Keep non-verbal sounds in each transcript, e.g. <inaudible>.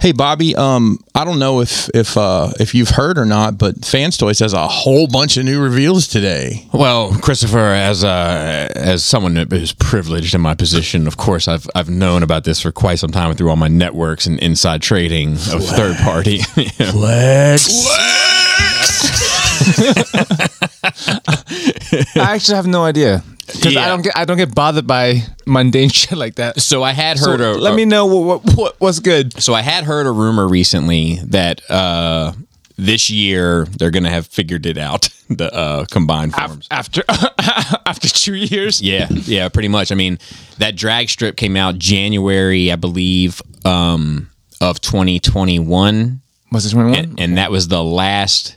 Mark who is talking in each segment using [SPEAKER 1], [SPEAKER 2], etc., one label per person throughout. [SPEAKER 1] Hey Bobby, um, I don't know if if uh, if you've heard or not, but Fans Toys has a whole bunch of new reveals today.
[SPEAKER 2] Well, Christopher, as uh, as someone that is privileged in my position, of course, I've I've known about this for quite some time through all my networks and inside trading of third party. <laughs>
[SPEAKER 3] I actually have no idea because
[SPEAKER 2] Yeah.
[SPEAKER 3] I don't get I don't get bothered by mundane <laughs> shit like that.
[SPEAKER 2] so I had heard. uh, a,
[SPEAKER 3] Let me know what, what, what what's good.
[SPEAKER 2] So I had heard a rumor recently that uh, this year they're going to have figured it out <laughs> the uh, combined forms. <laughs>
[SPEAKER 3] after after two years.
[SPEAKER 2] Yeah, yeah, pretty much. I mean, that drag strip came out January, I believe, um, of 2021,
[SPEAKER 3] Was it twenty one?
[SPEAKER 2] and, and that was the last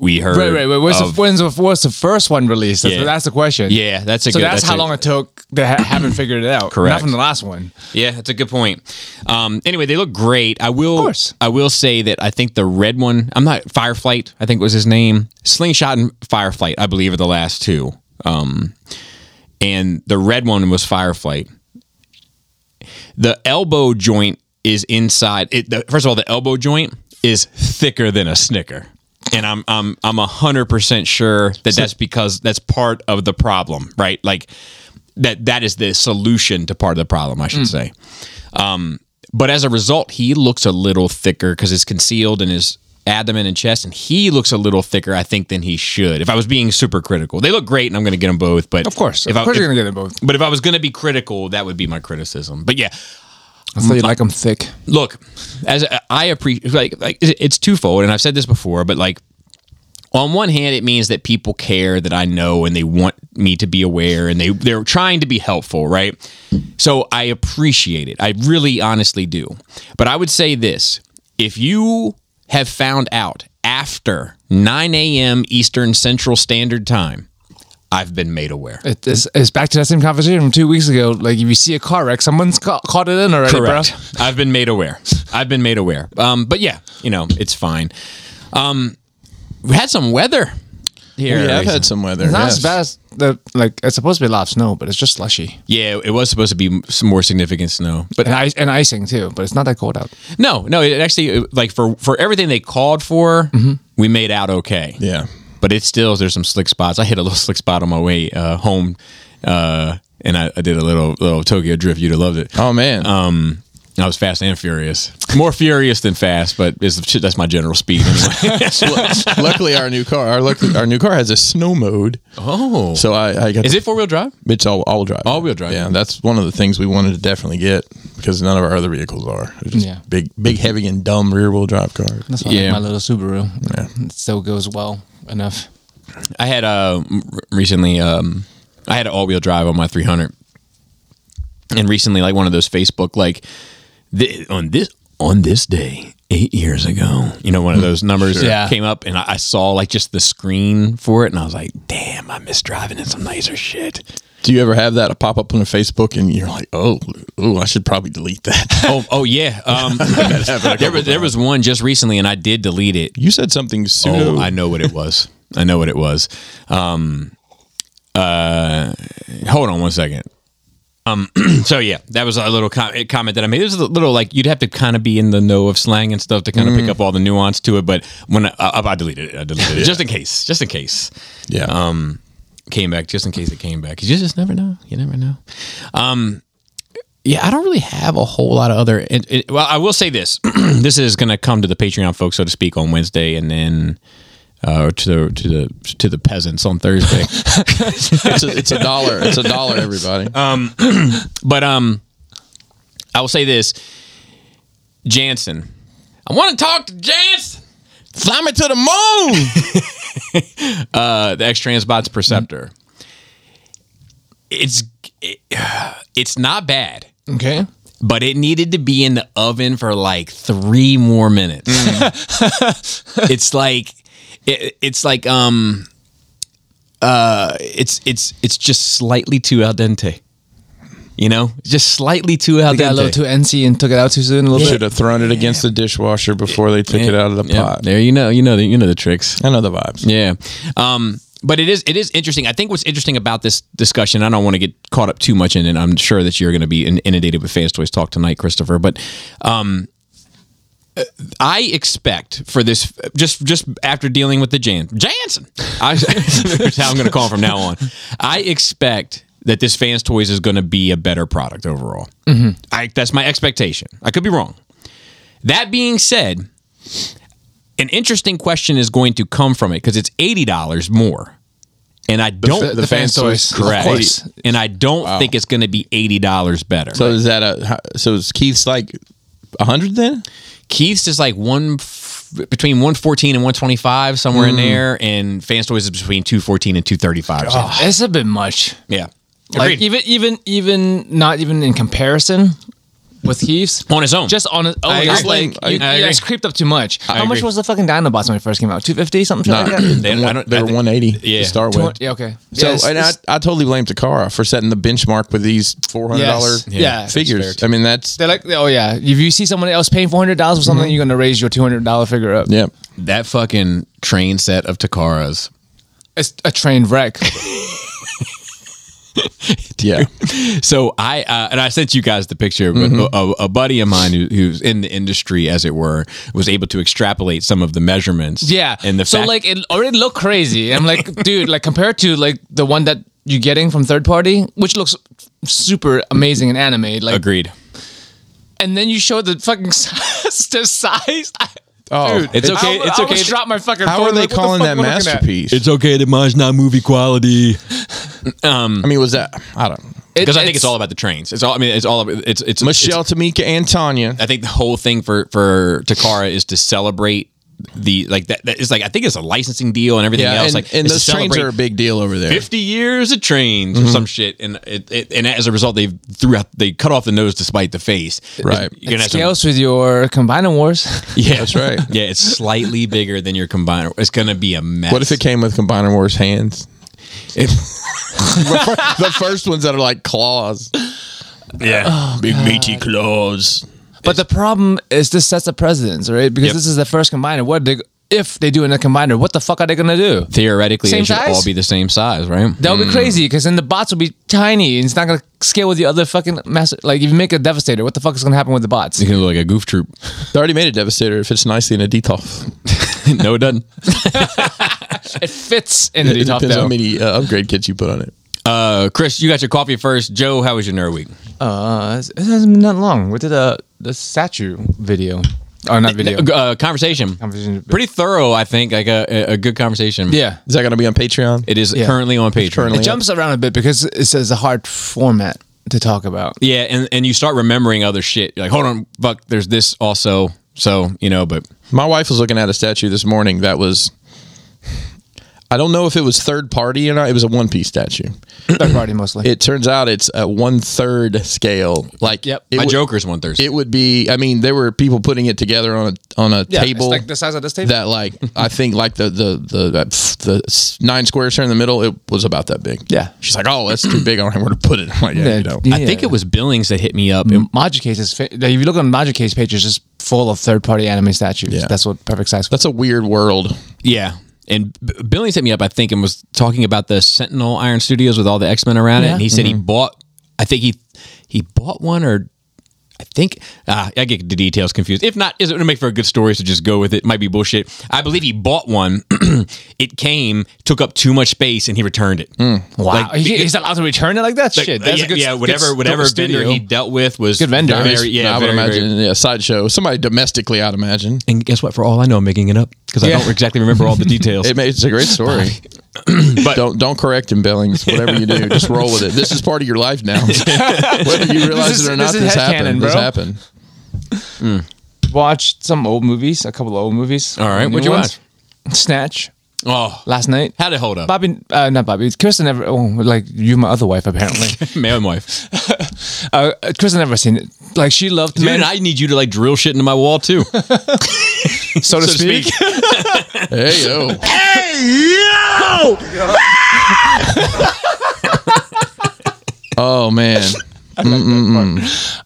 [SPEAKER 2] we heard.
[SPEAKER 3] Wait, wait, wait. What's
[SPEAKER 2] of-
[SPEAKER 3] the, when's the, what's the first one released? That's,
[SPEAKER 2] Yeah.
[SPEAKER 3] that's the question.
[SPEAKER 2] Yeah, that's a
[SPEAKER 3] So
[SPEAKER 2] good.
[SPEAKER 3] that's, how
[SPEAKER 2] a-
[SPEAKER 3] long it took. They ha- haven't figured it out.
[SPEAKER 2] Correct.
[SPEAKER 3] Not from the last one.
[SPEAKER 2] Yeah, that's a good point. Um, anyway, they look great. I will.
[SPEAKER 3] course.
[SPEAKER 2] I will say that I think the red one. I'm not Fireflight. I think was his name. Slingshot and Fireflight, I believe, are the last two. Um, and the red one was Fireflight. The elbow joint is inside. It, the, first of all, the elbow joint is thicker than a snicker. And I'm I'm I'm hundred percent sure that that's because that's part of the problem, right? Like that that is the solution to part of the problem, I
[SPEAKER 3] Mm.
[SPEAKER 2] should say. Um, But as a result, he looks a little thicker because it's concealed in his abdomen and chest, and he looks a little thicker, I think, than he should. If I was being super critical, they look great, and I'm going to get them both. But
[SPEAKER 3] Of course.
[SPEAKER 2] if
[SPEAKER 3] of
[SPEAKER 2] I,
[SPEAKER 3] course
[SPEAKER 2] if-
[SPEAKER 3] you're gonna get them both.
[SPEAKER 2] But if I was going to be critical, that would be my criticism. But yeah,
[SPEAKER 3] I thought you like them thick.
[SPEAKER 2] look, as I- I appreciate, like, like it- it's twofold, and I've said this before, but like, on one hand, it means that people care that I know and they want me to be aware and they they're trying to be helpful, right? So I appreciate it. I really, honestly do. But I would say this: if you have found out after 9 a.m. Eastern Central Standard Time, I've been made aware.
[SPEAKER 3] It is, it's back to that same conversation from two weeks ago. Like if you see a car wreck, someone's ca- caught it in already,
[SPEAKER 2] Correct.
[SPEAKER 3] bro.
[SPEAKER 2] I've been made aware. I've been made aware. Um, but yeah, you know, it's fine. Um, we had some weather here.
[SPEAKER 1] Yeah, I've
[SPEAKER 2] recently.
[SPEAKER 1] had some weather.
[SPEAKER 3] It's not
[SPEAKER 1] yes.
[SPEAKER 3] as bad as the like. It's supposed to be a lot of snow, but it's just slushy
[SPEAKER 2] yeah, it was supposed to be some more significant snow, but
[SPEAKER 3] and, ice, and icing too. But it's not that cold out.
[SPEAKER 2] no, no. It actually like for for everything they called for, we made out okay.
[SPEAKER 1] Mm-hmm. Yeah.
[SPEAKER 2] but it's still there's some slick spots. I hit a little <laughs> slick spot on my way uh, home, uh, and I, I did a little little Tokyo drift. You'd have loved it.
[SPEAKER 1] Oh man.
[SPEAKER 2] Um, I was fast and furious, more furious than fast, but it's, that's my general speed.
[SPEAKER 1] <laughs>
[SPEAKER 2] Anyway.
[SPEAKER 1] <laughs>
[SPEAKER 2] <laughs>
[SPEAKER 1] luckily, our new car, our luckily, our new car has a snow mode.
[SPEAKER 2] oh,
[SPEAKER 1] So I, I got
[SPEAKER 2] is
[SPEAKER 1] to-
[SPEAKER 2] it four wheel drive?
[SPEAKER 1] It's all all drive.
[SPEAKER 2] All wheel drive.
[SPEAKER 1] Yeah, that's one of the things we wanted to definitely get because none of our other vehicles are. They're just
[SPEAKER 3] Yeah.
[SPEAKER 1] Big, big, heavy, and dumb rear wheel drive cars.
[SPEAKER 3] That's why I like
[SPEAKER 2] Yeah.
[SPEAKER 3] my little Subaru. It still goes well enough.
[SPEAKER 2] I had uh m- recently um I had an all wheel drive on my 300, and recently like one of those Facebook like th- on this on this day eight years ago, you know one of those numbers that
[SPEAKER 3] Yeah.
[SPEAKER 2] came up, and I, I saw like just the screen for it, and I was like, damn, I miss driving in some nicer shit.
[SPEAKER 1] Do you ever have that pop up on Facebook and you're like, oh, ooh, I should probably delete that? <laughs>
[SPEAKER 2] Oh oh yeah, um, there was there was one just recently, and I did delete it.
[SPEAKER 1] you said something pseudo.
[SPEAKER 2] Oh, I know what it was. I know what it was. Um, uh, hold on one second. Um, <clears throat> so yeah, that was a little com- comment that I made. It was a little like you'd have to kind of be in the know of slang and stuff to kind of pick up all the nuance to it. But when I, I, I deleted it, I deleted it just in case, just in case
[SPEAKER 1] yeah.
[SPEAKER 2] came back, just in case it came back. You just never know. You never know. Um, yeah, I don't really have a whole lot of other. It, it, well, I will say this: <clears throat> this is going to come to the Patreon folks, so to speak, on Wednesday, and then uh, to the to the to the peasants on Thursday.
[SPEAKER 1] it's, a, it's a dollar. It's a dollar, everybody.
[SPEAKER 3] Uh,
[SPEAKER 2] but um, I will say this: Jansen, I want to talk to Jansen.
[SPEAKER 1] Fly me to the moon.
[SPEAKER 2] uh, the X Transbots Perceptor. It's it- <sighs> it's not bad.
[SPEAKER 3] Okay.
[SPEAKER 2] but it needed to be in the oven for like three more minutes. <laughs> it's like it, it's like um uh it's it's it's just slightly too al dente. You know, just slightly too al
[SPEAKER 3] I got a little
[SPEAKER 2] dente.
[SPEAKER 3] too NC and took it out too soon. A little
[SPEAKER 1] Should
[SPEAKER 3] bit.
[SPEAKER 1] have thrown it against the dishwasher before they took it out of the
[SPEAKER 2] Yeah,
[SPEAKER 1] pot.
[SPEAKER 2] There you know, you know the you know the tricks.
[SPEAKER 1] I know the vibes.
[SPEAKER 2] Yeah. Um, but it is it is interesting. I think what's interesting about this discussion, I don't want to get caught up too much in it. I'm sure that you're going to be in- inundated with fans toys talk tonight, Christopher. But um, I expect for this just just after dealing with the Jan Jansen. I, <laughs> that's how I'm going to call him from now on. I expect that this fans toys is going to be a better product overall.
[SPEAKER 1] Mm-hmm.
[SPEAKER 2] I, that's my expectation. I could be wrong. That being said, an interesting question is going to come from it because it's eighty dollars more, and I don't
[SPEAKER 1] fa- the fans toys, of
[SPEAKER 2] correct,
[SPEAKER 3] course.
[SPEAKER 2] and I don't think it's going to be eighty dollars better.
[SPEAKER 1] So is that a? how- So is Keith's like a hundred then?
[SPEAKER 2] Keith's is like one f- between 114 and 125 somewhere
[SPEAKER 3] Mm.
[SPEAKER 2] in there and fan toys is between 214 and 235 so-
[SPEAKER 3] It's a bit much.
[SPEAKER 2] yeah
[SPEAKER 3] Like
[SPEAKER 2] Ah. Agreed.
[SPEAKER 3] even even even not even in comparison with Heath's
[SPEAKER 2] on its own
[SPEAKER 3] Just on it. Oh,
[SPEAKER 2] I
[SPEAKER 3] it's
[SPEAKER 2] agree.
[SPEAKER 3] like you,
[SPEAKER 2] I
[SPEAKER 3] yeah, it's
[SPEAKER 2] agree.
[SPEAKER 3] creeped up too much. How much
[SPEAKER 2] agree.
[SPEAKER 3] was the fucking Dinobots when it first came out? Two fifty something
[SPEAKER 1] Nah,
[SPEAKER 3] like that.
[SPEAKER 2] <clears throat> They- I don't- I
[SPEAKER 1] they were
[SPEAKER 2] think-
[SPEAKER 1] one eighty
[SPEAKER 2] Yeah.
[SPEAKER 1] to start with.
[SPEAKER 3] Yeah. Okay.
[SPEAKER 1] So
[SPEAKER 3] yeah, it's-
[SPEAKER 1] and I,
[SPEAKER 3] it's-
[SPEAKER 1] I totally blame Takara for setting the benchmark with these four hundred dollar
[SPEAKER 3] Yes. Yeah.
[SPEAKER 1] figures. I mean that's
[SPEAKER 3] they're like, oh yeah. If you see someone else paying four hundred dollars for
[SPEAKER 2] Mm-hmm.
[SPEAKER 3] something, you're gonna raise your two hundred dollar figure up.
[SPEAKER 1] yeah.
[SPEAKER 2] that fucking train set of takaras
[SPEAKER 3] It's a trained wreck.
[SPEAKER 1] Yeah.
[SPEAKER 2] so i uh, and i sent you guys the picture but
[SPEAKER 3] Mm-hmm.
[SPEAKER 2] a, a buddy of mine who, who's in the industry as it were was able to extrapolate some of the measurements
[SPEAKER 3] yeah.
[SPEAKER 2] and the
[SPEAKER 3] so
[SPEAKER 2] fact
[SPEAKER 3] like it already looked crazy. I'm like, <laughs> dude, like compared to like the one that you're getting from third party, which looks super amazing and anime. Like,
[SPEAKER 2] agreed
[SPEAKER 3] and then you show the fucking <laughs> size, the size. I,
[SPEAKER 1] Oh,
[SPEAKER 3] dude,
[SPEAKER 2] it's
[SPEAKER 3] I
[SPEAKER 2] okay-
[SPEAKER 3] would-
[SPEAKER 2] it's
[SPEAKER 3] I
[SPEAKER 2] okay
[SPEAKER 3] Would
[SPEAKER 2] to-
[SPEAKER 3] drop my fucking.
[SPEAKER 1] How
[SPEAKER 3] phone,
[SPEAKER 1] are they
[SPEAKER 3] like, what the
[SPEAKER 1] calling
[SPEAKER 3] fuck
[SPEAKER 1] that
[SPEAKER 3] am I looking at?
[SPEAKER 1] masterpiece?
[SPEAKER 2] okay that mine's not movie quality
[SPEAKER 1] I mean, was that I don't know.
[SPEAKER 3] It-
[SPEAKER 2] because i think it's all about the trains it's all i mean it's all about it's it's it's-
[SPEAKER 1] Michelle, Tamika, and Tanya.
[SPEAKER 2] I think the whole thing for for Takara is to celebrate the like that, that is like I think it's a licensing deal and everything else.
[SPEAKER 1] and,
[SPEAKER 2] like
[SPEAKER 1] and
[SPEAKER 2] it's to
[SPEAKER 1] those trains
[SPEAKER 2] celebrate
[SPEAKER 1] are Mm-hmm. a big deal over there.
[SPEAKER 2] fifty years of trains or some shit, and it, it, and as a result they threw out they cut off the nose despite the face.
[SPEAKER 1] Right.
[SPEAKER 2] you're gonna have to,
[SPEAKER 3] scales with your combiner
[SPEAKER 2] <laughs>
[SPEAKER 3] wars.
[SPEAKER 2] yeah,
[SPEAKER 1] That's right.
[SPEAKER 2] Yeah, it's slightly bigger than your combiner. It's gonna be a mess.
[SPEAKER 1] What if
[SPEAKER 2] <laughs>
[SPEAKER 1] it came with Combiner Wars hands? the first ones that are like claws,
[SPEAKER 2] yeah,
[SPEAKER 3] Oh,
[SPEAKER 1] big meaty claws.
[SPEAKER 3] But the problem is this sets the precedence, right? Because
[SPEAKER 2] Yep.
[SPEAKER 3] this is the first combiner. What they, if they do in a combiner, what the fuck are they gonna do?
[SPEAKER 2] theoretically
[SPEAKER 3] Same
[SPEAKER 2] they should
[SPEAKER 3] size?
[SPEAKER 2] all be the same size, right?
[SPEAKER 3] That
[SPEAKER 1] Hmm.
[SPEAKER 3] would be crazy because then the bots will be tiny and it's not gonna scale with the other fucking master. Like if you make a devastator, what the fuck is gonna happen with the bots?
[SPEAKER 2] It's gonna look like a goof troop. <laughs>
[SPEAKER 1] They already made a Devastator. It fits nicely in a Detolf.
[SPEAKER 2] no, it doesn't.
[SPEAKER 3] It fits in
[SPEAKER 1] It,
[SPEAKER 3] the
[SPEAKER 1] it
[SPEAKER 3] top
[SPEAKER 1] depends on how
[SPEAKER 3] down.
[SPEAKER 1] many uh, upgrade kits you put on it.
[SPEAKER 2] Uh, Chris, you got your coffee first. Joe, how was your nerd week?
[SPEAKER 3] Uh, it's- it hasn't been that long. We did a the statue video, or not video.
[SPEAKER 2] Uh, conversation.
[SPEAKER 3] Conversation.
[SPEAKER 2] pretty thorough, I think. Like a, a- a good conversation.
[SPEAKER 3] Yeah,
[SPEAKER 1] Is that going to be on Patreon?
[SPEAKER 2] It is
[SPEAKER 3] Yeah.
[SPEAKER 2] currently on Patreon.
[SPEAKER 1] currently-
[SPEAKER 3] it jumps around a bit because it's, it's a hard format to talk about.
[SPEAKER 2] Yeah, and, and you start remembering other shit. You're like, hold on, fuck, there's this also. So, you know, but
[SPEAKER 1] My wife was looking at a statue this morning that was. I don't know if it was third party or not. It was a one piece statue.
[SPEAKER 3] Third party mostly.
[SPEAKER 1] It turns out it's a one third scale. Like
[SPEAKER 3] Yep.
[SPEAKER 1] it
[SPEAKER 2] my
[SPEAKER 1] would-
[SPEAKER 2] Joker's one Thursday.
[SPEAKER 1] It would be. I mean, there were people putting it together on a on a
[SPEAKER 3] Yeah,
[SPEAKER 1] table
[SPEAKER 3] It's like the size of this table.
[SPEAKER 1] that, like, I think, like the the the that- the s- nine squares here in the middle. It was about that big.
[SPEAKER 3] Yeah.
[SPEAKER 1] She's like, oh, that's too big. I don't know where to put it. I'm like, yeah,
[SPEAKER 3] Yeah.
[SPEAKER 1] you know.
[SPEAKER 3] Yeah.
[SPEAKER 2] I think it was Billings that hit me up. It-
[SPEAKER 3] Majikase is fa- like, if you look on Majikase page, it's just full of third party anime statues.
[SPEAKER 1] Yeah.
[SPEAKER 3] That's what perfect size.
[SPEAKER 1] That's a weird world.
[SPEAKER 2] yeah. And B- Billings hit me up, I think, and was talking about the Sentinel Iron Studios with all the X Men around it.
[SPEAKER 3] Yeah. Mm-hmm.
[SPEAKER 2] And he said he bought, I think he he bought one or. I think ah, I get the details confused. If not, is it going to make for a good story? So just go with it. Might be bullshit. I believe he bought one. <clears throat> it came, took up too much space, and he returned it. uh,
[SPEAKER 3] wow. He- he's allowed to return it like that. Mm. Shit, that's
[SPEAKER 2] yeah,
[SPEAKER 3] a good.
[SPEAKER 2] yeah,
[SPEAKER 3] good
[SPEAKER 2] whatever,
[SPEAKER 3] st-
[SPEAKER 2] whatever
[SPEAKER 3] studio.
[SPEAKER 2] vendor he dealt with was
[SPEAKER 3] Good vendor.
[SPEAKER 2] very-
[SPEAKER 3] Nice.
[SPEAKER 2] yeah,
[SPEAKER 1] I would
[SPEAKER 2] very, very-
[SPEAKER 1] imagine. Yeah, sideshow. Somebody domestically, I'd imagine.
[SPEAKER 2] and guess what? For all I know, I'm making it up because I
[SPEAKER 3] Yeah.
[SPEAKER 2] don't exactly remember
[SPEAKER 3] <laughs>
[SPEAKER 2] all the details.
[SPEAKER 1] It may, it's a great story. <clears throat>
[SPEAKER 2] But-
[SPEAKER 1] don't don't correct him, Billings. Whatever you do, just roll with it. This is part of your life
[SPEAKER 3] <laughs>
[SPEAKER 1] now. Whether you realize
[SPEAKER 3] is-
[SPEAKER 1] it or not,
[SPEAKER 3] this is
[SPEAKER 1] this happened.
[SPEAKER 3] headcanon,
[SPEAKER 1] this
[SPEAKER 3] bro.
[SPEAKER 1] happened.
[SPEAKER 3] watched some old movies, a couple of old movies.
[SPEAKER 2] all right,
[SPEAKER 3] New
[SPEAKER 2] what'd you
[SPEAKER 3] ones.
[SPEAKER 2] watch?
[SPEAKER 3] Snatch
[SPEAKER 2] Oh,
[SPEAKER 3] last night.
[SPEAKER 2] how'd it hold <laughs> up?
[SPEAKER 3] Bobby, uh, not Bobby. Kristen never. Oh, like you, my other wife, apparently.
[SPEAKER 2] <laughs> Man and wife.
[SPEAKER 3] uh, Kristen never seen it. Like she loved
[SPEAKER 2] Dude,
[SPEAKER 3] men,
[SPEAKER 2] I need you to like drill shit into my wall too.
[SPEAKER 3] <laughs> so to speak.
[SPEAKER 2] <laughs>
[SPEAKER 1] Hey yo, oh man,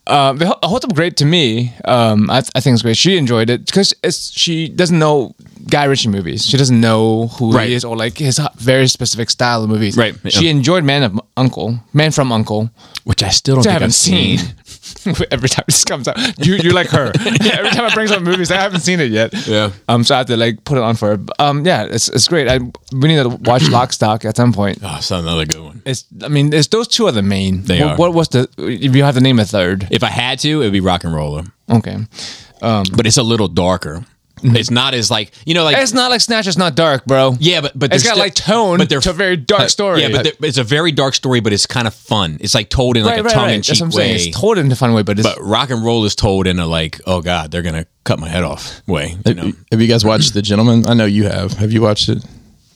[SPEAKER 3] Um, it hel- it holds up great to me. Um, I, th- I think it's great. She enjoyed it because it's she doesn't know Guy Ritchie movies. She doesn't know who
[SPEAKER 2] Right.
[SPEAKER 3] he is or like his h- very specific style of movies.
[SPEAKER 2] Right, yeah.
[SPEAKER 3] She enjoyed Man of M- Uncle, Man from Uncle,
[SPEAKER 2] Which I still don't
[SPEAKER 3] which I
[SPEAKER 2] think
[SPEAKER 3] haven't
[SPEAKER 2] I've
[SPEAKER 3] seen.
[SPEAKER 2] <laughs>
[SPEAKER 3] every time this comes out, you you're like her. <laughs> yeah, every time I bring some movies, I haven't seen it yet.
[SPEAKER 2] Yeah.
[SPEAKER 3] Um. So I have to like put it on for her. But, Um. Yeah. It's it's great. I we need to
[SPEAKER 2] <clears throat>
[SPEAKER 3] watch Lock Stock at some point.
[SPEAKER 2] Oh, it's another good one.
[SPEAKER 3] It's I mean, it's those two are the main.
[SPEAKER 2] They
[SPEAKER 3] what,
[SPEAKER 2] are.
[SPEAKER 3] What was the? If you have to name a third,
[SPEAKER 2] If I had to, it'd be rock and roller,
[SPEAKER 3] okay. Um.
[SPEAKER 2] but it's a little darker. It's not as like you know, like
[SPEAKER 3] Mm-hmm. It's not like Snatch. It's not dark, bro.
[SPEAKER 2] yeah, but but
[SPEAKER 3] It's
[SPEAKER 2] they're
[SPEAKER 3] got, like, tone to a very dark
[SPEAKER 2] uh, <laughs>
[SPEAKER 3] story.
[SPEAKER 2] Yeah, but they're- it's a very dark story, but it's kind of fun. It's like told in like a tongue in
[SPEAKER 3] That's
[SPEAKER 2] cheek
[SPEAKER 3] what I'm
[SPEAKER 2] way.
[SPEAKER 3] saying. It's told in a fun way, but it's
[SPEAKER 2] but rock and roll is told in a like, oh god, they're gonna cut my head off way. You know?
[SPEAKER 1] Have you guys watched The Gentleman? I know you have. Have you watched it?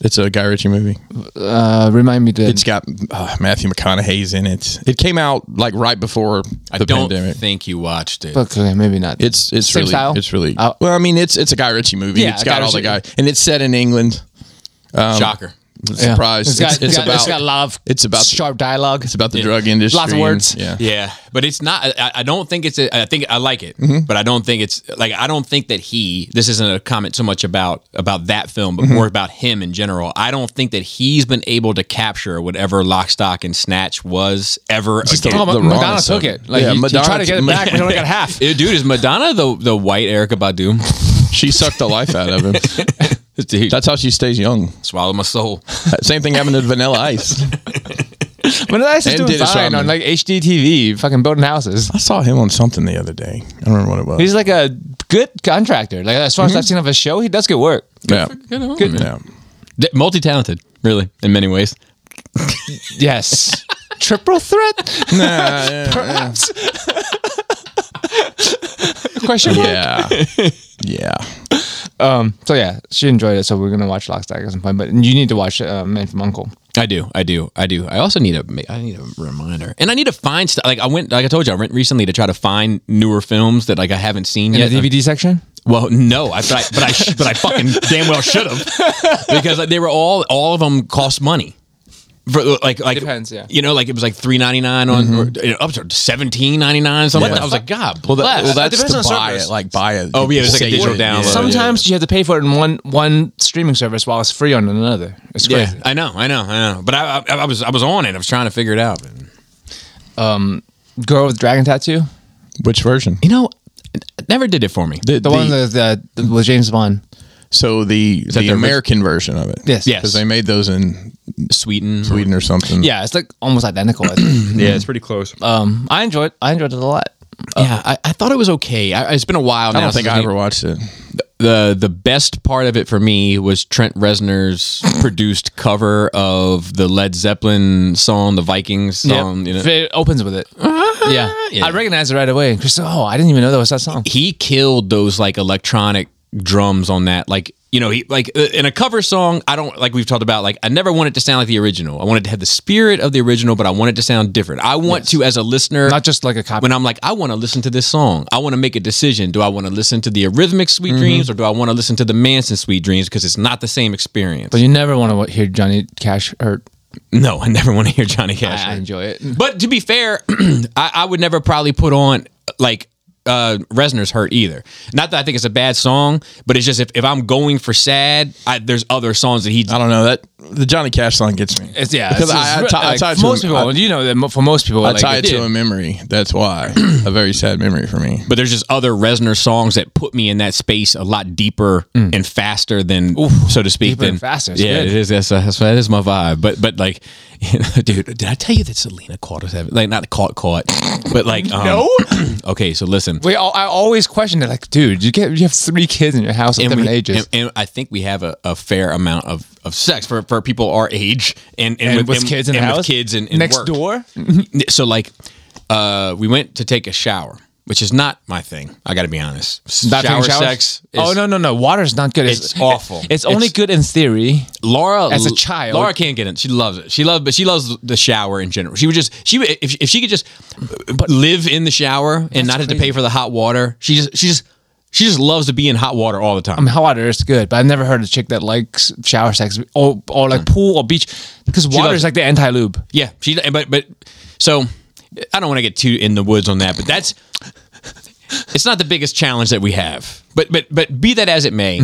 [SPEAKER 1] It's a Guy Ritchie movie.
[SPEAKER 3] uh, remind me to
[SPEAKER 1] It's got uh, Matthew McConaughey's in it. It came out like right before the
[SPEAKER 2] I don't
[SPEAKER 1] pandemic.
[SPEAKER 2] think you watched it.
[SPEAKER 3] okay, maybe not.
[SPEAKER 1] It's it's
[SPEAKER 3] Same
[SPEAKER 1] really
[SPEAKER 3] style?
[SPEAKER 1] it's really
[SPEAKER 3] Oh.
[SPEAKER 1] well. I mean, it's it's a Guy Ritchie movie.
[SPEAKER 3] Yeah,
[SPEAKER 1] it's
[SPEAKER 3] a
[SPEAKER 1] got
[SPEAKER 3] Guy
[SPEAKER 1] all the guy,
[SPEAKER 3] Ritchie-
[SPEAKER 1] and it's set in England.
[SPEAKER 3] um,
[SPEAKER 2] Shocker.
[SPEAKER 3] Yeah.
[SPEAKER 1] Surprise!
[SPEAKER 3] It's got, it's, got,
[SPEAKER 1] about
[SPEAKER 3] it's got a lot of
[SPEAKER 1] it's about-
[SPEAKER 3] sharp dialogue.
[SPEAKER 1] it's about the drug industry.
[SPEAKER 3] Lots of
[SPEAKER 1] and-
[SPEAKER 3] words.
[SPEAKER 1] yeah.
[SPEAKER 2] Yeah, but it's not. I, I don't think it's. A, I think I like it,
[SPEAKER 3] Mm-hmm.
[SPEAKER 2] but I don't think it's like. I don't think that he. This isn't a comment so much about about that film,
[SPEAKER 3] Mm-hmm.
[SPEAKER 2] but more about him in general. I don't think that he's been able to capture whatever Lock, Stock, and Snatch was ever.
[SPEAKER 1] the-
[SPEAKER 2] again.
[SPEAKER 3] Oh, Ma-
[SPEAKER 2] <laughs>
[SPEAKER 1] the
[SPEAKER 3] Madonna
[SPEAKER 1] rawness
[SPEAKER 3] took
[SPEAKER 1] of it.
[SPEAKER 3] it. Like
[SPEAKER 1] Yeah,
[SPEAKER 3] you, you
[SPEAKER 1] Madonna
[SPEAKER 3] try to get it
[SPEAKER 1] took-
[SPEAKER 3] back, we only got half.
[SPEAKER 2] Eh, dude, is Madonna the the white Erica Badu? <laughs>
[SPEAKER 1] She sucked the life out of him.
[SPEAKER 3] <laughs>
[SPEAKER 2] Dude,
[SPEAKER 1] That's how she stays young.
[SPEAKER 2] swallow my soul. <laughs>
[SPEAKER 1] Same thing happened to Vanilla Ice.
[SPEAKER 3] But
[SPEAKER 1] <laughs> And
[SPEAKER 3] that's just doing
[SPEAKER 1] did it
[SPEAKER 3] fine
[SPEAKER 1] some.
[SPEAKER 3] on like HDTV, fucking building houses.
[SPEAKER 1] I saw him on something the other day. I don't remember what it was.
[SPEAKER 3] He's like a good contractor. Like as far as I've seen of his show, he does good work.
[SPEAKER 1] yeah.
[SPEAKER 2] Good.
[SPEAKER 1] Mm-hmm. Oh. yeah.
[SPEAKER 2] Multi talented, really, in many ways.
[SPEAKER 1] <laughs>
[SPEAKER 3] Yes. Triple threat? Perhaps. Question mark. <laughs>
[SPEAKER 1] Yeah. yeah.
[SPEAKER 3] Um. So yeah, she enjoyed it. So we're gonna watch Lock, Stock at some point. But you need to watch uh, Man from Uncle.
[SPEAKER 2] I do, I do, I do. I also need a, ma- I need a reminder, and I need to find stuff. Like I went, like I told you, I went recently to try to find newer films that like I haven't seen
[SPEAKER 3] In
[SPEAKER 2] yet.
[SPEAKER 3] the DVD section.
[SPEAKER 2] Well, no, I, but I, but I, sh- but I fucking damn well should <laughs> have because like, they were all, all of them cost money. For, like, like
[SPEAKER 3] Depends, yeah.
[SPEAKER 2] You know, like it was like three ninety nine on or, you know, up to seventeen ninety nine. Something.
[SPEAKER 1] Yeah.
[SPEAKER 2] I was like, God,
[SPEAKER 1] Well, that,
[SPEAKER 2] bless.
[SPEAKER 1] well that's
[SPEAKER 3] depends
[SPEAKER 1] to
[SPEAKER 3] on
[SPEAKER 1] buy
[SPEAKER 3] service.
[SPEAKER 1] it. Like buy it.
[SPEAKER 2] Oh, yeah, it's like a
[SPEAKER 1] Save
[SPEAKER 2] digital
[SPEAKER 1] it, yeah.
[SPEAKER 2] download. Some-
[SPEAKER 3] Sometimes you have to pay for it in one one streaming service while it's free on another. It's
[SPEAKER 2] yeah,
[SPEAKER 3] crazy.
[SPEAKER 2] I know, I know, I know. But I, I, I was, I was on it. I was trying to figure it out.
[SPEAKER 3] Girl with dragon tattoo.
[SPEAKER 1] Which version?
[SPEAKER 2] You know, it never did it for me.
[SPEAKER 1] The,
[SPEAKER 3] The, one that that was James Bond.
[SPEAKER 1] so the
[SPEAKER 2] that
[SPEAKER 1] the
[SPEAKER 2] their-
[SPEAKER 1] American version of it.
[SPEAKER 3] Yes.
[SPEAKER 2] Yes.
[SPEAKER 1] Because they made those in
[SPEAKER 2] Sweden,
[SPEAKER 1] Sweden or something.
[SPEAKER 3] Yeah, it's like almost identical. I think.
[SPEAKER 2] Yeah, it's pretty close.
[SPEAKER 3] um, I enjoyed I enjoyed it a lot.
[SPEAKER 2] yeah, I, I thought it was okay. I, it's been a while now.
[SPEAKER 1] Uh, I don't think
[SPEAKER 2] since
[SPEAKER 1] I ever watched it.
[SPEAKER 2] the the best part of it for me was
[SPEAKER 1] <laughs>
[SPEAKER 2] Trent Reznor's produced cover of the Led Zeppelin song, the Vikings song. Um, You know,
[SPEAKER 3] It opens with it. yeah.
[SPEAKER 2] Yeah.
[SPEAKER 3] I recognized it right away. Chris, oh, I didn't even know that was that song.
[SPEAKER 2] he killed those like electronic drums on that. Like you know, he like uh, in a cover song. I don't like we've talked about. Like I never want it to sound like the original. I wanted to have the spirit of the original, but I want it to sound different. I want to, as a listener,
[SPEAKER 3] Not just like a copy.
[SPEAKER 2] when I'm like, I want to listen to this song. I want to make a decision. Do I want to listen to the Eurythmics Sweet
[SPEAKER 3] Mm-hmm.
[SPEAKER 2] Dreams or do I want to listen to the Manson Sweet Dreams? Because it's not the same experience.
[SPEAKER 3] but you never want to hear Johnny Cash hurt.
[SPEAKER 2] <laughs> no, I never want to hear Johnny Cash.
[SPEAKER 3] I, I enjoy it.
[SPEAKER 2] But to be fair, <clears throat> I, I would never probably put on like uh Reznor's Hurt either. Not that I think it's a bad song, but it's just if, if I'm going for sad, I, there's other songs that he.
[SPEAKER 1] I don't know that the Johnny Cash song gets me.
[SPEAKER 3] It's, yeah,
[SPEAKER 1] Because
[SPEAKER 3] it's-
[SPEAKER 1] I- I
[SPEAKER 3] it's
[SPEAKER 1] tie- I
[SPEAKER 3] like,
[SPEAKER 1] tie it
[SPEAKER 3] for
[SPEAKER 1] to
[SPEAKER 3] most
[SPEAKER 1] him.
[SPEAKER 3] people,
[SPEAKER 1] I-
[SPEAKER 3] you know, that mo- for most people,
[SPEAKER 1] I
[SPEAKER 3] like,
[SPEAKER 1] tie it
[SPEAKER 2] did.
[SPEAKER 1] to a memory. That's
[SPEAKER 2] <clears throat>
[SPEAKER 1] why a very sad memory for me.
[SPEAKER 2] But there's just other Reznor songs that put me in that space a lot deeper and faster than, so to speak,
[SPEAKER 3] Mm. deeper
[SPEAKER 2] than
[SPEAKER 3] and faster. It's
[SPEAKER 2] Yeah,
[SPEAKER 3] good.
[SPEAKER 2] it is. That's, that's that is my vibe. But but like, <laughs> you know, dude, did I tell you that Selena caught us? having- Like not caught caught, but like um,
[SPEAKER 3] No?
[SPEAKER 2] <clears throat> okay, so listen.
[SPEAKER 3] Wait, I I always question it. Like, dude, you get you have three kids in your house of
[SPEAKER 2] and
[SPEAKER 3] different
[SPEAKER 2] we-
[SPEAKER 3] ages.
[SPEAKER 2] And, and I think we have a, a fair amount of, of sex for, for people our age and, and,
[SPEAKER 3] And with kids in the
[SPEAKER 2] and with
[SPEAKER 3] house?
[SPEAKER 2] kids and, and
[SPEAKER 3] Next
[SPEAKER 2] work.
[SPEAKER 3] door?
[SPEAKER 2] So like, uh, we went to take a shower, which is not my thing. I got to be honest.
[SPEAKER 3] Not
[SPEAKER 2] shower
[SPEAKER 3] taking showers?
[SPEAKER 2] sex. Is,
[SPEAKER 3] oh no, no, no! Water's not good.
[SPEAKER 2] It's awful.
[SPEAKER 3] It's only
[SPEAKER 2] It's-
[SPEAKER 3] good in theory. <laughs>
[SPEAKER 2] Laura
[SPEAKER 3] As a child.
[SPEAKER 2] Laura can't get in. She loves it. She loves, but she loves the shower in general. She would just she would- if if she could just live in the shower and not have to pay for the hot water. She just she just she just loves to be in hot water all the time.
[SPEAKER 3] I mean, hot water is good, but I've never heard a chick that likes shower sex or or like pool or beach because water
[SPEAKER 2] Hmm. loves-
[SPEAKER 3] is like the anti
[SPEAKER 2] <laughs>
[SPEAKER 3] lube.
[SPEAKER 2] Yeah, she. But but so I don't want to get too in the woods on that, but that's it's not the biggest challenge that we have. But but but be that as it may,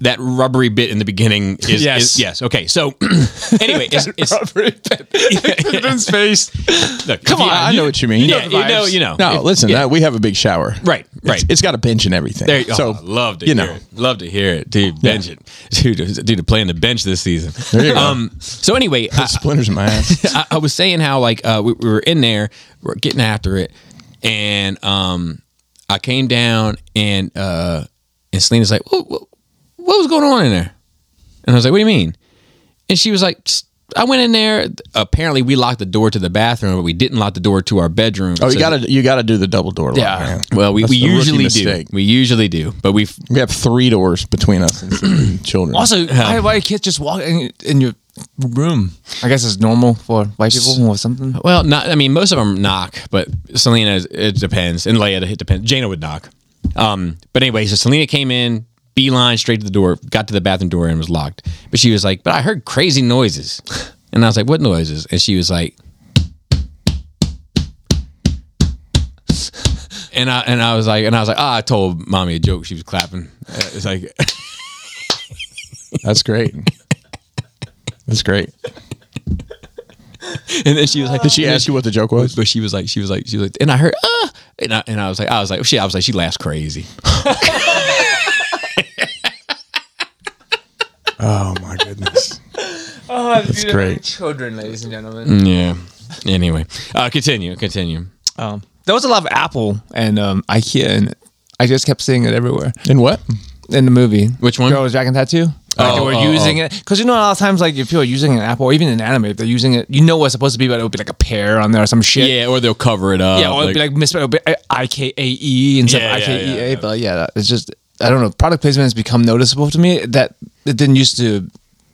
[SPEAKER 2] that rubbery bit in the beginning is
[SPEAKER 3] Yes.
[SPEAKER 2] is- yes. Okay. So <clears throat> anyway, it's, it's
[SPEAKER 3] <laughs>
[SPEAKER 2] <laughs>
[SPEAKER 3] Vin's face.
[SPEAKER 2] look,
[SPEAKER 3] Come
[SPEAKER 2] if
[SPEAKER 3] on,
[SPEAKER 1] I know what you mean.
[SPEAKER 2] Yeah,
[SPEAKER 3] the
[SPEAKER 2] you know,
[SPEAKER 3] vibes.
[SPEAKER 2] you know.
[SPEAKER 1] No,
[SPEAKER 2] If-
[SPEAKER 1] listen,
[SPEAKER 2] yeah.
[SPEAKER 1] that, we have a big shower.
[SPEAKER 2] Right,
[SPEAKER 1] It's-
[SPEAKER 2] right.
[SPEAKER 1] it's got a bench and everything.
[SPEAKER 2] There you go.
[SPEAKER 1] So
[SPEAKER 2] oh, love to
[SPEAKER 1] you
[SPEAKER 2] hear
[SPEAKER 1] know.
[SPEAKER 2] it. Love to hear it, dude. Bench it, <laughs> dude. Dude, playing the bench this season.
[SPEAKER 1] There you go.
[SPEAKER 2] Um. So anyway, I,
[SPEAKER 1] Splinters in my
[SPEAKER 2] <laughs>
[SPEAKER 1] ass.
[SPEAKER 2] I, I was saying how like uh, we, we were in there, we are getting after it, and um, I came down and uh, and Selena's like, what, what, what was going on in there? And I was like, what do you mean? And she was like, "Just- I went in there. Apparently, we locked the door to the bathroom, but we didn't lock the door to our bedroom.
[SPEAKER 1] Oh, you
[SPEAKER 2] So-
[SPEAKER 1] got to you got to do the double door. lock,
[SPEAKER 3] Yeah.
[SPEAKER 1] man.
[SPEAKER 2] Well, we,
[SPEAKER 1] That's
[SPEAKER 2] we
[SPEAKER 1] the rookie
[SPEAKER 2] usually do.
[SPEAKER 1] mistake.
[SPEAKER 2] We usually do, but we
[SPEAKER 1] We have three doors between us and
[SPEAKER 2] <clears throat>
[SPEAKER 1] some children.
[SPEAKER 3] Also, why, why are kids just walking in your room? I guess it's normal for white people or something.
[SPEAKER 2] Well, not. I mean, most of them knock, but Selena, is- it depends, and Leia, it depends. Jaina would knock. Um, but anyway, so Selena came in, beeline straight to the door, got to the bathroom door, and was locked. But she was like, "But I heard crazy noises," <laughs> and I was like, "What noises?" And she was like, <laughs> and I and I was like, and I was like, "Ah, I told mommy a joke." She was clapping. Uh, It's like. <laughs>
[SPEAKER 1] that's great. That's great.
[SPEAKER 2] and then she was like,
[SPEAKER 1] Did she ask you what the joke was?
[SPEAKER 2] But she was like, she was like, she was like, and I heard, ah, and I, and I was like, I was like, she, I was like, she laughs crazy.
[SPEAKER 1] Oh my goodness.
[SPEAKER 3] That's
[SPEAKER 1] great.
[SPEAKER 3] Children, ladies and gentlemen.
[SPEAKER 2] Yeah. Anyway, uh, continue, continue.
[SPEAKER 3] Um, there was a lot of Apple and um, IKEA, and I just kept seeing it everywhere
[SPEAKER 1] And what?
[SPEAKER 3] in the movie.
[SPEAKER 2] Which one?
[SPEAKER 3] Girl with Dragon Tattoo. Like they
[SPEAKER 2] Oh,
[SPEAKER 3] were
[SPEAKER 2] oh,
[SPEAKER 3] using it because you know a lot of times like if people are using an apple or even an anime, if they're using it, you know what's supposed to be, but it would be like a pear on there or some shit.
[SPEAKER 2] Yeah, or they'll cover it up.
[SPEAKER 3] yeah, or it'd be like misspelled it'd be uh, I K A E instead
[SPEAKER 2] Yeah,
[SPEAKER 3] of I
[SPEAKER 2] yeah,
[SPEAKER 3] K E A.
[SPEAKER 2] yeah.
[SPEAKER 3] But yeah, that- it's just I don't know. Product placement has become noticeable to me that it didn't used to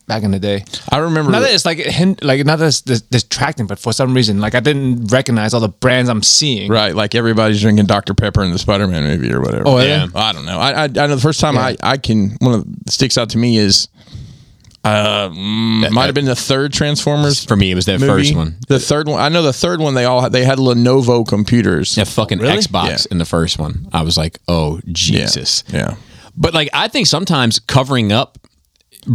[SPEAKER 3] back in the day.
[SPEAKER 1] I remember.
[SPEAKER 3] Not that it's like hind- like not that it's dis- distracting, but for some reason, like I didn't recognize all the brands I'm seeing.
[SPEAKER 1] Right, like everybody's drinking Dr Pepper in the Spider Man movie or whatever.
[SPEAKER 3] Oh,
[SPEAKER 2] yeah?
[SPEAKER 1] I don't know. I, I I know the first time I I can one of the sticks out to me is. Uh, mm, might have been the third Transformers
[SPEAKER 2] for me, it was that
[SPEAKER 1] movie.
[SPEAKER 2] first one.
[SPEAKER 1] The third one. I know the third one. They all had- they had Lenovo computers.
[SPEAKER 2] That fucking Xbox
[SPEAKER 1] Yeah.
[SPEAKER 2] in the first one. I was like, oh Jesus.
[SPEAKER 1] Yeah,
[SPEAKER 2] But like, I think sometimes covering up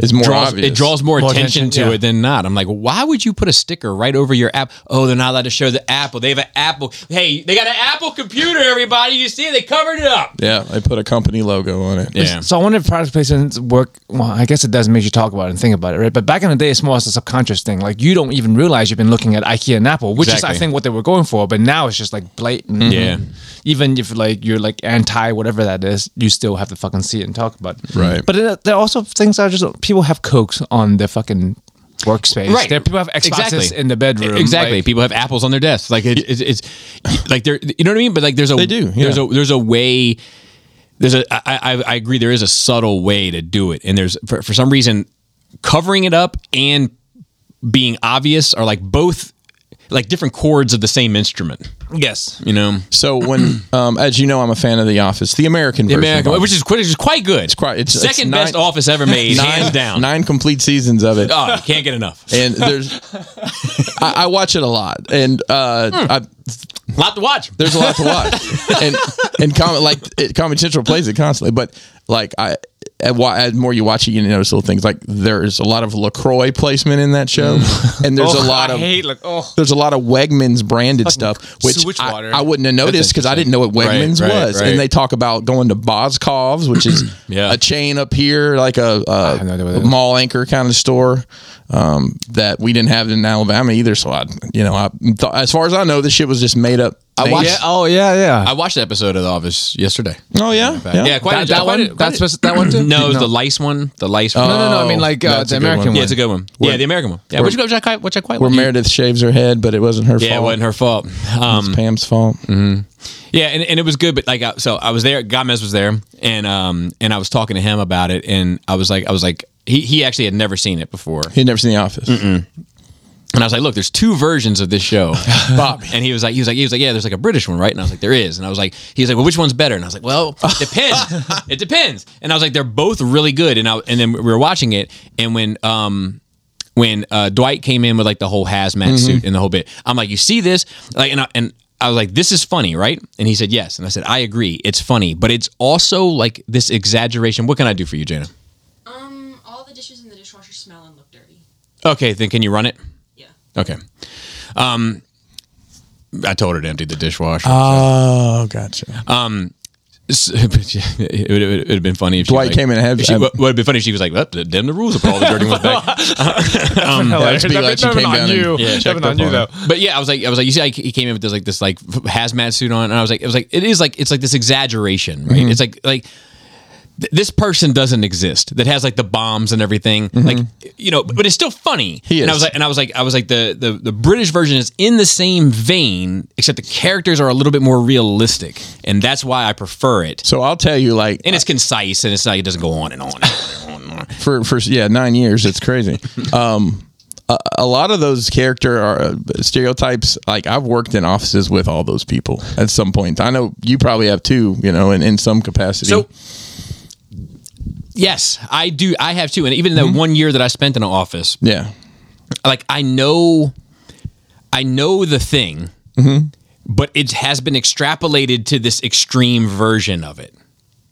[SPEAKER 1] it's more
[SPEAKER 2] draws
[SPEAKER 1] obvious.
[SPEAKER 2] it draws more,
[SPEAKER 3] More
[SPEAKER 2] attention,
[SPEAKER 3] attention,
[SPEAKER 2] to
[SPEAKER 3] yeah.
[SPEAKER 2] it than not. I'm like, why would you put a sticker right over your app? Oh, they're not allowed to show the Apple. They have an Apple. Hey, they got an Apple computer. Everybody, you see, it? they covered it up.
[SPEAKER 1] Yeah, they put a company logo on it.
[SPEAKER 2] Yeah.
[SPEAKER 3] So I wonder if product placements work. Well, I guess it does make you talk about it and think about it, right? But back in the day, it's more as a subconscious thing. Like you don't even realize you've been looking at IKEA and Apple, which is,
[SPEAKER 2] Exactly. Mm-hmm.
[SPEAKER 3] I think, what they were going for. But now it's just like blatant.
[SPEAKER 2] Yeah.
[SPEAKER 3] Even if like you're like anti whatever that is, you still have to fucking see it and talk about it.
[SPEAKER 1] Right.
[SPEAKER 3] But it, there are also things that are just people have cokes on their fucking workspace.
[SPEAKER 2] Right.
[SPEAKER 3] There, people have Xboxes in the bedroom.
[SPEAKER 2] Exactly.
[SPEAKER 3] Like,
[SPEAKER 2] People have apples on their desks. Like it, it's, it's like they're you know what I mean. But like there's a they
[SPEAKER 1] do,
[SPEAKER 2] There's
[SPEAKER 1] yeah.
[SPEAKER 2] a there's a way. There's a I, I I agree. There is a subtle way to do it, and there's for, for some reason covering it up and being obvious are like both like different chords of the same instrument.
[SPEAKER 3] yes.
[SPEAKER 2] You know,
[SPEAKER 1] So when, um, as you know, I'm a fan of The Office, the American version,
[SPEAKER 2] American,
[SPEAKER 1] of
[SPEAKER 2] which is quite, which is quite good. It's
[SPEAKER 1] quite- it's-
[SPEAKER 2] second
[SPEAKER 1] it's
[SPEAKER 2] best
[SPEAKER 1] nine-
[SPEAKER 2] office ever
[SPEAKER 1] Office.
[SPEAKER 2] made,
[SPEAKER 1] nine,
[SPEAKER 2] hands down.
[SPEAKER 1] nine complete seasons of it.
[SPEAKER 2] Oh, you can't get enough.
[SPEAKER 3] <laughs>
[SPEAKER 1] And there's, I, I watch it a lot, and uh,
[SPEAKER 3] Hmm.
[SPEAKER 1] I,
[SPEAKER 2] lot to watch.
[SPEAKER 1] there's a lot to watch, and and comment like it, Comedy Central plays it constantly, but like I. And why, as more you watch it, you notice little things like there's a lot of Lacroix placement in that show, and there's a lot
[SPEAKER 3] Hmm. I
[SPEAKER 1] of
[SPEAKER 3] hate like oh.
[SPEAKER 1] there's a lot of Wegmans branded stuff, which
[SPEAKER 3] sewage
[SPEAKER 1] I,
[SPEAKER 3] water.
[SPEAKER 1] I wouldn't have noticed because I didn't know what Wegmans
[SPEAKER 2] Right, right,
[SPEAKER 1] was.
[SPEAKER 2] right.
[SPEAKER 1] And they talk about going to Boscov's, which is
[SPEAKER 2] <clears throat> Yeah.
[SPEAKER 1] a chain up here, like a, a
[SPEAKER 3] no idea what that is.
[SPEAKER 1] mall anchor kind of store um, that we didn't have in Alabama either. So I, you know, I thought, as far as I know, this shit was just made up. I
[SPEAKER 3] Yeah. Oh yeah. Yeah.
[SPEAKER 2] I watched an episode of The Office yesterday.
[SPEAKER 1] Oh yeah, yeah.
[SPEAKER 2] Yeah, quite
[SPEAKER 3] that, that
[SPEAKER 2] quite
[SPEAKER 3] one. that's supposed- that one
[SPEAKER 2] <clears throat>
[SPEAKER 3] too.
[SPEAKER 2] No, it was the lice one. The lice one.
[SPEAKER 3] No, no, no. I mean, like uh,
[SPEAKER 1] that's
[SPEAKER 3] the
[SPEAKER 1] a good
[SPEAKER 3] American
[SPEAKER 1] one.
[SPEAKER 3] one.
[SPEAKER 2] Yeah, it's a good one. yeah, the American one. Yeah, which, which I quite, which I quite
[SPEAKER 1] Where
[SPEAKER 2] like.
[SPEAKER 1] Meredith shaves her head, but it wasn't her fault.
[SPEAKER 2] Yeah, it wasn't her fault. Um,
[SPEAKER 1] Pam's fault.
[SPEAKER 2] yeah, and, and it was good, but like, I- so I was there. Gomez was there, and um, and I was talking to him about it, and I was like, I was like, he he actually had never seen it before,
[SPEAKER 1] He'd never seen The Office.
[SPEAKER 2] and I was like, look, there's two versions of this <laughs> show, Bob, and he was like, he was like, he was like, yeah, there's like a British one, right? And I was like, there is, and I was like, he was like, well, which one's better? And I was like, well, it depends, <laughs> it depends, and I was like, they're both really good, and I and then we were watching it, and when um when uh, Dwight came in with like the whole hazmat suit and the whole bit. I'm like, you see this? Like, and I, and I was like, this is funny, right? And he said, yes. And I said, I agree, it's funny, but it's also like this exaggeration. What can I do for you, Jana? Okay, then can you run it?
[SPEAKER 4] Yeah.
[SPEAKER 2] Okay. Um, I told her to empty the dishwasher. <laughs>
[SPEAKER 1] Oh, gotcha.
[SPEAKER 2] Uh, S- but yeah, it would it would have been funny if she,
[SPEAKER 1] Dwight
[SPEAKER 2] like,
[SPEAKER 1] came in and had-
[SPEAKER 2] She, would have been funny if she was like, "Well, "Damn the rules!" If all the dirty ones
[SPEAKER 1] <laughs>
[SPEAKER 2] back.
[SPEAKER 1] Hilarious.
[SPEAKER 3] <laughs>
[SPEAKER 1] That'd be glad you came down and-
[SPEAKER 2] Yeah, checked
[SPEAKER 3] Definitely
[SPEAKER 1] up on it.
[SPEAKER 2] But yeah, I was like, I was like, you see, like, he came in with this like this like hazmat suit on, and I was like, it was like, it is like, it's like this exaggeration,
[SPEAKER 1] Mm-hmm.
[SPEAKER 2] right? It's like like th- this person doesn't exist that has like the bombs and everything, like you know, but it's still funny.
[SPEAKER 1] Mm-hmm. He
[SPEAKER 2] And I
[SPEAKER 1] is.
[SPEAKER 2] was like, and I was like, I was like, the the the British version is in the same vein, except the characters are a little bit more realistic, and that's why I prefer it.
[SPEAKER 1] So I'll tell you, like,
[SPEAKER 2] And it's concise, and it's like it doesn't go on and on. And on, and on,
[SPEAKER 1] <laughs>
[SPEAKER 2] and on.
[SPEAKER 1] for for yeah nine years it's crazy um a, a lot of those character are uh, stereotypes like i've worked in offices with all those people at some point i know you probably have too you know in, in some capacity
[SPEAKER 2] So, yes, I do. I have too. And even the
[SPEAKER 1] Mm-hmm.
[SPEAKER 2] one year that I spent in an office,
[SPEAKER 1] yeah
[SPEAKER 2] like I know, I know the thing,
[SPEAKER 1] Mm-hmm.
[SPEAKER 2] but it has been extrapolated to this extreme version of it.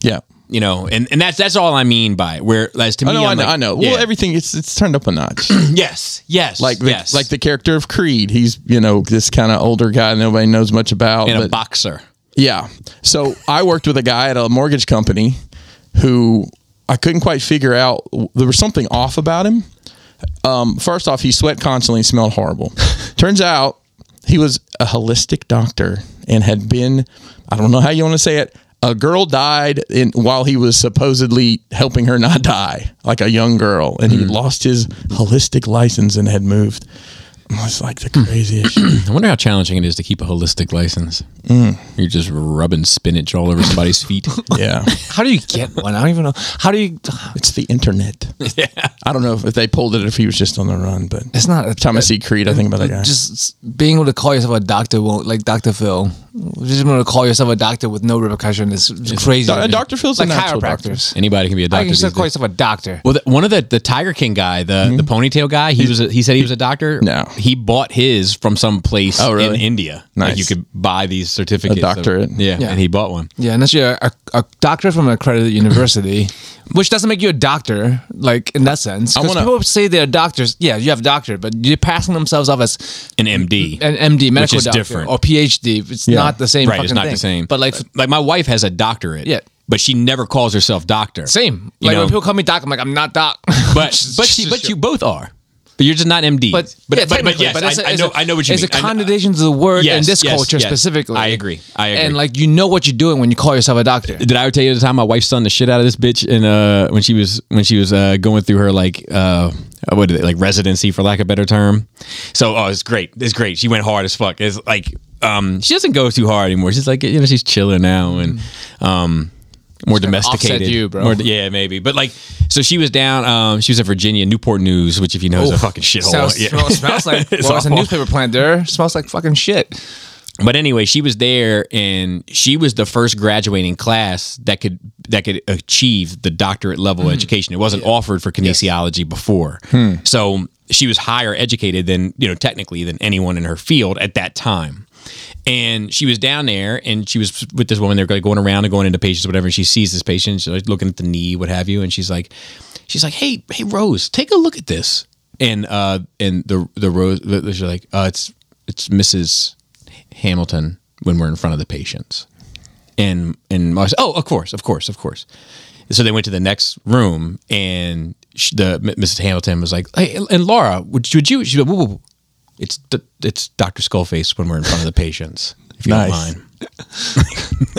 [SPEAKER 1] yeah
[SPEAKER 2] You know, and, and that's that's all I mean by it, where as to me,
[SPEAKER 1] Oh, I know,
[SPEAKER 2] I'm
[SPEAKER 1] I know,
[SPEAKER 2] like,
[SPEAKER 1] I know.
[SPEAKER 2] yeah.
[SPEAKER 1] Well, everything it's it's turned up a
[SPEAKER 2] <clears throat>
[SPEAKER 1] notch.
[SPEAKER 2] <laughs> yes, yes,
[SPEAKER 1] Like the,
[SPEAKER 2] yes,
[SPEAKER 1] like the character of Creed, he's you know this kind of older guy nobody knows much about.
[SPEAKER 2] in a
[SPEAKER 1] but-
[SPEAKER 2] boxer.
[SPEAKER 1] Yeah. So I worked with a guy at a mortgage company who I couldn't quite figure out. There was something off about him. Um, first off, he sweat constantly and smelled horrible. Turns out he was a holistic doctor and had been, I don't know how you want to say it, a girl died in, while he was supposedly helping her not die, like a young girl. And he lost his holistic license and had moved. It was like the craziest shit.
[SPEAKER 2] I wonder how challenging it is to keep a holistic license.
[SPEAKER 1] Mm.
[SPEAKER 2] You're just rubbing spinach all over
[SPEAKER 1] <laughs>
[SPEAKER 2] somebody's feet.
[SPEAKER 1] Yeah.
[SPEAKER 3] How do you get one? I don't even know. How do you?
[SPEAKER 1] It's the internet. <laughs> Yeah. I don't know if, if they pulled it if he was just on the run, but
[SPEAKER 3] It's not.
[SPEAKER 1] every time I see Creed, I think about that guy.
[SPEAKER 3] Just being able to call yourself a doctor, won't like Doctor Phil, just being able to call yourself a doctor with no repercussion is crazy.
[SPEAKER 1] Do- Dr. uh, Phil's a
[SPEAKER 3] like
[SPEAKER 1] natural
[SPEAKER 3] chiropractors.
[SPEAKER 2] Anybody can be a doctor.
[SPEAKER 3] I can still
[SPEAKER 2] these
[SPEAKER 3] call
[SPEAKER 2] days.
[SPEAKER 3] yourself a doctor.
[SPEAKER 2] Well, the, one of the the Tiger King guy, the the ponytail guy, he was a, he said he was a doctor.
[SPEAKER 1] Mm-hmm. No.
[SPEAKER 2] he bought his from some place
[SPEAKER 1] Oh, really?
[SPEAKER 2] in India. Like
[SPEAKER 1] Nice.
[SPEAKER 2] you could buy these certificates.
[SPEAKER 1] A
[SPEAKER 2] of-
[SPEAKER 1] doctorate.
[SPEAKER 2] yeah,
[SPEAKER 3] Yeah.
[SPEAKER 2] and he bought one.
[SPEAKER 3] Yeah, unless you're a, a doctor from an accredited
[SPEAKER 1] <clears throat>
[SPEAKER 3] university, which doesn't make you a doctor, like in that sense. Because
[SPEAKER 1] wanna-
[SPEAKER 3] people say they're doctors. Yeah, you have doctor, but you're passing themselves off as
[SPEAKER 2] An MD.
[SPEAKER 3] an MD, medical
[SPEAKER 2] is
[SPEAKER 3] doctor,
[SPEAKER 2] different.
[SPEAKER 3] or PhD. It's
[SPEAKER 1] Yeah.
[SPEAKER 3] not the same.
[SPEAKER 2] right, it's
[SPEAKER 3] fucking
[SPEAKER 2] not
[SPEAKER 3] thing.
[SPEAKER 2] the same.
[SPEAKER 3] But like,
[SPEAKER 2] like my wife has a doctorate.
[SPEAKER 3] Yeah.
[SPEAKER 2] but she never calls herself doctor.
[SPEAKER 3] same.
[SPEAKER 2] You
[SPEAKER 3] Like
[SPEAKER 2] know?
[SPEAKER 3] when people call me doc, I'm like, I'm not doc. <laughs>
[SPEAKER 2] but but she, but you both are. But you're just not MD.
[SPEAKER 3] But
[SPEAKER 2] but
[SPEAKER 3] yeah,
[SPEAKER 2] but, but
[SPEAKER 3] technically,
[SPEAKER 2] yes,
[SPEAKER 3] it's a-
[SPEAKER 2] I, I
[SPEAKER 3] it's
[SPEAKER 2] know
[SPEAKER 3] a-
[SPEAKER 2] I know what you
[SPEAKER 3] it's
[SPEAKER 2] mean. I
[SPEAKER 3] a
[SPEAKER 2] kn-
[SPEAKER 3] connotation to the word
[SPEAKER 2] Yes,
[SPEAKER 3] in this
[SPEAKER 2] yes,
[SPEAKER 3] culture
[SPEAKER 2] yes.
[SPEAKER 3] specifically.
[SPEAKER 2] I agree. I
[SPEAKER 3] And
[SPEAKER 2] agree.
[SPEAKER 3] like you know what you're doing when you call yourself a
[SPEAKER 2] <laughs>
[SPEAKER 3] doctor.
[SPEAKER 2] did I ever tell you the time my wife sunned the shit out of this bitch and uh when she was when she was uh going through her like uh what did it, like residency for lack of a better term. So oh it's great. It's great. She went hard as fuck. It's like um she doesn't go too hard anymore. She's like you know she's chilling now and
[SPEAKER 3] Mm.
[SPEAKER 2] um more domesticated.
[SPEAKER 3] offset you, bro.
[SPEAKER 2] More- yeah, maybe. But like so she was down um she was in Virginia, Newport News, which if you know is a fucking shithole.
[SPEAKER 3] Sounds,
[SPEAKER 2] Yeah.
[SPEAKER 3] smells, smells like
[SPEAKER 2] <laughs> It's
[SPEAKER 3] well, it's a
[SPEAKER 2] awful.
[SPEAKER 3] newspaper plant there. Smells like fucking shit.
[SPEAKER 2] But anyway, she was there, and she was the first graduating class that could that could achieve the doctorate level education. It wasn't offered for kinesiology before, so she was higher educated than you know technically than anyone in her field at that time. And she was down there, and she was with this woman. They're like, going around and going into patients, whatever. And she sees this patient. She's like looking at the knee, what have you, and she's like, she's like, hey, hey, Rose, take a look at this. And uh, and the the Rose, she's like, uh, it's it's Mrs. Hamilton when we're in front of the patients. And and I said, oh, of course, of course, of course. So they went to the next room, and sh the M- Mrs. Hamilton was like, hey, and Laura, would you? Would you? She said, whoa, whoa, whoa. it's d- it's Doctor Skullface when we're in front of the patients. If you don't
[SPEAKER 1] Nice.
[SPEAKER 2] mind.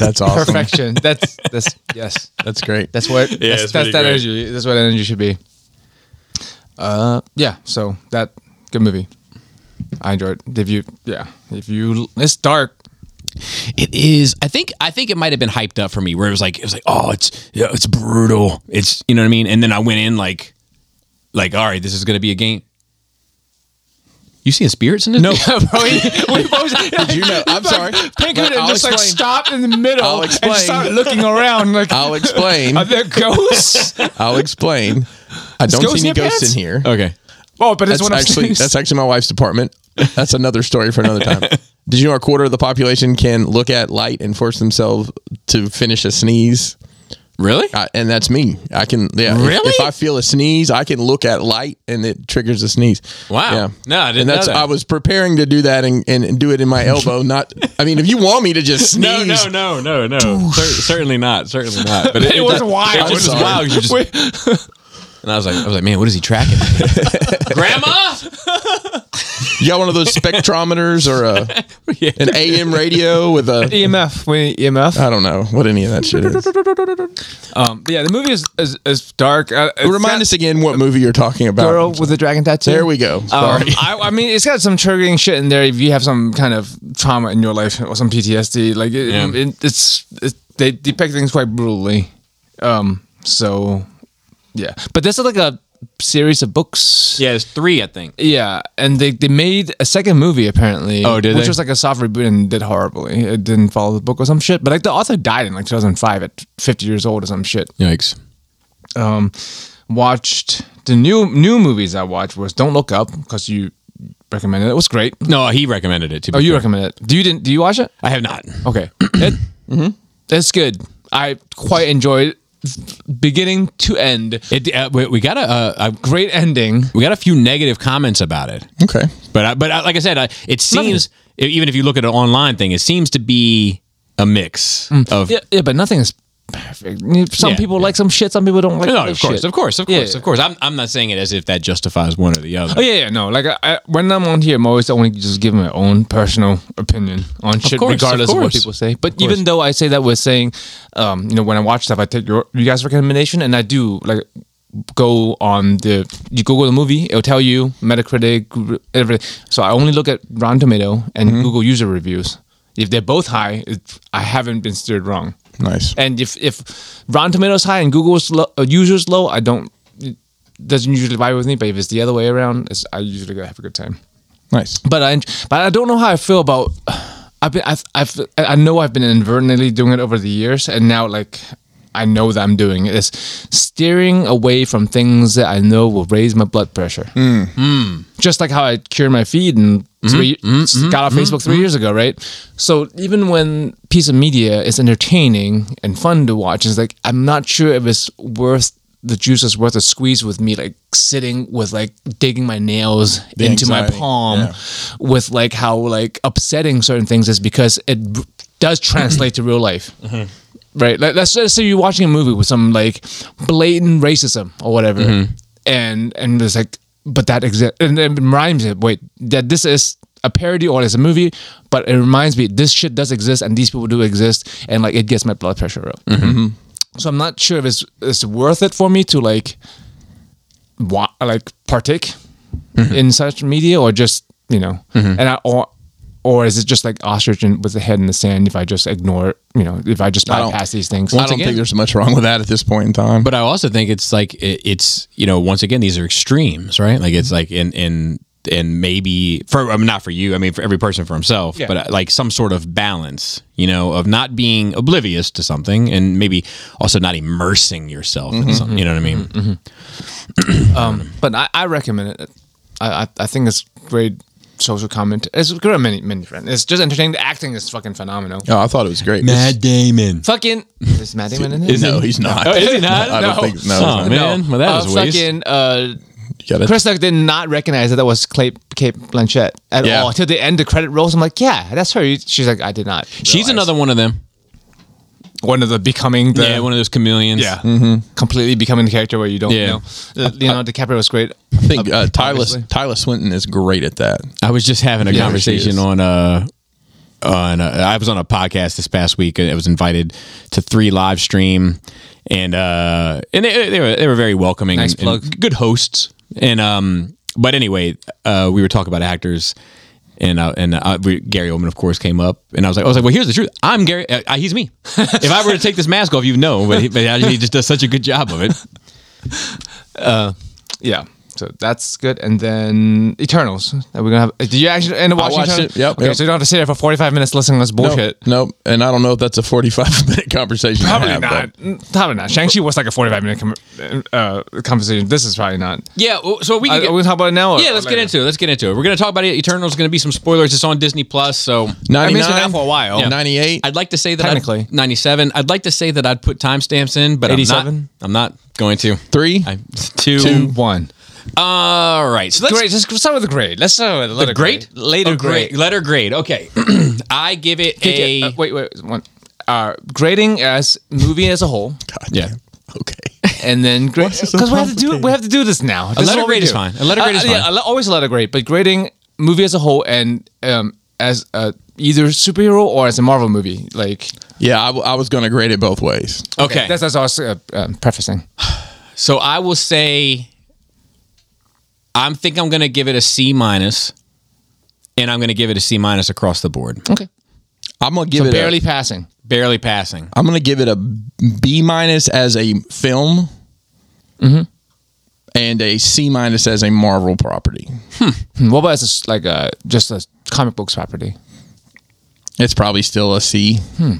[SPEAKER 1] That's awesome.
[SPEAKER 3] Perfection. That's that's
[SPEAKER 2] <laughs>
[SPEAKER 3] yes.
[SPEAKER 1] That's great.
[SPEAKER 3] That's what. that's
[SPEAKER 2] it's
[SPEAKER 3] that's
[SPEAKER 2] pretty
[SPEAKER 3] that
[SPEAKER 2] great.
[SPEAKER 3] energy. That's what energy should be. Uh, yeah. So that good movie. I enjoyed. It. If you, yeah, if you, it's dark. <laughs>
[SPEAKER 2] It is. I think. I think it might have been hyped up for me, where it was like, it was like, oh, it's yeah, it's brutal. It's you know what I mean. And then I went in like, like, all right, this is gonna be a game. You seeing spirits in <laughs> this? No,
[SPEAKER 3] Bro, we, we both
[SPEAKER 1] Did you know? I'm sorry.
[SPEAKER 3] pinkered and
[SPEAKER 1] I'll
[SPEAKER 3] just like
[SPEAKER 1] explain.
[SPEAKER 3] stopped in the middle
[SPEAKER 1] I'll
[SPEAKER 3] and
[SPEAKER 1] explain.
[SPEAKER 3] started looking around like
[SPEAKER 1] I'll explain.
[SPEAKER 3] are there ghosts?
[SPEAKER 1] <laughs> I'll explain. I don't
[SPEAKER 3] ghost
[SPEAKER 1] see any
[SPEAKER 3] in your
[SPEAKER 1] ghosts
[SPEAKER 3] pants?
[SPEAKER 1] in here.
[SPEAKER 2] Okay.
[SPEAKER 3] oh, but it's
[SPEAKER 1] That's
[SPEAKER 3] one
[SPEAKER 1] actually
[SPEAKER 3] upstairs. <laughs>
[SPEAKER 1] that's actually my wife's department. That's another story for another <laughs> time. Did you know a quarter of the population can look at light and force themselves to finish a sneeze?
[SPEAKER 2] Really?
[SPEAKER 1] I, and that's me. I can yeah. if-
[SPEAKER 2] Really?
[SPEAKER 1] If, I feel a sneeze, I can look at light and it triggers a sneeze.
[SPEAKER 2] Wow.
[SPEAKER 1] Yeah.
[SPEAKER 2] No, I didn't
[SPEAKER 1] And that's
[SPEAKER 2] know that.
[SPEAKER 1] I was preparing to do that and, and do it in my
[SPEAKER 2] <laughs>
[SPEAKER 1] elbow. Not. I mean, if you want me to just sneeze,
[SPEAKER 2] No, no, no, no, no. Cer- certainly not. Certainly not. But
[SPEAKER 3] It was
[SPEAKER 2] <laughs>
[SPEAKER 3] wild.
[SPEAKER 2] It was
[SPEAKER 1] I'm sorry.
[SPEAKER 2] wild. You just- <laughs> and I was like, I was like, man, what is he tracking? Grandma.
[SPEAKER 1] you got one of those spectrometers or a
[SPEAKER 2] <laughs> Yeah.
[SPEAKER 1] an AM radio with
[SPEAKER 2] <laughs>
[SPEAKER 1] a
[SPEAKER 3] EMF. E We need EMF.
[SPEAKER 1] I don't know what any of that shit is.
[SPEAKER 3] Um, but yeah, the movie is is, is dark. Uh, it's
[SPEAKER 1] Remind
[SPEAKER 3] got
[SPEAKER 1] us again what movie you're talking about.
[SPEAKER 3] girl with the dragon tattoo.
[SPEAKER 1] There we
[SPEAKER 2] uh,
[SPEAKER 1] go.
[SPEAKER 3] Um,
[SPEAKER 1] Sorry.
[SPEAKER 3] <laughs> I, I mean, it's got some triggering shit in there. If you have some kind of trauma in your life or some PTSD, like it,
[SPEAKER 2] Yeah.
[SPEAKER 3] it- it's, it, they depict things quite brutally. Um, so yeah, but this is like a series of books.
[SPEAKER 2] <laughs> Yeah, it's three, I think.
[SPEAKER 3] Yeah, and they, they made a second movie apparently.
[SPEAKER 2] Oh, did
[SPEAKER 3] Which
[SPEAKER 2] they?
[SPEAKER 3] was like a soft reboot and did horribly. It didn't follow the book or some shit. But like the author died in like 2005 at 50 years old or some shit
[SPEAKER 2] Yikes.
[SPEAKER 3] um, watched the new new movies I watched was Don't Look Up because you recommended it. It was great.
[SPEAKER 2] No, he recommended it to me.
[SPEAKER 3] Oh, you recommend it? Do you didn't? Do you watch it?
[SPEAKER 2] I have not.
[SPEAKER 3] Okay, <coughs> it,
[SPEAKER 2] Mm-hmm.
[SPEAKER 3] it's good. I quite enjoyed it, beginning to end.
[SPEAKER 2] It uh, we, we got a uh, uh,
[SPEAKER 3] Great ending.
[SPEAKER 2] we got a few negative comments about it,
[SPEAKER 1] okay.
[SPEAKER 2] but I, but I, like I said, I, it seems e, even if you look at an online thing, it seems to be a mix of
[SPEAKER 3] Yeah, yeah, but nothing is perfect. Some
[SPEAKER 2] Yeah,
[SPEAKER 3] people like some shit. Some people don't like.
[SPEAKER 2] No,
[SPEAKER 3] other
[SPEAKER 2] of course,
[SPEAKER 3] shit.
[SPEAKER 2] of course, of
[SPEAKER 3] Yeah,
[SPEAKER 2] course,
[SPEAKER 3] yeah.
[SPEAKER 2] of course. I'm, I'm not saying it as if that justifies one or the other.
[SPEAKER 3] Oh yeah, yeah, no. Like I, I, when I'm on here, I'm always only just giving my own personal opinion on shit,
[SPEAKER 2] course, of
[SPEAKER 3] regardless of, what
[SPEAKER 2] course.
[SPEAKER 3] people say. But even though I say that with saying, um, you know, when I watch stuff, I take your you guys' recommendation, and I do like go on the you Google the movie, it'll tell you Metacritic, Google- everything. So I only look at Rotten Tomato and
[SPEAKER 2] Mm-hmm.
[SPEAKER 3] Google user reviews. If they're both high, it, I haven't been steered wrong.
[SPEAKER 2] uh,
[SPEAKER 1] Nice.
[SPEAKER 3] And if if Rotten Tomatoes high and Google's low, uh, users low, I don't it doesn't usually vibe with me. But if it's the other way around, it's, I usually have a good time.
[SPEAKER 1] Nice.
[SPEAKER 3] But I but I don't know how I feel about. I've been I've, I've I know I've been inadvertently doing it over the years, and now like I know that I'm doing it is steering away from things that I know will raise my blood pressure. Just like how I cured my feed and
[SPEAKER 1] Mm-hmm.
[SPEAKER 3] three, got off Facebook three years ago, right? So even when piece of media is entertaining and fun to watch, it's like I'm not sure if it's worth the juice is worth a squeeze with me like sitting with like digging my nails
[SPEAKER 1] The
[SPEAKER 3] into
[SPEAKER 1] anxiety,
[SPEAKER 3] my palm
[SPEAKER 1] yeah.
[SPEAKER 3] with like how like upsetting certain things is because it r- does translate to real life
[SPEAKER 1] Mm-hmm.
[SPEAKER 3] right like, let's, let's say you're watching a movie with some like blatant racism or whatever and and it's like but that exists and it reminds it wait that this is a parody or it's a movie but it reminds me this shit does exist and these people do exist and like it gets my blood pressure up so i'm not sure if it's, it's worth it for me to like wa- like partake in such media or just you know and I, or or is it just like ostrich in- with the head in the sand if i just ignore you know if i just
[SPEAKER 1] don't-
[SPEAKER 3] bypass these things
[SPEAKER 1] I don't think there's much wrong with that at this point in time.
[SPEAKER 2] But I also think it's like it, it's you know once again these are extremes, right? Like
[SPEAKER 3] Mm-hmm.
[SPEAKER 2] it's like in in and maybe for I mean, not for you, I mean for every person for himself,
[SPEAKER 3] Yeah.
[SPEAKER 2] but uh, like some sort of balance, you know, of not being oblivious to something and maybe also not immersing yourself
[SPEAKER 3] Mm-hmm.
[SPEAKER 2] in something. You know what I mean?
[SPEAKER 3] um but i, I recommend it I, I i think it's great social comment it's great many many friends it's just entertaining the acting is fucking phenomenal
[SPEAKER 1] oh, I thought it was great.
[SPEAKER 2] Damon.
[SPEAKER 3] fucking is matt damon
[SPEAKER 2] <laughs>
[SPEAKER 3] in it
[SPEAKER 1] no, he's not.
[SPEAKER 2] is he
[SPEAKER 1] <laughs>
[SPEAKER 2] not?
[SPEAKER 1] I don't
[SPEAKER 3] No.
[SPEAKER 1] think. No,
[SPEAKER 2] Oh
[SPEAKER 1] he's not.
[SPEAKER 2] man, well that
[SPEAKER 3] uh,
[SPEAKER 2] was a waste.
[SPEAKER 3] fucking uh
[SPEAKER 1] You gotta-
[SPEAKER 3] Chris Tuck did not recognize that that was Clay, Kate Blanchett at
[SPEAKER 1] Yeah.
[SPEAKER 3] all till the end. The credit rolls. I'm like, yeah, that's her. She's like, I did not.
[SPEAKER 2] She's
[SPEAKER 3] realize.
[SPEAKER 2] another one of them.
[SPEAKER 3] one of the becoming the
[SPEAKER 2] yeah, one of those chameleons.
[SPEAKER 3] Yeah. Completely becoming the character where you don't
[SPEAKER 2] Yeah.
[SPEAKER 3] know. Uh, Leonardo DiCaprio was great.
[SPEAKER 1] I think uh, Tyler
[SPEAKER 3] obviously.
[SPEAKER 1] Tyler Swinton is great at that.
[SPEAKER 2] I was just having a
[SPEAKER 1] Yeah, she
[SPEAKER 2] conversation
[SPEAKER 1] is.
[SPEAKER 2] on uh on uh, I was on a podcast this past week. and I was invited to three live stream, and uh, and they, they were they were very welcoming.
[SPEAKER 3] Nice
[SPEAKER 2] and,
[SPEAKER 3] plug.
[SPEAKER 2] and good hosts. And um, but anyway, uh, we were talking about actors. And uh, and uh, we, Gary Oldman, of course, came up, and I was like, I was like, well, here's the truth. I'm Gary. Uh, he's <laughs> me. if I were to take this mask off, you'd know. But he, but he just does such a good job of it.
[SPEAKER 3] Yeah. So that's good. And then Eternals. That we're gonna have. Did you actually end up watching
[SPEAKER 1] watched
[SPEAKER 3] Eternals?
[SPEAKER 1] it. Yep,
[SPEAKER 3] Okay,
[SPEAKER 1] yep.
[SPEAKER 3] so you don't have to sit there for forty five minutes listening to this
[SPEAKER 1] Nope,
[SPEAKER 3] bullshit.
[SPEAKER 1] nope. And I don't know if that's a 45 <laughs> minute conversation. to
[SPEAKER 3] Probably
[SPEAKER 1] have, but-
[SPEAKER 3] not. Mm, Probably not. Shang Chi was like a forty-five minute com- uh, conversation. This is probably not.
[SPEAKER 2] Yeah, well, so we
[SPEAKER 3] I,
[SPEAKER 2] can get,
[SPEAKER 3] we talk about it now. or-
[SPEAKER 2] yeah, let's
[SPEAKER 3] or
[SPEAKER 2] get
[SPEAKER 3] later?
[SPEAKER 2] into it. Let's get into it. We're gonna talk about it. Eternals is gonna be some spoilers. It's on Disney Plus, so
[SPEAKER 1] 99,
[SPEAKER 2] I mean, it's been out for a while.
[SPEAKER 1] Yeah. 98.
[SPEAKER 2] I'd like to say that I'd-
[SPEAKER 3] Technically.
[SPEAKER 2] 97. I'd like to say that I'd put timestamps in, but
[SPEAKER 3] 87?
[SPEAKER 2] I'm not. I'm not going to.
[SPEAKER 1] Three.
[SPEAKER 2] I, two.
[SPEAKER 3] Two, one.
[SPEAKER 2] All right. So let's
[SPEAKER 3] Great. Just start with the grade. Let's start with the letter
[SPEAKER 2] Great.
[SPEAKER 3] grade. Later
[SPEAKER 2] Oh,
[SPEAKER 3] grade.
[SPEAKER 2] great. Letter grade. Okay. <clears throat> I give it a.
[SPEAKER 3] Uh, wait, wait, one. Uh, grading as movie as a whole,
[SPEAKER 2] yeah.
[SPEAKER 1] okay.
[SPEAKER 3] and then grade because we have to do we have to do this now. This
[SPEAKER 2] letter
[SPEAKER 3] what we
[SPEAKER 2] grade is
[SPEAKER 3] do.
[SPEAKER 2] fine. A letter grade
[SPEAKER 3] Uh,
[SPEAKER 2] is
[SPEAKER 3] yeah,
[SPEAKER 2] fine.
[SPEAKER 3] a le- always a letter grade, but grading movie as a whole and um, as uh, either superhero or as a Marvel movie. Like
[SPEAKER 1] yeah, I, w- I was going to grade it both ways.
[SPEAKER 2] Okay.
[SPEAKER 3] that's that's also uh, um, prefacing.
[SPEAKER 2] so I will say. I'm think I'm gonna give it a C minus, and I'm gonna give it a C minus across the board.
[SPEAKER 3] Okay,
[SPEAKER 1] I'm going to give it a-
[SPEAKER 3] barely passing.
[SPEAKER 2] Barely passing.
[SPEAKER 1] I'm gonna give it a B minus as a film, and a C minus as a Marvel property.
[SPEAKER 3] Hmm, What about as a s like uh, just a comic books property?
[SPEAKER 1] It's probably still a C,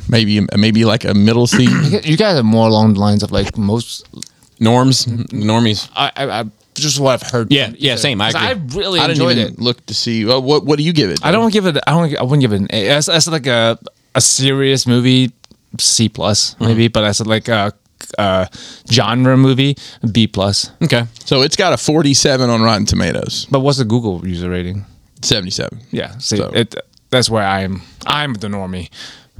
[SPEAKER 1] maybe maybe like a middle C.
[SPEAKER 3] You guys- You guys are more along the lines of like most.
[SPEAKER 2] Norms. Normies.
[SPEAKER 3] I, I, I just what I've heard.
[SPEAKER 2] Yeah,
[SPEAKER 3] from
[SPEAKER 2] yeah,
[SPEAKER 3] either.
[SPEAKER 2] same, I
[SPEAKER 3] 'Cause
[SPEAKER 2] agree.
[SPEAKER 3] I really
[SPEAKER 1] I didn't
[SPEAKER 3] enjoyed
[SPEAKER 1] even
[SPEAKER 3] it.
[SPEAKER 1] look to see uh, what what do you give it?
[SPEAKER 3] I don't give it. I don't. I wouldn't give it an A. As, as like a a serious movie, C plus maybe. But as like a, a genre movie, B plus.
[SPEAKER 2] Okay.
[SPEAKER 1] So it's got a 47 on Rotten Tomatoes,
[SPEAKER 3] But what's the Google user rating?
[SPEAKER 1] 77.
[SPEAKER 3] Yeah, see,
[SPEAKER 1] So-
[SPEAKER 3] it. That's where I'm. I'm the normie.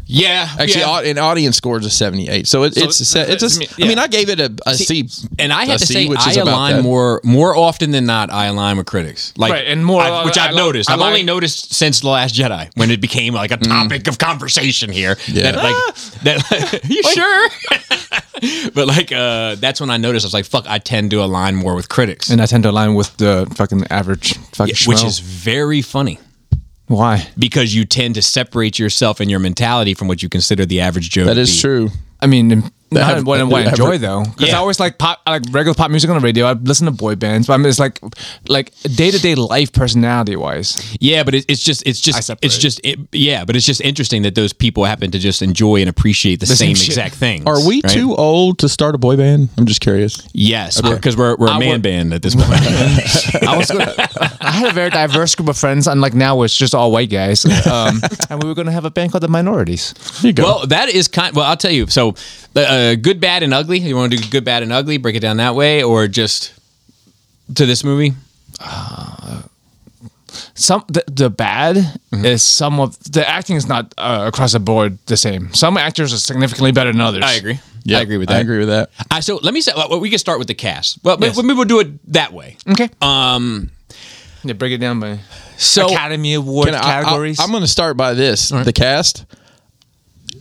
[SPEAKER 2] Yeah.
[SPEAKER 1] Actually,
[SPEAKER 2] yeah.
[SPEAKER 1] au- an audience score is a 78. So, it, it's a, se- it's a,
[SPEAKER 3] I
[SPEAKER 1] I
[SPEAKER 3] mean,
[SPEAKER 1] mean,
[SPEAKER 3] yeah.
[SPEAKER 1] I gave it a, a C,
[SPEAKER 2] and I
[SPEAKER 1] a
[SPEAKER 2] have to
[SPEAKER 1] C,
[SPEAKER 2] say,
[SPEAKER 1] which
[SPEAKER 2] I
[SPEAKER 1] is about
[SPEAKER 2] align
[SPEAKER 1] that.
[SPEAKER 2] more more often than not. I align with critics, like
[SPEAKER 3] Right, and more-
[SPEAKER 2] I've- which
[SPEAKER 3] I
[SPEAKER 2] I've
[SPEAKER 3] li-
[SPEAKER 2] noticed.
[SPEAKER 3] I
[SPEAKER 2] I've only
[SPEAKER 3] like-
[SPEAKER 2] noticed since the Last Jedi when it became like a topic of conversation here.
[SPEAKER 1] Yeah.
[SPEAKER 2] That, like that, you
[SPEAKER 3] Oh,
[SPEAKER 2] sure? but like uh, that's when I noticed. I was like, fuck, I tend to align more with critics,
[SPEAKER 3] And I tend to align with the fucking average fucking.
[SPEAKER 2] which
[SPEAKER 3] schmo.
[SPEAKER 2] is very funny
[SPEAKER 3] why
[SPEAKER 2] because you tend to separate yourself and your mentality from what you consider the average Joe.
[SPEAKER 1] That
[SPEAKER 2] to
[SPEAKER 1] is
[SPEAKER 2] be.
[SPEAKER 1] true.
[SPEAKER 3] I mean, in- not
[SPEAKER 1] have-
[SPEAKER 3] what, I-
[SPEAKER 1] that
[SPEAKER 3] what I
[SPEAKER 1] have-
[SPEAKER 3] enjoy though, because
[SPEAKER 2] Yeah.
[SPEAKER 3] I always like pop, I like regular pop music on the radio. I listen to boy bands, but I'm it's like, like day to day life personality wise.
[SPEAKER 2] Yeah, but it, it's just it's just
[SPEAKER 3] separate.
[SPEAKER 2] it's just it, yeah, but it's just interesting that those people happen to just enjoy and appreciate the,
[SPEAKER 3] same
[SPEAKER 2] same,
[SPEAKER 3] shit.
[SPEAKER 2] exact things.
[SPEAKER 1] Are we
[SPEAKER 2] right?
[SPEAKER 1] too old to start a boy band? I'm just curious.
[SPEAKER 2] Yes, because we're, we're a man
[SPEAKER 3] would-
[SPEAKER 2] band at this <laughs> point.
[SPEAKER 3] I was, gonna, I had a very diverse group of friends, and like now it's just all white guys. <laughs> Um, and we were gonna have a band called the Minorities.
[SPEAKER 1] There you go.
[SPEAKER 2] well, that is kind. Well, I'll tell you. So, uh, good, bad, and ugly. You want to do good, bad, and ugly? Break it down that way, or just to this movie?
[SPEAKER 3] Some the, the bad is some of the acting is not uh, across the board the same. Some actors are significantly better than others.
[SPEAKER 2] I agree.
[SPEAKER 1] Yeah,
[SPEAKER 2] I agree with that.
[SPEAKER 1] I agree with that.
[SPEAKER 2] Uh, so let me say. Well, we can start with the cast. Well,
[SPEAKER 3] Yes.
[SPEAKER 2] maybe we'll do it that way.
[SPEAKER 3] Okay,
[SPEAKER 2] Um.
[SPEAKER 3] yeah, break it down by
[SPEAKER 2] So
[SPEAKER 3] Academy Award
[SPEAKER 1] Can I- I-
[SPEAKER 3] categories.
[SPEAKER 1] I, am going to start by this the cast.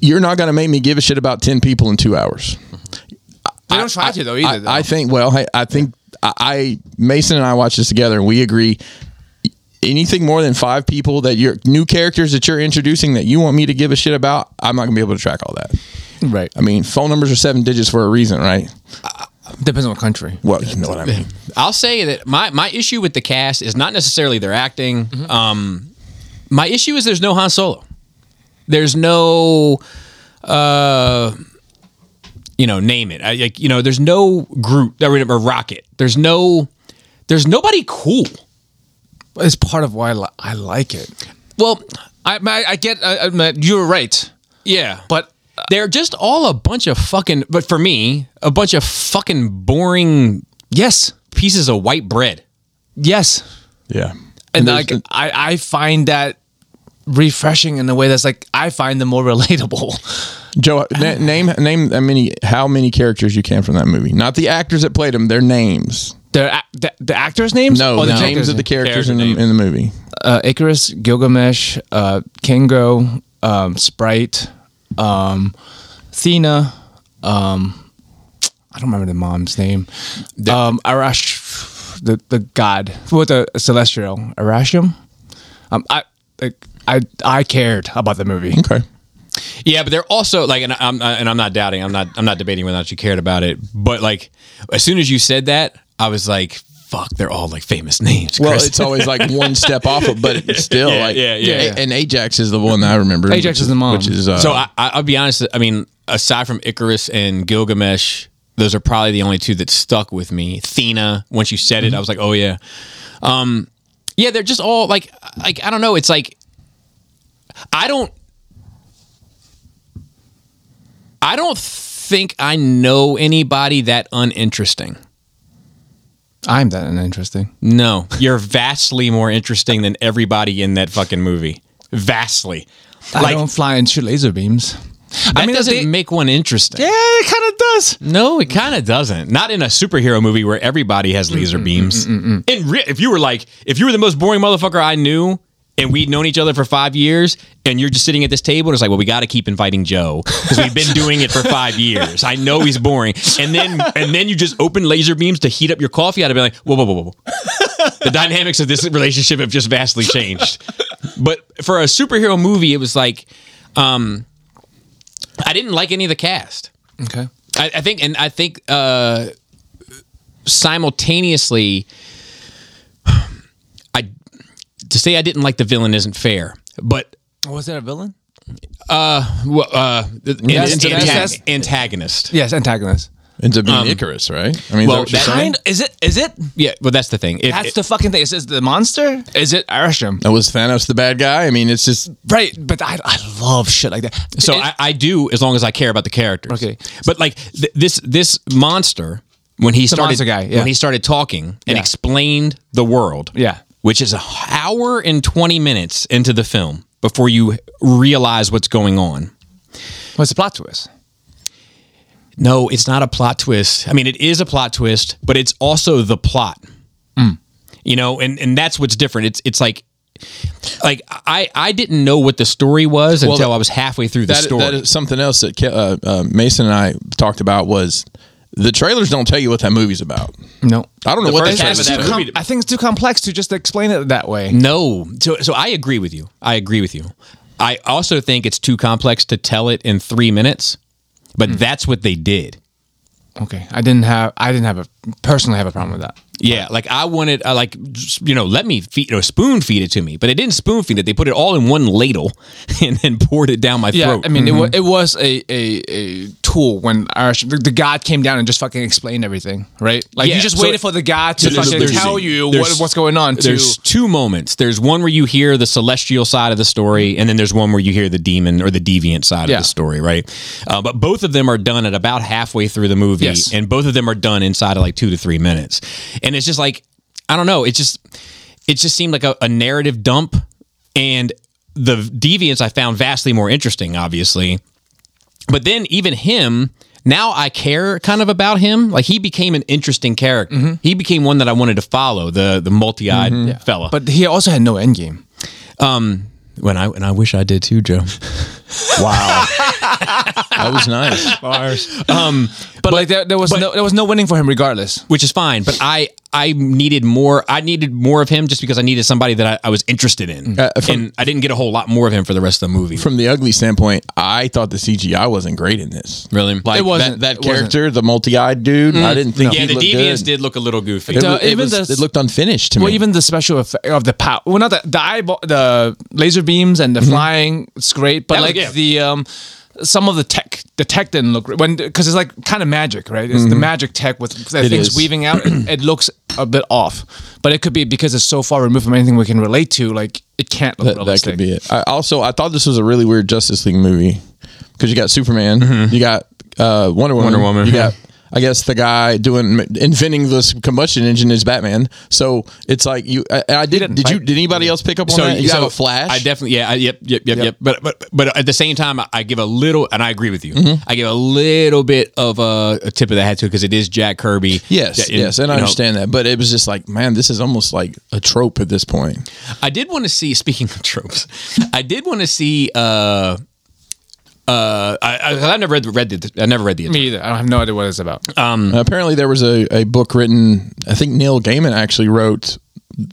[SPEAKER 1] You're not going to make me give a shit about 10 people in two hours.
[SPEAKER 3] they don't try to though either.
[SPEAKER 1] I,
[SPEAKER 3] though.
[SPEAKER 1] I think, well, I, I think I, I, Mason and I watched this together and we agree. Anything more than five people that you're new characters that you're introducing that you want me to give a shit about, I'm not going to be able to track all that.
[SPEAKER 3] right,
[SPEAKER 1] I mean, phone numbers are seven digits for a reason, right?
[SPEAKER 3] depends on what country.
[SPEAKER 1] Well, you know what I mean.
[SPEAKER 2] I'll say that my my issue with the cast is not necessarily their acting. Um, my issue is there's no Han Solo. There's no, uh, you know, name it. I, like you know, there's no Groot or, or Rocket. There's no, there's nobody cool.
[SPEAKER 3] It's part of why I, li- I like it.
[SPEAKER 2] Well,
[SPEAKER 3] I I, I get. I, I, you're right,
[SPEAKER 2] yeah,
[SPEAKER 3] but
[SPEAKER 2] they're just all a bunch of fucking. But for me, a bunch of fucking boring
[SPEAKER 3] yes,
[SPEAKER 2] pieces of white bread.
[SPEAKER 3] yes.
[SPEAKER 1] Yeah.
[SPEAKER 3] and,
[SPEAKER 1] there's-
[SPEAKER 3] like I, I find that refreshing in a way that's like I find them more <laughs> relatable.
[SPEAKER 1] Joe, na- name name how many how many characters you can from that movie. Not the actors that played them, their names.
[SPEAKER 3] Their ac- the, Oh, the actors' names?
[SPEAKER 1] No,
[SPEAKER 3] Or
[SPEAKER 1] the names
[SPEAKER 3] characters'
[SPEAKER 1] of the
[SPEAKER 3] names?
[SPEAKER 1] characters
[SPEAKER 2] Character
[SPEAKER 1] in the,
[SPEAKER 2] names.
[SPEAKER 1] in the movie.
[SPEAKER 3] Uh, Icarus, Gilgamesh, uh, Kingo, um, Sprite, um, Athena. Um, I don't remember the mom's name. Um, Arash, the the god with the celestial Arashim. Um, I like I I cared about the movie.
[SPEAKER 1] Okay.
[SPEAKER 2] Yeah, but they're also like, and I'm and I'm not doubting, I'm not I'm not debating whether or not you cared about it, but like, as soon as you said that, I was like, fuck, they're all like famous names.
[SPEAKER 1] Well,
[SPEAKER 2] Chris.
[SPEAKER 1] it's always like <laughs> one step off of, but it's still
[SPEAKER 2] Yeah,
[SPEAKER 1] like
[SPEAKER 2] yeah, yeah,
[SPEAKER 1] A-
[SPEAKER 2] yeah.
[SPEAKER 1] And Ajax is the one that I remember.
[SPEAKER 3] Ajax
[SPEAKER 1] which
[SPEAKER 3] is the mom.
[SPEAKER 1] which is uh,
[SPEAKER 2] so I, I- I'll be honest. I mean, aside from Icarus and Gilgamesh, those are probably the only two that stuck with me. Thena, once you said
[SPEAKER 3] Mm-hmm.
[SPEAKER 2] it, I was like, oh yeah, um, yeah. They're just all like, like I don't know. It's like I don't, I don't think I know anybody that uninteresting.
[SPEAKER 3] I'm that uninteresting.
[SPEAKER 2] No, you're vastly more interesting than everybody in that fucking movie. Vastly.
[SPEAKER 3] I don't fly and shoot laser beams.
[SPEAKER 2] That
[SPEAKER 3] I mean,
[SPEAKER 2] doesn't
[SPEAKER 3] they-
[SPEAKER 2] make one interesting.
[SPEAKER 3] yeah, it kind of does.
[SPEAKER 2] No, it kind of doesn't. Not in a superhero movie where everybody has laser beams. And re- if you were like, if you were the most boring motherfucker I knew, and we'd known each other for five years, and you're just sitting at this table, and it's like, well, we got to keep inviting Joe because we've been doing it for five years. I know he's boring, and then and then you just open laser beams to heat up your coffee. I'd be like, whoa, whoa, whoa, whoa, whoa. the dynamics of this relationship have just vastly changed. But for a superhero movie, it was like, um, I didn't like any of the cast.
[SPEAKER 3] Okay.
[SPEAKER 2] I, I think, and I think uh, simultaneously, I to say I didn't like the villain isn't fair, but
[SPEAKER 3] Was that a villain?
[SPEAKER 2] well, uh, the- an-
[SPEAKER 3] Yes,
[SPEAKER 2] an-
[SPEAKER 3] yes,
[SPEAKER 2] antagon-
[SPEAKER 3] yes.
[SPEAKER 2] antagonist.
[SPEAKER 3] Yes, antagonist.
[SPEAKER 1] ends up being Icarus, right? I mean,
[SPEAKER 2] well,
[SPEAKER 1] is um, that what you're
[SPEAKER 2] that-
[SPEAKER 1] saying?
[SPEAKER 3] Kind is it? Is it?
[SPEAKER 2] Yeah, well, that's the thing. If-
[SPEAKER 3] That's the fucking thing. Is it the monster? Is it Arisham?
[SPEAKER 1] Now, was Thanos the bad guy? I mean, it's just
[SPEAKER 3] Right, but I, I love shit like that.
[SPEAKER 2] so
[SPEAKER 3] It-
[SPEAKER 2] I, I do as long as I care about the characters.
[SPEAKER 3] Okay.
[SPEAKER 2] but like th- this this monster when he started
[SPEAKER 3] monster guy, yeah.
[SPEAKER 2] when he started talking and
[SPEAKER 3] Yeah.
[SPEAKER 2] explained the world,
[SPEAKER 3] Yeah.
[SPEAKER 2] which is an hour and twenty minutes into the film before you realize what's going on.
[SPEAKER 3] what's the plot twist?
[SPEAKER 2] No, it's not a plot twist. I mean, it is a plot twist, but it's also the plot.
[SPEAKER 1] Mm.
[SPEAKER 2] You know, and and that's what's different. It's it's like like I I didn't know what the story was until I was halfway through the
[SPEAKER 1] that,
[SPEAKER 2] story.
[SPEAKER 1] that is something else that Ke- uh, uh, Mason and I talked about was the trailers don't tell you what that movie's about.
[SPEAKER 3] No,
[SPEAKER 1] I don't know what
[SPEAKER 2] first
[SPEAKER 1] that
[SPEAKER 2] half of
[SPEAKER 1] is.
[SPEAKER 2] that
[SPEAKER 1] about.
[SPEAKER 2] movie-
[SPEAKER 3] I think it's too complex to just explain it that way.
[SPEAKER 2] no. So so I agree with you. I agree with you. I also think it's too complex to tell it in 3 minutes, but
[SPEAKER 1] Mm.
[SPEAKER 2] that's what they did.
[SPEAKER 3] Okay, I didn't have I didn't have a personally have a problem with that.
[SPEAKER 2] Yeah, like I wanted, I like just, you know, let me feed, you know, spoon feed it to me, but they didn't spoon feed it. They put it all in one ladle <laughs> and then poured it down my
[SPEAKER 3] Yeah,
[SPEAKER 2] throat. Mm-hmm.
[SPEAKER 3] I mean it was it was a, a, a tool when Arisham the, the god came down and just fucking explained everything, right? Like
[SPEAKER 2] Yeah,
[SPEAKER 3] you just
[SPEAKER 2] so
[SPEAKER 3] waited
[SPEAKER 2] it-
[SPEAKER 3] for the god to
[SPEAKER 2] there's-
[SPEAKER 3] fucking
[SPEAKER 2] there's-
[SPEAKER 3] tell you
[SPEAKER 2] there's-
[SPEAKER 3] what, what's going on. To
[SPEAKER 2] there's two moments. There's one where you hear the celestial side of the story, and then there's one where you hear the demon or the deviant side
[SPEAKER 3] Yeah.
[SPEAKER 2] of the story, right? Uh, but both of them are done at about halfway through the movie,
[SPEAKER 3] Yes.
[SPEAKER 2] and both of them are done inside of like two to three minutes. And it's just like, I don't know. It just, it just seemed like a, a narrative dump, and the deviants I found vastly more interesting, obviously. But then even him, now I care kind of about him. Like he became an interesting character.
[SPEAKER 1] Mm-hmm.
[SPEAKER 2] He became one that I wanted to follow. The the multi eyed fella.
[SPEAKER 3] but he also had no end game.
[SPEAKER 2] when I and I wish I did too, Joe. wow.
[SPEAKER 1] That was <laughs> nice.
[SPEAKER 3] But, like there, there was no there was no winning for him regardless.
[SPEAKER 2] <laughs> Which is fine, but I I needed more. I needed more of him just because I needed somebody that I, I was interested in,
[SPEAKER 1] Uh, from-
[SPEAKER 2] and I didn't get a whole lot more of him for the rest of the movie.
[SPEAKER 1] From the ugly standpoint, I thought the CGI wasn't great in this.
[SPEAKER 2] really,
[SPEAKER 1] Like
[SPEAKER 3] It
[SPEAKER 1] that,
[SPEAKER 3] wasn't.
[SPEAKER 1] that
[SPEAKER 3] It wasn't.
[SPEAKER 1] character, the multi-eyed dude. I didn't think.
[SPEAKER 2] yeah,
[SPEAKER 1] he
[SPEAKER 2] the
[SPEAKER 1] looked
[SPEAKER 2] deviants
[SPEAKER 1] good.
[SPEAKER 2] did look a little goofy.
[SPEAKER 1] It,
[SPEAKER 3] The-
[SPEAKER 1] was- it
[SPEAKER 3] even
[SPEAKER 1] was-
[SPEAKER 3] the-
[SPEAKER 1] it looked unfinished to
[SPEAKER 3] Well,
[SPEAKER 1] me.
[SPEAKER 3] even the special effect of the power, well, not the, the eyeball, the laser beams and the flying, it's great. But
[SPEAKER 2] That was-
[SPEAKER 3] like
[SPEAKER 2] yeah.
[SPEAKER 3] the um, some of the tech, the tech didn't look when because it's like kind of magic, right? It's the magic tech with the things
[SPEAKER 1] is.
[SPEAKER 3] weaving out. it it looks a bit off, but it could be because it's so far removed from anything we can relate to. Like it can't look
[SPEAKER 1] that, that
[SPEAKER 3] realistic.
[SPEAKER 1] could be it. I, also, I thought this was a really weird Justice League movie because you got Superman, you got uh, Wonder Woman,
[SPEAKER 2] Mm-hmm. Wonder Woman,
[SPEAKER 1] you
[SPEAKER 2] yeah. <laughs>
[SPEAKER 1] got. I guess the guy doing inventing this combustion engine is Batman, so it's like you. I, I did. Did you? Did anybody else pick up on that? You have a flash.
[SPEAKER 2] I definitely, yeah, I, yep, yep, yep, yep, But but but at the same time, I- I give a little, and I agree with you.
[SPEAKER 1] Mm-hmm.
[SPEAKER 2] I give a little bit of a, a tip of the hat to because it is Jack Kirby.
[SPEAKER 1] yes,
[SPEAKER 2] Yeah,
[SPEAKER 1] yes, and I
[SPEAKER 2] you know,
[SPEAKER 1] understand that, but it was just like, man, this is almost like a trope at this point.
[SPEAKER 2] I did want to see. Speaking of tropes, I did want to see. uh uh, I, I, I've never read, read the, I never read the.
[SPEAKER 3] Me either. I have no idea what it's about.
[SPEAKER 1] And apparently, there was a, a book written. I think Neil Gaiman actually wrote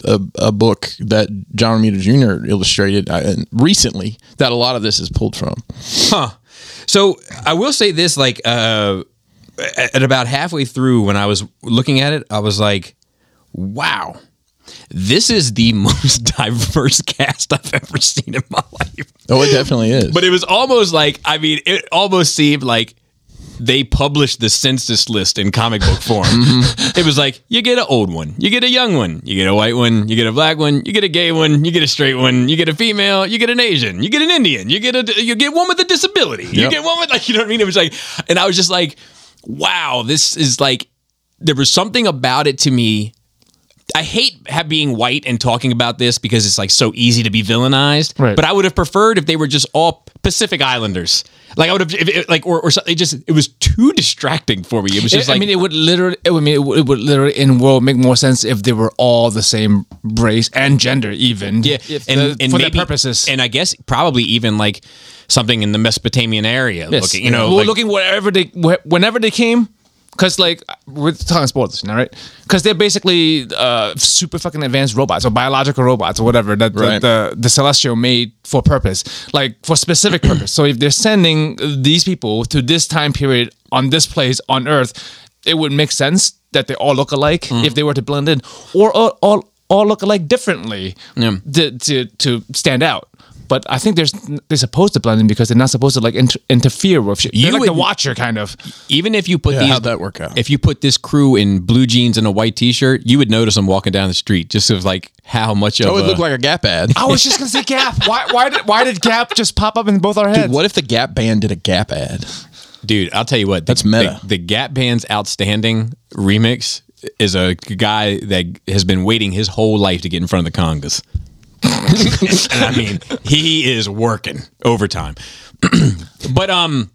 [SPEAKER 1] a, a book that John Romita Jr. illustrated uh, recently. That a lot of this is pulled from.
[SPEAKER 2] So I will say this: like, uh, at about halfway through, when I was looking at it, I was like, wow, this is the <laughs> most diverse cast I've ever seen in my life.
[SPEAKER 1] Oh, it definitely is.
[SPEAKER 2] But it was almost like, I mean, it almost seemed like they published the census list in comic book form. It was like, you get an old one, you get a young one, you get a white one, you get a black one, you get a gay one, you get a straight one, you get a female, you get an Asian, you get an Indian, you get a you get one with a disability. You
[SPEAKER 1] Yep.
[SPEAKER 2] get one with like you know what I mean? It was like and I was just like, wow, this is like there was something about it to me I hate ha- being white and talking about this because it's like so easy to be villainized.
[SPEAKER 3] Right.
[SPEAKER 2] But I would have preferred if they were just all Pacific Islanders. Like I would have, if it, like or or something. It just it was too distracting for me. It was just
[SPEAKER 3] I
[SPEAKER 2] like
[SPEAKER 3] mean, it would literally. I mean, it would, it would literally in world make more sense if they were all the same race and gender, even.
[SPEAKER 2] yeah,
[SPEAKER 3] If the- for their purposes.
[SPEAKER 2] And I guess probably even like something in the Mesopotamian area.
[SPEAKER 3] Yes.
[SPEAKER 2] Looking, you know,
[SPEAKER 3] we're
[SPEAKER 2] like-
[SPEAKER 3] looking wherever they, wh- whenever they came, because like we're talking spoilers now, right? Because they're basically uh, super fucking advanced robots or biological robots or whatever that the-
[SPEAKER 1] Right.
[SPEAKER 3] uh, the, the celestial made for purpose, like for specific <clears throat> purpose. So if they're sending these people to this time period on this place on Earth, it would make sense that they all look alike if they were to blend in, or all all, all look alike differently to, to to stand out. But I think there's they're supposed to blend in because they're not supposed to like inter- interfere with shit.
[SPEAKER 2] You
[SPEAKER 3] They're like the
[SPEAKER 2] would-
[SPEAKER 3] watcher kind of.
[SPEAKER 2] even if you put
[SPEAKER 1] Yeah,
[SPEAKER 2] these,
[SPEAKER 1] how'd that work out?
[SPEAKER 2] If you put this crew in blue jeans and a white T-shirt, you would notice them walking down the street. Just of like how much of
[SPEAKER 1] oh, it
[SPEAKER 2] a-
[SPEAKER 1] looked like a Gap ad.
[SPEAKER 3] I was just gonna say Gap. <laughs> Why why did why did Gap just pop up in both our heads?
[SPEAKER 1] <laughs> Dude, what if the Gap band did a Gap ad?
[SPEAKER 2] Dude, I'll tell you what. The,
[SPEAKER 1] That's meta.
[SPEAKER 2] The, the Gap Band's outstanding remix is a guy that has been waiting his whole life to get in front of the congas. <laughs> And I mean, he is working overtime. <clears throat> but um,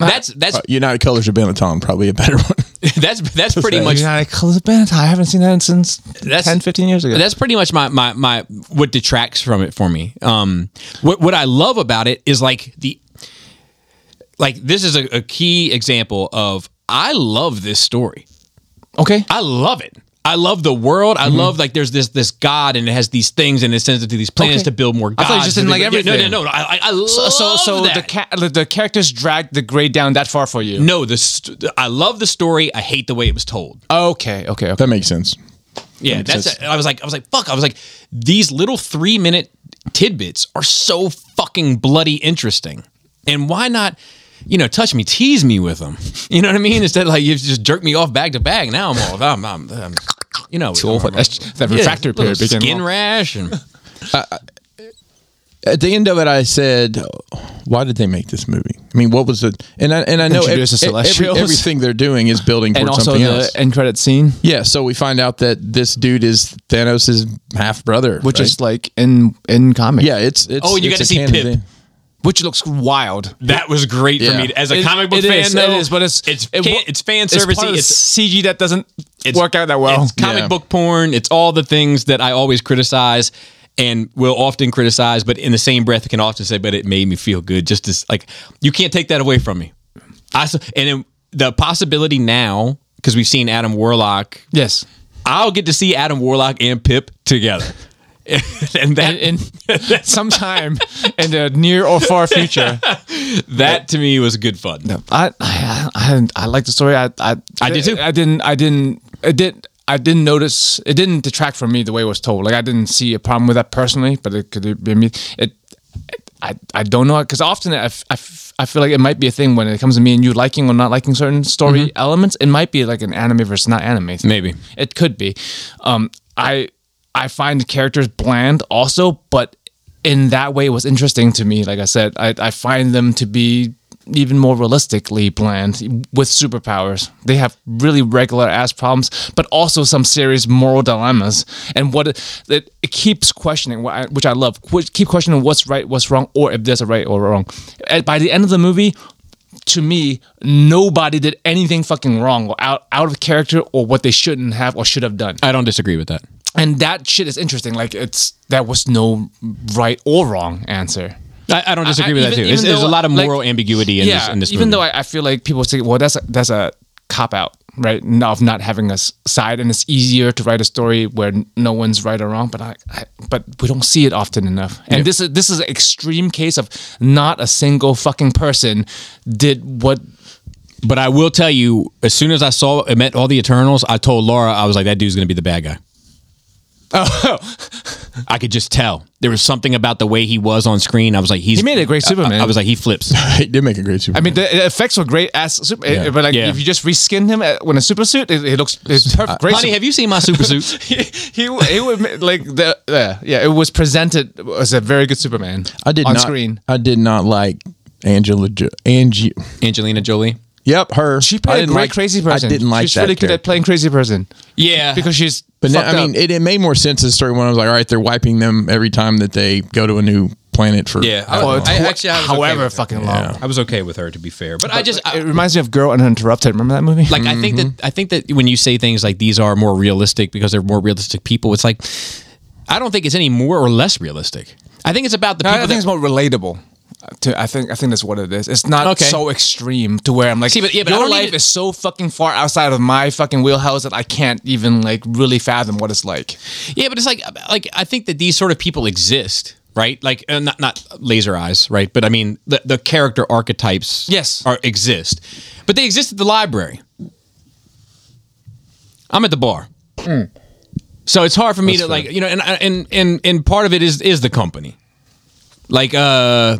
[SPEAKER 2] that's that's
[SPEAKER 1] Uh, United Colors of Benetton, probably a better <laughs> one.
[SPEAKER 2] that's that's pretty
[SPEAKER 3] Like,
[SPEAKER 2] much
[SPEAKER 3] you're not a close band. I haven't seen that since
[SPEAKER 2] That's-
[SPEAKER 3] 10, 15 years ago.
[SPEAKER 2] That's pretty much my my my what detracts from it for me. Um, what what I love about it is like the like this is a, a key example of I love this story.
[SPEAKER 3] okay.
[SPEAKER 2] I love it. I love the world. I love like there's this this God and it has these things and it sends it to these planets
[SPEAKER 3] Okay.
[SPEAKER 2] to build more gods.
[SPEAKER 3] I thought you just didn't like
[SPEAKER 2] Yeah, No,
[SPEAKER 3] everything.
[SPEAKER 2] no, no. no. I, I- I love
[SPEAKER 3] So so, so
[SPEAKER 2] that.
[SPEAKER 3] the ca- the the characters dragged the grade down that far for you.
[SPEAKER 2] no, the st- I love the story. I hate the way it was told.
[SPEAKER 3] Okay, okay, okay.
[SPEAKER 1] that makes sense.
[SPEAKER 2] Yeah,
[SPEAKER 1] makes
[SPEAKER 2] that's.
[SPEAKER 1] sense.
[SPEAKER 2] I was like, I was like, fuck. I was like, these little three minute tidbits are so fucking bloody interesting, and why not? You know, touch me, tease me with them. You know what I mean? Instead, like you just jerk me off bag to bag. Now I'm all, I'm, I'm, I'm you know, I'm-
[SPEAKER 3] That's- that
[SPEAKER 2] Yeah,
[SPEAKER 3] refractory
[SPEAKER 2] little
[SPEAKER 3] period began
[SPEAKER 2] skin
[SPEAKER 3] long.
[SPEAKER 2] rash, and
[SPEAKER 1] At the end of it, I said, "Why did they make this movie? I mean, what was it?" And I and I know
[SPEAKER 3] Introduce the
[SPEAKER 1] ev- ev-
[SPEAKER 3] Celestials.
[SPEAKER 1] everything they're doing is building towards
[SPEAKER 3] and also
[SPEAKER 1] something
[SPEAKER 3] the
[SPEAKER 1] else.
[SPEAKER 3] end credit scene,
[SPEAKER 1] Yeah, so we find out that this dude is Thanos' half brother,
[SPEAKER 3] which is like in in comic,
[SPEAKER 1] yeah, it's it's
[SPEAKER 2] Oh, you
[SPEAKER 1] it's
[SPEAKER 2] got to
[SPEAKER 1] a
[SPEAKER 2] see
[SPEAKER 1] canon
[SPEAKER 2] Pip.
[SPEAKER 1] thing. <laughs>
[SPEAKER 3] which looks wild.
[SPEAKER 2] that was great
[SPEAKER 1] Yeah.
[SPEAKER 2] for me as a
[SPEAKER 3] It-
[SPEAKER 2] comic book
[SPEAKER 3] it
[SPEAKER 2] fan.
[SPEAKER 3] is,
[SPEAKER 2] though,
[SPEAKER 3] it is, but it's
[SPEAKER 2] it's
[SPEAKER 3] it
[SPEAKER 2] fan-
[SPEAKER 3] wa-
[SPEAKER 2] it's fan
[SPEAKER 3] it's part of
[SPEAKER 2] servicey.
[SPEAKER 3] the
[SPEAKER 2] It's
[SPEAKER 3] CG that doesn't
[SPEAKER 2] it's-
[SPEAKER 3] work out that well.
[SPEAKER 2] It's comic
[SPEAKER 1] Yeah.
[SPEAKER 2] book porn. It's all the things that I always criticize and will often criticize, but in the same breath can often say, but it made me feel good. Just as like you can't take that away from me. I s- and then the possibility now because we've seen Adam Warlock.
[SPEAKER 3] yes,
[SPEAKER 2] I'll get to see Adam Warlock and Pip together, <laughs> and that
[SPEAKER 3] in <laughs> sometime in the near or far future.
[SPEAKER 2] that to me was good fun.
[SPEAKER 3] I I I, I like the story. I I,
[SPEAKER 2] I did too.
[SPEAKER 3] I didn't I didn't I did I didn't notice it didn't detract from me the way it was told. Like I didn't see a problem with that personally, but it could be me. It, it I I don't know because often I, f- I, f- I feel like it might be a thing when it comes to me and you liking or not liking certain story elements. It might be like an anime versus not anime. thing.
[SPEAKER 2] Mm-hmm. Maybe.
[SPEAKER 3] It could be. Um, I I find the characters bland also, but in that way it was interesting to me. Like I said, I, I find them to be even more realistically bland with superpowers. They have really regular ass problems, but also some serious moral dilemmas. And what it, it, it keeps questioning, wh- which I love, which keep questioning what's right, what's wrong, or if there's a right or wrong. And by the end of the movie, to me, nobody did anything fucking wrong or out, out of character or what they shouldn't have or should have done.
[SPEAKER 2] I don't disagree with that.
[SPEAKER 3] And that shit is interesting. Like it's that was no right or wrong answer.
[SPEAKER 2] I, I don't disagree with
[SPEAKER 3] even-
[SPEAKER 2] that too.
[SPEAKER 3] even
[SPEAKER 2] It's- there's
[SPEAKER 3] though,
[SPEAKER 2] a lot of
[SPEAKER 3] like-
[SPEAKER 2] moral ambiguity in this. In this
[SPEAKER 3] even
[SPEAKER 2] movie.
[SPEAKER 3] though I, I feel like people say, well, that's a, that's a cop out, right? No, of not having a s- side, and it's easier to write a story where no one's right or wrong. But I, I but we don't see it often enough. And this is this is an extreme case of not a single fucking person did what
[SPEAKER 2] But I will tell you, as soon as I saw it met all the Eternals, I told Laura I was like, "That dude's gonna be the bad guy."
[SPEAKER 3] Oh,
[SPEAKER 2] <laughs> I could just tell there was something about the way he was on screen. I was like, he's
[SPEAKER 3] He made a great
[SPEAKER 2] I- I-
[SPEAKER 3] Superman.
[SPEAKER 2] I, was like, he flips.
[SPEAKER 1] He did make a great Superman.
[SPEAKER 3] I mean, the the effects were great as super, but like
[SPEAKER 2] Yeah.
[SPEAKER 3] if you just reskin him uh, when a super suit, it, it looks
[SPEAKER 1] Uh,
[SPEAKER 3] it's perfect. <laughs> Great.
[SPEAKER 2] Honey, have you seen my super suit?
[SPEAKER 3] he, <laughs> he he would ma- like the yeah, yeah. It was presented as a very good Superman.
[SPEAKER 1] I did
[SPEAKER 3] on
[SPEAKER 1] not,
[SPEAKER 3] screen.
[SPEAKER 1] I did not like Angela. Jo- Angie.
[SPEAKER 2] Angelina Jolie.
[SPEAKER 1] Yep, her.
[SPEAKER 3] She
[SPEAKER 1] I
[SPEAKER 3] played a
[SPEAKER 1] didn't
[SPEAKER 3] great
[SPEAKER 1] like-
[SPEAKER 3] crazy person.
[SPEAKER 1] I didn't like
[SPEAKER 3] She's
[SPEAKER 1] that.
[SPEAKER 3] really good at
[SPEAKER 1] character.
[SPEAKER 3] playing crazy person
[SPEAKER 2] Yeah,
[SPEAKER 3] because she's.
[SPEAKER 1] But now,
[SPEAKER 3] fucked
[SPEAKER 1] I mean,
[SPEAKER 3] up.
[SPEAKER 1] it, it made more sense the story when I was like, all right, they're wiping them every time that they go to a new planet for.
[SPEAKER 4] Yeah, I,
[SPEAKER 3] Oh,
[SPEAKER 4] I
[SPEAKER 3] it's-
[SPEAKER 4] actually, I was okay
[SPEAKER 3] however
[SPEAKER 4] with her.
[SPEAKER 3] fucking long.
[SPEAKER 4] I was okay with her to be fair, but I
[SPEAKER 2] I
[SPEAKER 4] just
[SPEAKER 2] just I,
[SPEAKER 3] it reminds me of Girl Uninterrupted. Remember that movie?
[SPEAKER 2] like I think
[SPEAKER 3] mm-hmm.
[SPEAKER 2] that I think that when you say things like these are more realistic because they're more realistic people, it's like I don't think it's any more or less realistic. I think it's about the
[SPEAKER 3] No, I
[SPEAKER 2] people
[SPEAKER 3] think
[SPEAKER 2] that
[SPEAKER 3] it's more relatable. To, I think I think that's what it is. It's not
[SPEAKER 2] Okay.
[SPEAKER 3] so extreme to where I'm like,
[SPEAKER 2] See, but- yeah, but I
[SPEAKER 3] your
[SPEAKER 2] don't need
[SPEAKER 3] life
[SPEAKER 2] it-
[SPEAKER 3] is so fucking far outside of my fucking wheelhouse that I can't even like really fathom what it's like.
[SPEAKER 2] Yeah, but it's like like I think that these sort of people exist, right? Like uh, not not laser eyes, right? But I mean the, the character archetypes
[SPEAKER 3] Yes.
[SPEAKER 2] are exist. But they exist at the library. I'm at the bar. So it's hard for me to like, you know, and and and and part of it is is the company. Like uh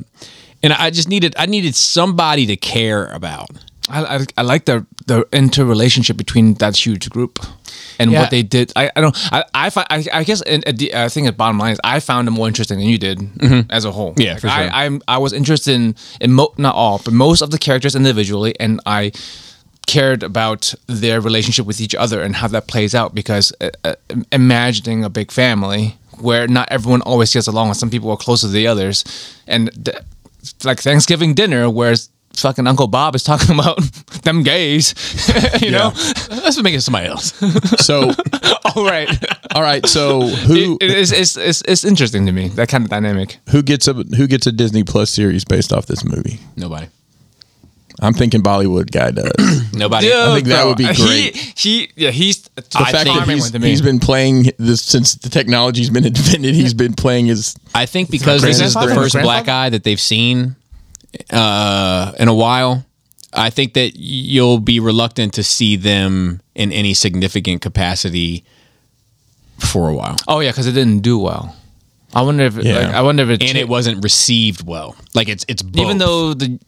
[SPEAKER 2] and I just needed I needed somebody to care about.
[SPEAKER 3] I, I, I like the the interrelationship between that huge group and
[SPEAKER 2] Yeah.
[SPEAKER 3] what they did. I, I don't. I I, fi- I, I guess in, at the, I think the bottom line is I found it more interesting than you did
[SPEAKER 2] Mm-hmm.
[SPEAKER 3] as a whole.
[SPEAKER 2] Yeah,
[SPEAKER 3] Like,
[SPEAKER 2] for sure.
[SPEAKER 3] I I'm, I was interested in, in mo- not all, but most of the characters individually, and I cared about their relationship with each other and how that plays out because uh, uh, imagining a big family where not everyone always gets along and some people are closer to the others and th- like Thanksgiving dinner where it's fucking Uncle Bob is talking <laughs> about them gays <laughs> you know
[SPEAKER 2] Let's make it somebody else.
[SPEAKER 1] <laughs> So,
[SPEAKER 3] <laughs> all right
[SPEAKER 1] all right. So who
[SPEAKER 3] it, it's, it's, it's, it's interesting to me that kind of dynamic
[SPEAKER 1] who gets a who gets a Disney Plus series based off this movie?
[SPEAKER 2] Nobody.
[SPEAKER 1] I'm thinking Bollywood guy does.
[SPEAKER 2] Nobody.
[SPEAKER 1] I think that would be great.
[SPEAKER 3] he, he yeah he's the
[SPEAKER 1] the fact that he's, he's been playing this since the technology's been <laughs> invented, he's been playing his.
[SPEAKER 2] I think because this is the
[SPEAKER 3] grandfather?
[SPEAKER 2] first
[SPEAKER 3] Grandfather?
[SPEAKER 2] black guy that they've seen uh, in a while. I think that you'll be reluctant to see them in any significant capacity for a while,
[SPEAKER 3] oh yeah because it didn't do well I wonder if
[SPEAKER 1] Yeah.
[SPEAKER 3] like, I wonder if it
[SPEAKER 2] and it wasn't received well. Like it's it's both.
[SPEAKER 3] even though the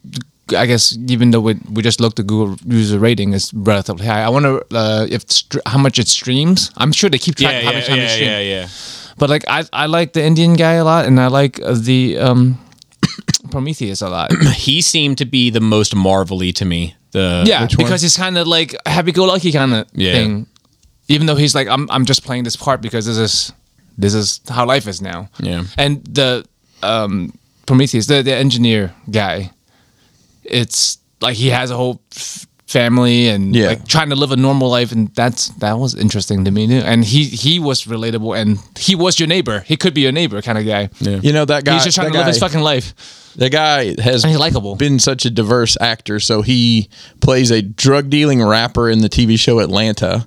[SPEAKER 3] I guess even though we, we just looked at Google user rating is relatively high. I wonder uh, if str- how much it streams. I'm sure they keep track
[SPEAKER 2] yeah
[SPEAKER 3] of how
[SPEAKER 2] yeah
[SPEAKER 3] much time it
[SPEAKER 2] yeah,
[SPEAKER 3] streams.
[SPEAKER 2] yeah yeah
[SPEAKER 3] But like I I like the Indian guy a lot, and I like uh, the um, <coughs> Prometheus a lot.
[SPEAKER 2] he seemed to be the most marvelly to me. The
[SPEAKER 3] yeah,
[SPEAKER 1] Which one?
[SPEAKER 3] because he's kind of like happy-go-lucky kind of
[SPEAKER 2] Yeah.
[SPEAKER 3] thing. Even though he's like I'm I'm just playing this part because this is this is how life is now.
[SPEAKER 2] Yeah.
[SPEAKER 3] And the um, Prometheus, the the engineer guy, it's like he has a whole f- family and
[SPEAKER 1] Yeah.
[SPEAKER 3] like trying to live a normal life, and that's that was interesting to me. Too. And he he was relatable, and he was your neighbor. He could be your neighbor kind of guy. Yeah.
[SPEAKER 1] You know that guy.
[SPEAKER 3] He's just trying
[SPEAKER 1] that
[SPEAKER 3] to live his
[SPEAKER 1] guy-
[SPEAKER 3] fucking life.
[SPEAKER 1] The guy has
[SPEAKER 3] And he's likable.
[SPEAKER 1] been such a diverse actor. So he plays a drug dealing rapper in the TV show Atlanta,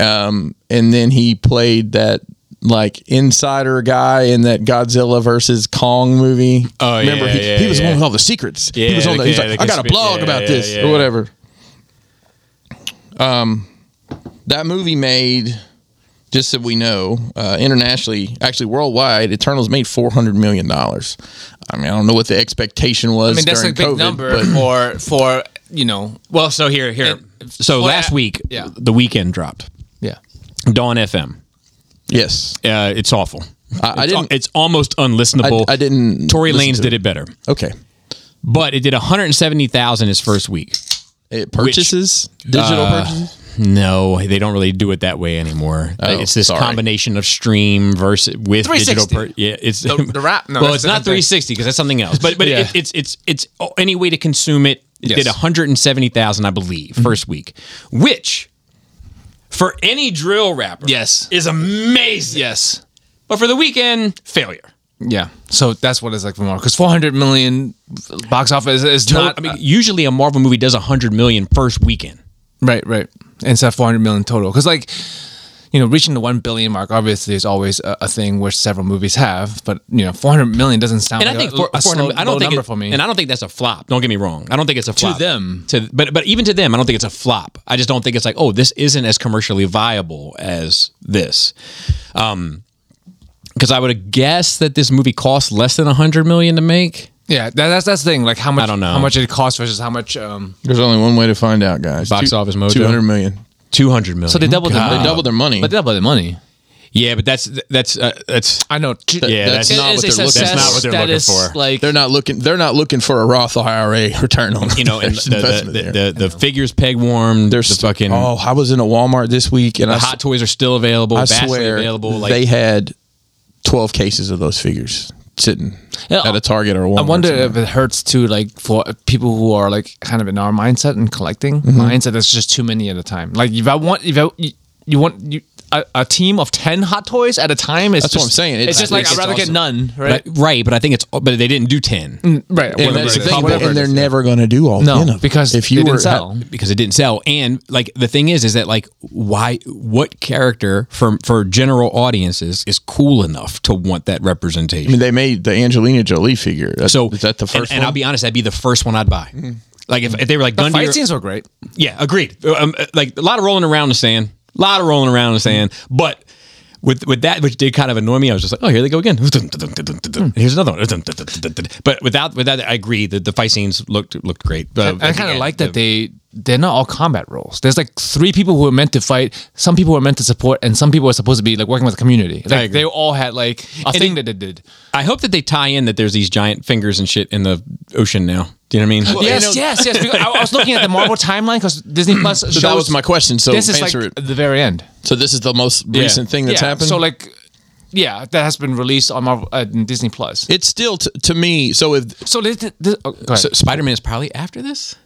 [SPEAKER 1] um, and then he played that like insider guy in that Godzilla versus Kong movie.
[SPEAKER 2] Oh,
[SPEAKER 1] remember
[SPEAKER 2] yeah,
[SPEAKER 1] he,
[SPEAKER 2] yeah,
[SPEAKER 1] he was the
[SPEAKER 2] yeah.
[SPEAKER 1] one with all the secrets. he
[SPEAKER 2] Yeah,
[SPEAKER 1] was on
[SPEAKER 2] the-
[SPEAKER 1] the, he's
[SPEAKER 2] yeah,
[SPEAKER 1] like,
[SPEAKER 2] the
[SPEAKER 1] I got a
[SPEAKER 2] conspira-
[SPEAKER 1] blog
[SPEAKER 2] yeah,
[SPEAKER 1] about
[SPEAKER 2] yeah,
[SPEAKER 1] this
[SPEAKER 2] yeah,
[SPEAKER 1] or
[SPEAKER 2] yeah.
[SPEAKER 1] whatever. Um, that movie made. Just so we know, uh, internationally, actually worldwide, Eternals made four hundred million dollars. I mean, I don't know what the expectation was.
[SPEAKER 3] I mean, that's a
[SPEAKER 1] during COVID,
[SPEAKER 3] big number
[SPEAKER 1] but-
[SPEAKER 3] for for you know.
[SPEAKER 2] Well, so here here. So
[SPEAKER 3] Well,
[SPEAKER 2] last
[SPEAKER 3] I-
[SPEAKER 2] week,
[SPEAKER 3] yeah.
[SPEAKER 2] the weekend dropped.
[SPEAKER 3] Yeah.
[SPEAKER 2] Dawn FM.
[SPEAKER 1] <laughs> Yes,
[SPEAKER 2] Uh, it's awful.
[SPEAKER 1] I- I
[SPEAKER 2] it's,
[SPEAKER 1] didn't-
[SPEAKER 2] It's almost
[SPEAKER 1] I,
[SPEAKER 2] unlistenable.
[SPEAKER 1] I didn't.
[SPEAKER 2] Tory
[SPEAKER 1] listen
[SPEAKER 2] Lanez
[SPEAKER 1] to
[SPEAKER 2] did it better,
[SPEAKER 1] Okay,
[SPEAKER 2] but it did 170,000 his first week.
[SPEAKER 1] it purchases uh, digital purchases.
[SPEAKER 2] No, they don't really do it that way anymore.
[SPEAKER 3] Oh,
[SPEAKER 2] it's this
[SPEAKER 1] sorry.
[SPEAKER 2] combination of stream versus with digital.
[SPEAKER 3] 360.
[SPEAKER 2] Per- yeah, it's <laughs>
[SPEAKER 3] The- the rap- no,
[SPEAKER 2] well,
[SPEAKER 3] that's
[SPEAKER 2] it's
[SPEAKER 3] the
[SPEAKER 2] not
[SPEAKER 3] same thing.
[SPEAKER 2] 360 because that's something else. But but
[SPEAKER 3] Yeah.
[SPEAKER 2] it, it's it's it's oh, any way to consume it. It
[SPEAKER 3] Yes. Mm-hmm.
[SPEAKER 2] did 170,000, I believe, first week, which for any drill rapper,
[SPEAKER 3] Yes.
[SPEAKER 2] is amazing.
[SPEAKER 3] Yes.
[SPEAKER 2] But for the weekend, failure.
[SPEAKER 3] Yeah. So that's what it's like for Marvel. Because 400 million box office is not.
[SPEAKER 2] I mean, usually a Marvel movie does 100 million first weekend.
[SPEAKER 3] right, right. Instead of 400 million total. Because, like, you know, reaching the one billion mark obviously is always a, a thing where several movies have, but you know, four hundred million doesn't sound.
[SPEAKER 2] and I
[SPEAKER 3] like
[SPEAKER 2] think
[SPEAKER 3] a,
[SPEAKER 2] for,
[SPEAKER 3] a slow,
[SPEAKER 2] I don't
[SPEAKER 3] low
[SPEAKER 2] think
[SPEAKER 3] number
[SPEAKER 2] it-
[SPEAKER 3] for me.
[SPEAKER 2] and I don't think that's a flop. Don't get me wrong. I don't think it's a flop
[SPEAKER 3] them.
[SPEAKER 2] To but but even to them, I don't think it's a flop. I just don't think it's like oh this isn't as commercially viable as this, because I would guess that this movie costs less than a hundred million to make.
[SPEAKER 3] yeah, that, that's that's the thing. Like how much?
[SPEAKER 2] don't know.
[SPEAKER 3] how much it costs versus how much. Um,
[SPEAKER 1] There's only one way to find out, guys.
[SPEAKER 2] Box office mojo?
[SPEAKER 1] Two hundred million.
[SPEAKER 2] Two hundred million.
[SPEAKER 3] so they doubled their money.
[SPEAKER 1] Ah. They doubled their money.
[SPEAKER 3] but they doubled their money.
[SPEAKER 2] Yeah, but that's that's uh, that's
[SPEAKER 3] I know.
[SPEAKER 2] yeah
[SPEAKER 1] that's
[SPEAKER 2] that's,
[SPEAKER 1] not what
[SPEAKER 2] not what
[SPEAKER 1] they're looking-
[SPEAKER 2] they're looking.
[SPEAKER 1] that's
[SPEAKER 2] That's not what they're looking
[SPEAKER 3] status,
[SPEAKER 2] for.
[SPEAKER 3] Like
[SPEAKER 1] They're not looking. They're not looking for a <laughs> Roth IRA return on
[SPEAKER 2] you know,
[SPEAKER 1] their
[SPEAKER 2] and the, the,
[SPEAKER 1] investment there.
[SPEAKER 2] the, the, the figures peg warm.
[SPEAKER 1] They're
[SPEAKER 2] They're the
[SPEAKER 1] st-
[SPEAKER 2] fucking
[SPEAKER 1] Oh, I was in a Walmart this week, and I
[SPEAKER 2] the
[SPEAKER 1] s-
[SPEAKER 2] hot toys are still available.
[SPEAKER 1] I
[SPEAKER 2] vastly
[SPEAKER 1] swear
[SPEAKER 2] available. Like
[SPEAKER 1] they had twelve cases of those figures sitting
[SPEAKER 3] Yeah,
[SPEAKER 1] at a Target or a Walmart.
[SPEAKER 3] I wonder
[SPEAKER 1] somewhere.
[SPEAKER 3] if it hurts too, like for people who are like kind of in our mindset and collecting
[SPEAKER 1] Mm-hmm.
[SPEAKER 3] mindset. That's just too many at a time. Like if I want, if I, you, you want you, a, a team of ten hot toys at a time, it's
[SPEAKER 1] That's what
[SPEAKER 3] just,
[SPEAKER 1] I'm saying.
[SPEAKER 3] It's,
[SPEAKER 1] It's-
[SPEAKER 3] just
[SPEAKER 1] I
[SPEAKER 3] like
[SPEAKER 1] think
[SPEAKER 3] I'd
[SPEAKER 1] it's
[SPEAKER 3] rather get
[SPEAKER 1] awesome.
[SPEAKER 3] none, right?
[SPEAKER 2] But, right, but I think it's but they didn't do ten
[SPEAKER 3] right.
[SPEAKER 1] And
[SPEAKER 3] whatever
[SPEAKER 1] that's
[SPEAKER 3] it
[SPEAKER 1] the
[SPEAKER 3] is.
[SPEAKER 1] thing,
[SPEAKER 3] Whatever it
[SPEAKER 1] and they're
[SPEAKER 3] is.
[SPEAKER 1] never going to do all
[SPEAKER 3] No,
[SPEAKER 1] ten of them
[SPEAKER 3] because
[SPEAKER 1] if you
[SPEAKER 3] they didn't
[SPEAKER 1] were
[SPEAKER 3] sell.
[SPEAKER 2] because it didn't sell. And like the thing is, is that like why what character for for general audiences is cool enough to want that representation?
[SPEAKER 1] I mean, they made the Angelina Jolie figure. That's-
[SPEAKER 2] so
[SPEAKER 1] is that the
[SPEAKER 2] and-
[SPEAKER 1] first
[SPEAKER 2] And,
[SPEAKER 1] one? Hmm.
[SPEAKER 2] I'll be honest, that'd be the first one I'd buy. Like if, if they were like
[SPEAKER 3] The
[SPEAKER 2] done to
[SPEAKER 3] fight
[SPEAKER 2] your-
[SPEAKER 3] scenes were great.
[SPEAKER 2] Yeah, agreed. Um, uh, like a lot of rolling around in the sand, a lot of rolling around in the sand. But with with that, which did kind of annoy me, I was just like, oh, here they go again. <laughs> Here's another one. <laughs> But without without, that, I agree that the fight scenes looked looked great. Uh,
[SPEAKER 3] I
[SPEAKER 2] at the
[SPEAKER 3] kind of
[SPEAKER 2] end.
[SPEAKER 3] like that they they're not all combat roles. There's like three people who are meant to fight, some people are meant to support, and some people are supposed to be like working with the community. Like
[SPEAKER 2] agree.
[SPEAKER 3] they all had like a thing that they did.
[SPEAKER 2] I hope that they tie in that there's these giant fingers and shit in the ocean now. Do you know what I mean?
[SPEAKER 3] yes,
[SPEAKER 1] you know-
[SPEAKER 3] yes, yes. because I, I was looking at the Marvel timeline because
[SPEAKER 1] <clears throat>
[SPEAKER 3] Disney Plus shows.
[SPEAKER 1] that was my question. So
[SPEAKER 3] This is like
[SPEAKER 1] answer it.
[SPEAKER 3] the very end.
[SPEAKER 1] So this is the most recent thing that's
[SPEAKER 3] yeah.
[SPEAKER 1] happened.
[SPEAKER 3] So like, yeah, that has been released on Marvel uh, Disney Plus.
[SPEAKER 1] it's still t- to me. So if
[SPEAKER 3] so this, this, oh, go ahead.
[SPEAKER 2] So Spider Man is probably after this.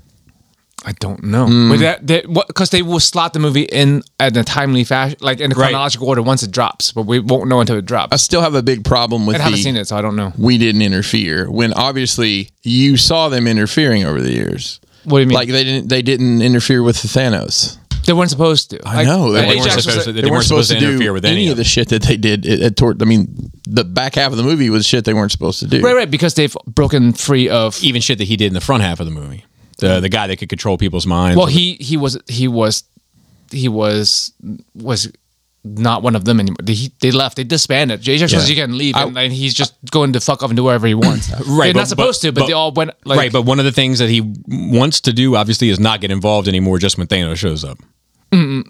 [SPEAKER 3] I don't know.
[SPEAKER 1] mm.
[SPEAKER 3] But that, that, what, because they will slot the movie in at a timely fashion, like in the
[SPEAKER 2] Right.
[SPEAKER 3] chronological order once it drops, but we won't know until it
[SPEAKER 1] I
[SPEAKER 3] drops.
[SPEAKER 1] still have a big problem with
[SPEAKER 3] I
[SPEAKER 1] the
[SPEAKER 3] haven't seen it, so I don't know.
[SPEAKER 1] we didn't interfere when obviously you saw them interfering over the years.
[SPEAKER 3] What do you mean?
[SPEAKER 1] Like they didn't they didn't interfere with the Thanos.
[SPEAKER 3] They weren't supposed to.
[SPEAKER 1] I know
[SPEAKER 3] Like,
[SPEAKER 1] they, weren't
[SPEAKER 2] weren't
[SPEAKER 3] Ajax was
[SPEAKER 2] supposed
[SPEAKER 3] like-
[SPEAKER 2] to- they weren't supposed to
[SPEAKER 1] do
[SPEAKER 2] interfere with any
[SPEAKER 1] of
[SPEAKER 2] of
[SPEAKER 1] the
[SPEAKER 2] it.
[SPEAKER 1] shit that they did at, at toward. I mean, the back half of the movie was shit they weren't supposed to do.
[SPEAKER 3] Right, right, because they've broken free of.
[SPEAKER 2] Even shit that he did in the front half of the movie. The the guy that could control people's minds.
[SPEAKER 3] Well, he he was he was he was was not one of them anymore. They, he, they left. They disbanded. Jajax says
[SPEAKER 2] Yeah.
[SPEAKER 3] you can leave, and, and he's just going to fuck off and do whatever he
[SPEAKER 1] <clears throat>
[SPEAKER 3] wants.
[SPEAKER 2] Right,
[SPEAKER 3] they're
[SPEAKER 2] but-
[SPEAKER 3] not supposed
[SPEAKER 2] but-
[SPEAKER 3] to, but,
[SPEAKER 2] but-
[SPEAKER 3] they all went. Like,
[SPEAKER 2] right, but one of the things that he wants to do, obviously, is not get involved anymore just when Thanos shows up.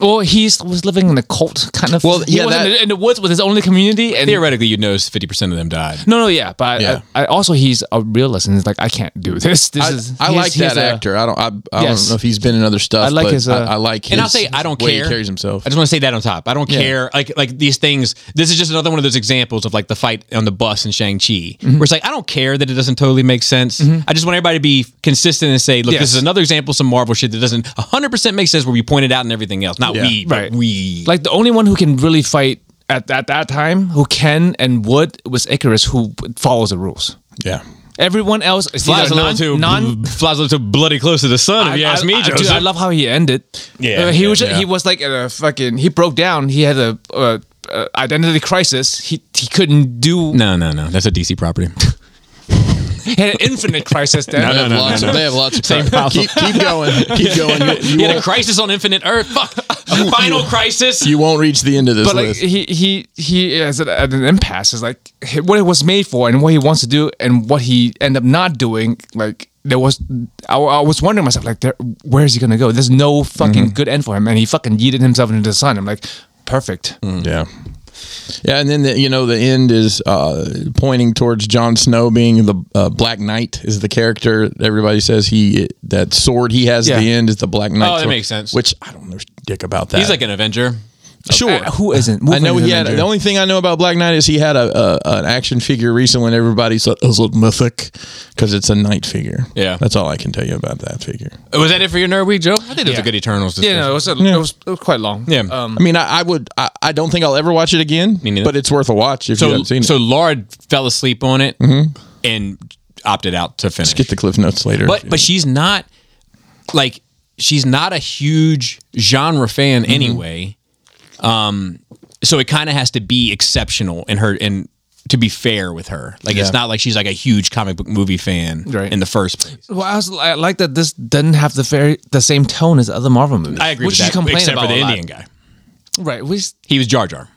[SPEAKER 3] well, he was living in a cult kind of.
[SPEAKER 1] Well,
[SPEAKER 3] he
[SPEAKER 1] yeah,
[SPEAKER 3] was in,
[SPEAKER 1] that-
[SPEAKER 3] the, in the woods with his only community, and
[SPEAKER 2] Theoretically, you'd notice 50% of them died.
[SPEAKER 3] no, no, yeah, but I-
[SPEAKER 1] Yeah.
[SPEAKER 3] I, also he's a realist, and he's like, I can't do this. This
[SPEAKER 1] I,
[SPEAKER 3] is.
[SPEAKER 1] I
[SPEAKER 3] he's-
[SPEAKER 1] like
[SPEAKER 3] he's
[SPEAKER 1] that
[SPEAKER 3] a-
[SPEAKER 1] actor. I don't. I, I
[SPEAKER 3] Yes.
[SPEAKER 1] don't know if he's been in other stuff.
[SPEAKER 3] I like
[SPEAKER 1] but
[SPEAKER 3] his, uh,
[SPEAKER 1] I, I like. His
[SPEAKER 2] and I'll say I don't
[SPEAKER 1] way
[SPEAKER 2] care.
[SPEAKER 1] He carries himself.
[SPEAKER 2] I just want to say that on top. I don't care. Like like these things. This is just another one of those examples of like the fight on the bus in Shang Chi,
[SPEAKER 3] Mm-hmm.
[SPEAKER 2] where it's like I don't care that it doesn't totally make sense. I just want everybody to be consistent and say, look,
[SPEAKER 3] Yes.
[SPEAKER 2] this is another example of some Marvel shit that doesn't 100 percent make sense where we pointed out and everything else. Not we, but
[SPEAKER 3] Right.
[SPEAKER 2] we.
[SPEAKER 3] like the only one who can really fight at, at that time who can and would was icarus who follows the rules
[SPEAKER 1] yeah.
[SPEAKER 3] everyone else is
[SPEAKER 2] flies
[SPEAKER 3] either
[SPEAKER 2] a little
[SPEAKER 3] non,
[SPEAKER 2] too
[SPEAKER 3] non
[SPEAKER 2] flies a little too bloody close to the sun. If you ask me,
[SPEAKER 3] I,
[SPEAKER 2] Joseph.
[SPEAKER 3] dude, I love how he ended.
[SPEAKER 2] Yeah,
[SPEAKER 3] Uh, he
[SPEAKER 2] yeah,
[SPEAKER 3] was ju-
[SPEAKER 2] yeah.
[SPEAKER 3] he was like at a fucking. He broke down. He had a uh, uh, identity crisis. He he couldn't do.
[SPEAKER 2] no, no, no. That's a DC property.
[SPEAKER 3] He had an infinite
[SPEAKER 2] <laughs>
[SPEAKER 3] crisis. Then.
[SPEAKER 1] They have
[SPEAKER 2] no,
[SPEAKER 1] lots
[SPEAKER 2] no,
[SPEAKER 1] of-
[SPEAKER 2] no.
[SPEAKER 1] They have lots of
[SPEAKER 2] Same problem.
[SPEAKER 1] Keep, keep going. Keep <laughs> going. You, you
[SPEAKER 2] he had a
[SPEAKER 1] won't,
[SPEAKER 2] crisis on Infinite Earth.
[SPEAKER 3] <laughs>
[SPEAKER 2] Fuck. A final crisis.
[SPEAKER 1] you won't reach the end of this
[SPEAKER 3] But like
[SPEAKER 1] list.
[SPEAKER 3] he he he is at, at an impasse. Is like he- what it was made for and what he wants to do and what he end up not doing. Like there was, I, I was wondering myself like, there, where is he gonna go? There's no fucking good end for him, and he fucking yeeted himself into the sun. I'm like, perfect.
[SPEAKER 1] Yeah. Yeah, and then the, you know the end is uh, pointing towards Jon Snow being the uh, Black Knight is the character everybody says he that sword he has at
[SPEAKER 3] Yeah.
[SPEAKER 1] the end is the Black Knight.
[SPEAKER 2] Oh, that
[SPEAKER 1] sword,
[SPEAKER 2] makes sense.
[SPEAKER 1] Which I don't know dick about that.
[SPEAKER 2] He's like an Avenger.
[SPEAKER 1] sure.
[SPEAKER 3] Uh, who isn't?
[SPEAKER 1] I know
[SPEAKER 3] Wolverine
[SPEAKER 1] he
[SPEAKER 3] is an
[SPEAKER 1] had.
[SPEAKER 3] Avenger.
[SPEAKER 1] The only thing I know about Black Knight is he had a, a an action figure recently, and everybody said it looked mythic because it's a knight figure.
[SPEAKER 2] Yeah.
[SPEAKER 1] that's all I can tell you about that figure.
[SPEAKER 2] Was that it for your nerd week, Joe? I think it was
[SPEAKER 3] Yeah.
[SPEAKER 2] a good Eternals discussion.
[SPEAKER 3] Yeah, no, it was, a, it was it was quite long. Um,
[SPEAKER 2] Yeah.
[SPEAKER 1] I mean, I, I would. I, I don't think I'll ever watch it again,
[SPEAKER 2] neither.
[SPEAKER 1] but it's worth a watch if you
[SPEAKER 2] so
[SPEAKER 1] haven't seen
[SPEAKER 2] so
[SPEAKER 1] it. Mm-hmm.
[SPEAKER 2] Laura fell asleep on it and opted out to finish.
[SPEAKER 1] Get the cliff notes later.
[SPEAKER 2] but but she's not
[SPEAKER 1] Mm-hmm.
[SPEAKER 2] like she's not a huge genre fan anyway. Um, so it kind of has to be exceptional in her and to be fair with her. Like it's
[SPEAKER 3] Yeah.
[SPEAKER 2] not like she's like a huge comic book movie fan
[SPEAKER 3] Right.
[SPEAKER 2] in the first place.
[SPEAKER 3] Well, I, was, I like that this doesn't have the very the same tone as other Marvel movies.
[SPEAKER 2] I agree
[SPEAKER 3] which
[SPEAKER 2] with that,
[SPEAKER 3] you complain
[SPEAKER 2] except
[SPEAKER 3] about
[SPEAKER 2] for the
[SPEAKER 3] a lot.
[SPEAKER 2] Indian guy.
[SPEAKER 3] right? Which
[SPEAKER 2] He was Jar Jar.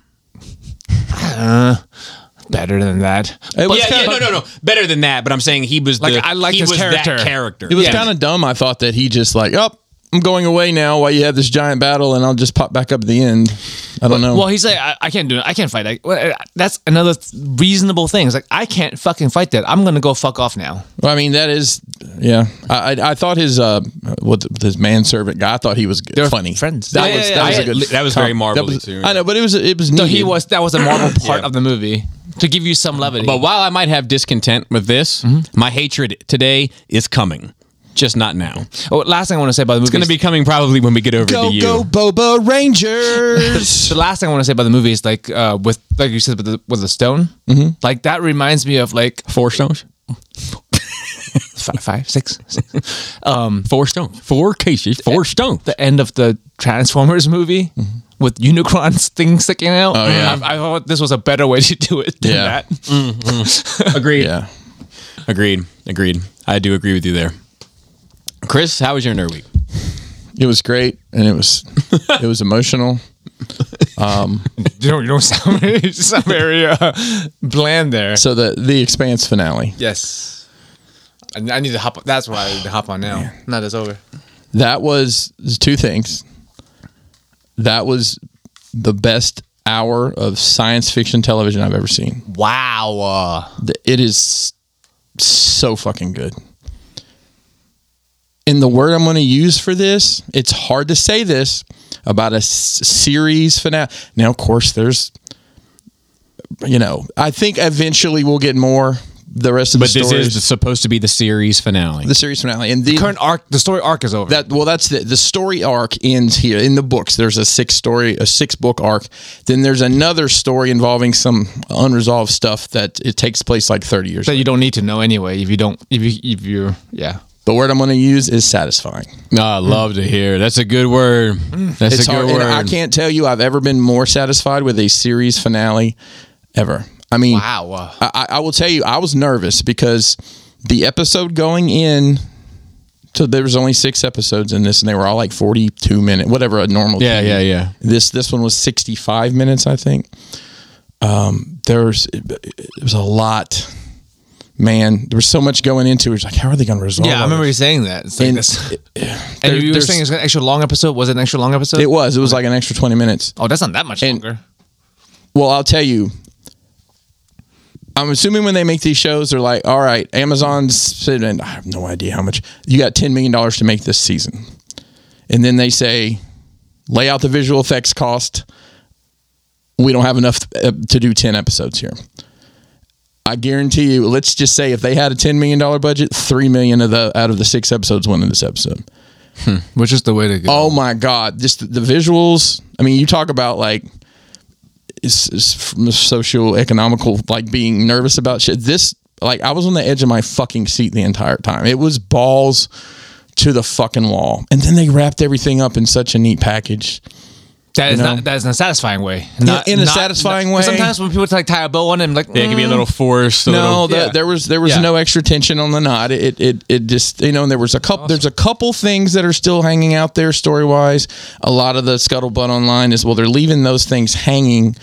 [SPEAKER 3] better than that.
[SPEAKER 1] It was
[SPEAKER 2] yeah,
[SPEAKER 1] kinda-
[SPEAKER 2] yeah, no, no, no. Better than that, but I'm saying he was
[SPEAKER 3] Like,
[SPEAKER 2] the,
[SPEAKER 3] I liked
[SPEAKER 2] he
[SPEAKER 3] his
[SPEAKER 2] was
[SPEAKER 3] character.
[SPEAKER 2] That character.
[SPEAKER 1] It was kind of dumb. I thought that he just like, oh, I'm going away now while you have this giant battle, and I'll just pop back up at the end. I don't know.
[SPEAKER 3] Well, he's like, I, I can't do it. I can't fight. I, well, I- that's another th- reasonable thing. It's like I can't fucking fight that. I'm gonna go fuck off now.
[SPEAKER 1] Well, I mean, that is, yeah. I I, I thought his uh, what his manservant guy. I thought he was good,
[SPEAKER 3] They're
[SPEAKER 1] funny.
[SPEAKER 3] friends.
[SPEAKER 1] That
[SPEAKER 3] Yeah,
[SPEAKER 1] was
[SPEAKER 3] yeah,
[SPEAKER 1] that was
[SPEAKER 2] yeah.
[SPEAKER 1] a good.
[SPEAKER 2] That was very
[SPEAKER 1] com-
[SPEAKER 2] Marvel-y
[SPEAKER 1] was-
[SPEAKER 2] too,
[SPEAKER 1] I know, but it was it was.
[SPEAKER 3] So
[SPEAKER 1] needed.
[SPEAKER 3] he was that was a Marvel part of the movie to give you some levity.
[SPEAKER 2] But while I might have discontent with this, my hatred today is coming. Just not now. It's
[SPEAKER 3] oh, last thing I want to say about the movie.
[SPEAKER 2] going to be coming probably when we get over
[SPEAKER 1] go
[SPEAKER 2] to you.
[SPEAKER 1] go Boba Rangers.
[SPEAKER 3] the last thing I want to say about the movie is like uh, with like you said with the, with the stone. Mm-hmm. Like that reminds me of like
[SPEAKER 2] Four stones?
[SPEAKER 3] five, five six, <laughs> six. um,
[SPEAKER 2] Four stones. Four cases. Four stones.
[SPEAKER 3] the end of the Transformers movie with <laughs> Unicron's thing sticking out. Oh
[SPEAKER 1] yeah.
[SPEAKER 3] I, I thought this was a better way to do it than
[SPEAKER 1] Yeah.
[SPEAKER 3] that. <laughs>
[SPEAKER 2] Agreed.
[SPEAKER 1] <laughs> yeah.
[SPEAKER 2] Agreed. Agreed. I do agree with you there. Chris, how was your nerd week?
[SPEAKER 1] It was great, and it was it was emotional.
[SPEAKER 3] You don't, you don't sound very, <laughs> you sound very uh, bland there.
[SPEAKER 1] So the the Expanse finale
[SPEAKER 3] Yes. I, I need to hop. That's why I need to hop on now. Not as over.
[SPEAKER 1] that was two things. That was the best hour of science fiction television I've ever seen.
[SPEAKER 3] Wow. Uh,
[SPEAKER 1] Th- It is so fucking good. And the word I'm going to use for this, it's hard to say this about a s- series finale. Now, of course, there's, you know, I think eventually we'll get more. The rest of
[SPEAKER 2] But
[SPEAKER 1] the
[SPEAKER 2] this
[SPEAKER 1] stories,
[SPEAKER 2] is supposed to be the series finale.
[SPEAKER 1] the series finale, and the
[SPEAKER 3] current arc. The story arc is over.
[SPEAKER 1] that well, that's the the story arc ends here in the books. There's a six story, a six book arc. Then there's another story involving some unresolved stuff that it takes place like 30 years.
[SPEAKER 3] that you don't need to know anyway. If you don't, if you, if you're, yeah.
[SPEAKER 1] The word I'm going to use is satisfying.
[SPEAKER 2] No, I love to hear. That's a good word. That's
[SPEAKER 1] Mm. It's
[SPEAKER 2] a good
[SPEAKER 1] hard,
[SPEAKER 2] word.
[SPEAKER 1] and I can't tell you I've ever been more satisfied with a series finale ever. I mean,
[SPEAKER 3] Wow. Uh,
[SPEAKER 1] I, I- I will tell you, I was nervous because the episode going in. So there was only six episodes in this, and they were all like forty-two minute, whatever a normal.
[SPEAKER 2] Yeah,
[SPEAKER 1] TV.
[SPEAKER 2] yeah, yeah.
[SPEAKER 1] This this one was sixty-five minutes, I think. Um, there's it was a lot, man. There was so much going into. it. It was like, how are they going to resolve?
[SPEAKER 3] yeah, I
[SPEAKER 1] all
[SPEAKER 3] remember
[SPEAKER 1] this?
[SPEAKER 3] you saying that. It's like
[SPEAKER 1] And-
[SPEAKER 3] this.
[SPEAKER 1] there-
[SPEAKER 3] and you were
[SPEAKER 1] there's-
[SPEAKER 3] saying it's an extra long episode. Was it an extra long episode?
[SPEAKER 1] It was. It was like an extra twenty minutes.
[SPEAKER 3] oh, that's not that much
[SPEAKER 1] And-
[SPEAKER 3] longer.
[SPEAKER 1] Well, I'll tell you. I'm assuming when they make these shows, they're like, all right, Amazon's, and I have no idea how much, you got $10 million to make this season. And then they say, lay out the visual effects cost. We don't have enough uh, to do 10 episodes here. I guarantee you, let's just say if they had a $10 million budget, 3 million of the, out of the six episodes went in this episode.
[SPEAKER 3] Which is the way to go.
[SPEAKER 1] Oh my god! Just the, the visuals. I mean, you talk about like it's, it's from a social economical like being nervous about shit. This like I was on the edge of my fucking seat the entire time. It was balls to the fucking wall, and then they wrapped everything up in such a neat package.
[SPEAKER 3] That is
[SPEAKER 1] know?
[SPEAKER 3] not that is in a satisfying way. Not,
[SPEAKER 1] in a satisfying
[SPEAKER 3] 'cause
[SPEAKER 1] way.
[SPEAKER 3] Sometimes when people like tie a bow on them, like mm.
[SPEAKER 2] Yeah, it can be a little forced. A
[SPEAKER 1] No,
[SPEAKER 2] little,
[SPEAKER 1] the, there was there was
[SPEAKER 3] Yeah.
[SPEAKER 1] no extra tension on the knot. It it it just you know, and there was a couple. There's a couple things that are still hanging out there story wise. A lot of the scuttlebutt online is well, they're leaving those things hanging.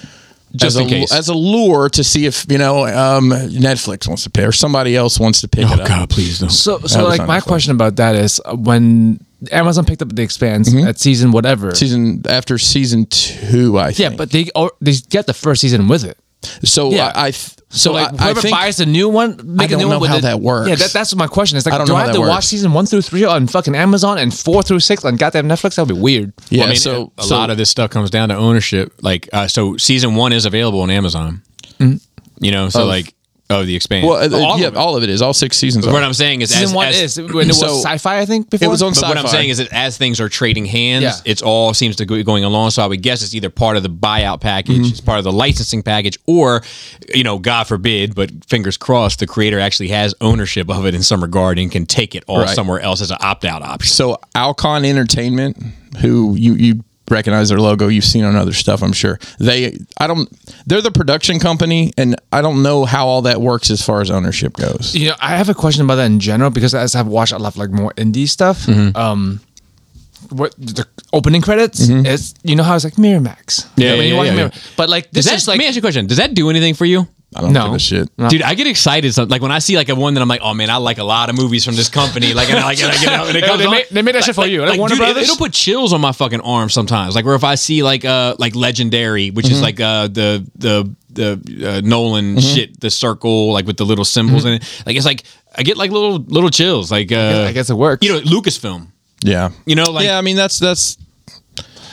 [SPEAKER 1] as
[SPEAKER 2] Just in
[SPEAKER 1] a,
[SPEAKER 2] case.
[SPEAKER 1] as a lure to see if you know um, Netflix wants to pay or somebody else wants to pick
[SPEAKER 3] Oh,
[SPEAKER 1] it up.
[SPEAKER 2] Oh, please don't.
[SPEAKER 3] So,
[SPEAKER 1] That
[SPEAKER 3] so
[SPEAKER 1] was
[SPEAKER 3] like
[SPEAKER 1] not
[SPEAKER 3] my
[SPEAKER 1] a fun-
[SPEAKER 3] question about that is uh, when Amazon picked up the Expanse
[SPEAKER 1] Mm-hmm.
[SPEAKER 3] at season whatever.
[SPEAKER 1] Season after season two, I
[SPEAKER 3] yeah,
[SPEAKER 1] think.
[SPEAKER 3] but they or they get the first season with it.
[SPEAKER 1] so I,
[SPEAKER 3] yeah.
[SPEAKER 1] I th-
[SPEAKER 3] So
[SPEAKER 1] so
[SPEAKER 3] like
[SPEAKER 1] I, I
[SPEAKER 3] whoever
[SPEAKER 1] think
[SPEAKER 3] buys the new one, make
[SPEAKER 1] don't
[SPEAKER 3] a
[SPEAKER 1] know
[SPEAKER 3] new one with
[SPEAKER 1] how
[SPEAKER 3] it.
[SPEAKER 1] that works.
[SPEAKER 3] Yeah, that, that's my question. It's like
[SPEAKER 1] I don't
[SPEAKER 3] do
[SPEAKER 1] know
[SPEAKER 3] I
[SPEAKER 1] how
[SPEAKER 3] have
[SPEAKER 1] that
[SPEAKER 3] to watch
[SPEAKER 1] works.
[SPEAKER 3] season one through three on fucking Amazon and four through six on goddamn Netflix? That'd be weird.
[SPEAKER 1] yeah,
[SPEAKER 2] I mean,
[SPEAKER 1] so
[SPEAKER 2] a lot of this stuff comes down to ownership. Like, uh, so season one is available on Amazon. You know, so like, oh, the expanse.
[SPEAKER 1] Mm-hmm. well, uh,
[SPEAKER 3] all of
[SPEAKER 1] yeah,
[SPEAKER 3] it.
[SPEAKER 1] all of it is all six seasons.
[SPEAKER 2] what
[SPEAKER 1] are.
[SPEAKER 2] I'm saying is,
[SPEAKER 3] Season
[SPEAKER 2] as,
[SPEAKER 3] one
[SPEAKER 2] as-
[SPEAKER 3] is when it was
[SPEAKER 1] so-
[SPEAKER 3] sci-fi. I think before
[SPEAKER 1] It was on
[SPEAKER 2] But what I'm
[SPEAKER 1] Sci-fi.
[SPEAKER 2] saying is that as things are trading hands,
[SPEAKER 3] Yeah.
[SPEAKER 2] it's all seems to be going along. So I would guess it's either part of the buyout package,
[SPEAKER 1] Mm-hmm.
[SPEAKER 2] it's part of the licensing package, or, you know, God forbid, but fingers crossed, the creator actually has ownership of it in some regard and can take it all
[SPEAKER 1] Right.
[SPEAKER 2] somewhere else as an opt out option.
[SPEAKER 1] So Alcon Entertainment, who you you recognize their logo. You've seen on other stuff, I'm sure. They, I don't. They're the production company, and I don't know how all that works as far as ownership goes.
[SPEAKER 3] You know, I have a question about that in general because as I've watched a lot of like more indie stuff,
[SPEAKER 1] Mm-hmm.
[SPEAKER 3] um, what the opening credits
[SPEAKER 1] Mm-hmm.
[SPEAKER 3] is you know how it's like Miramax.
[SPEAKER 2] Yeah,
[SPEAKER 3] You know, when
[SPEAKER 2] yeah,
[SPEAKER 3] you watch
[SPEAKER 2] yeah,
[SPEAKER 3] Miramax-
[SPEAKER 2] yeah.
[SPEAKER 3] But like
[SPEAKER 2] Does
[SPEAKER 3] this
[SPEAKER 2] that,
[SPEAKER 3] is like
[SPEAKER 2] let me ask you a question. Does that do anything for you?
[SPEAKER 1] I don't
[SPEAKER 3] No.
[SPEAKER 1] give a shit.
[SPEAKER 2] Dude, I get excited. Some, like when I see like a one that I'm like, oh man, I like a lot of movies from this company. Like, and I like, and I get out
[SPEAKER 3] <laughs>
[SPEAKER 2] and it
[SPEAKER 3] They-
[SPEAKER 2] comes
[SPEAKER 3] they
[SPEAKER 2] on.
[SPEAKER 3] made- they made that
[SPEAKER 2] Like-
[SPEAKER 3] shit for
[SPEAKER 2] like-
[SPEAKER 3] you. Like
[SPEAKER 2] Like,
[SPEAKER 3] Warner
[SPEAKER 2] dude, it,
[SPEAKER 3] Brothers?
[SPEAKER 2] it'll put chills on my fucking arm sometimes. Like, or if I see like uh like Legendary, which
[SPEAKER 3] Mm-hmm.
[SPEAKER 2] is like uh the the the uh, Nolan shit, the circle like with the little symbols in it. Like it's like I get like little little chills. Like uh,
[SPEAKER 3] Mm-hmm. I guess it works.
[SPEAKER 2] You know, Lucasfilm.
[SPEAKER 1] Yeah.
[SPEAKER 2] You know, like
[SPEAKER 1] yeah, I mean that's that's.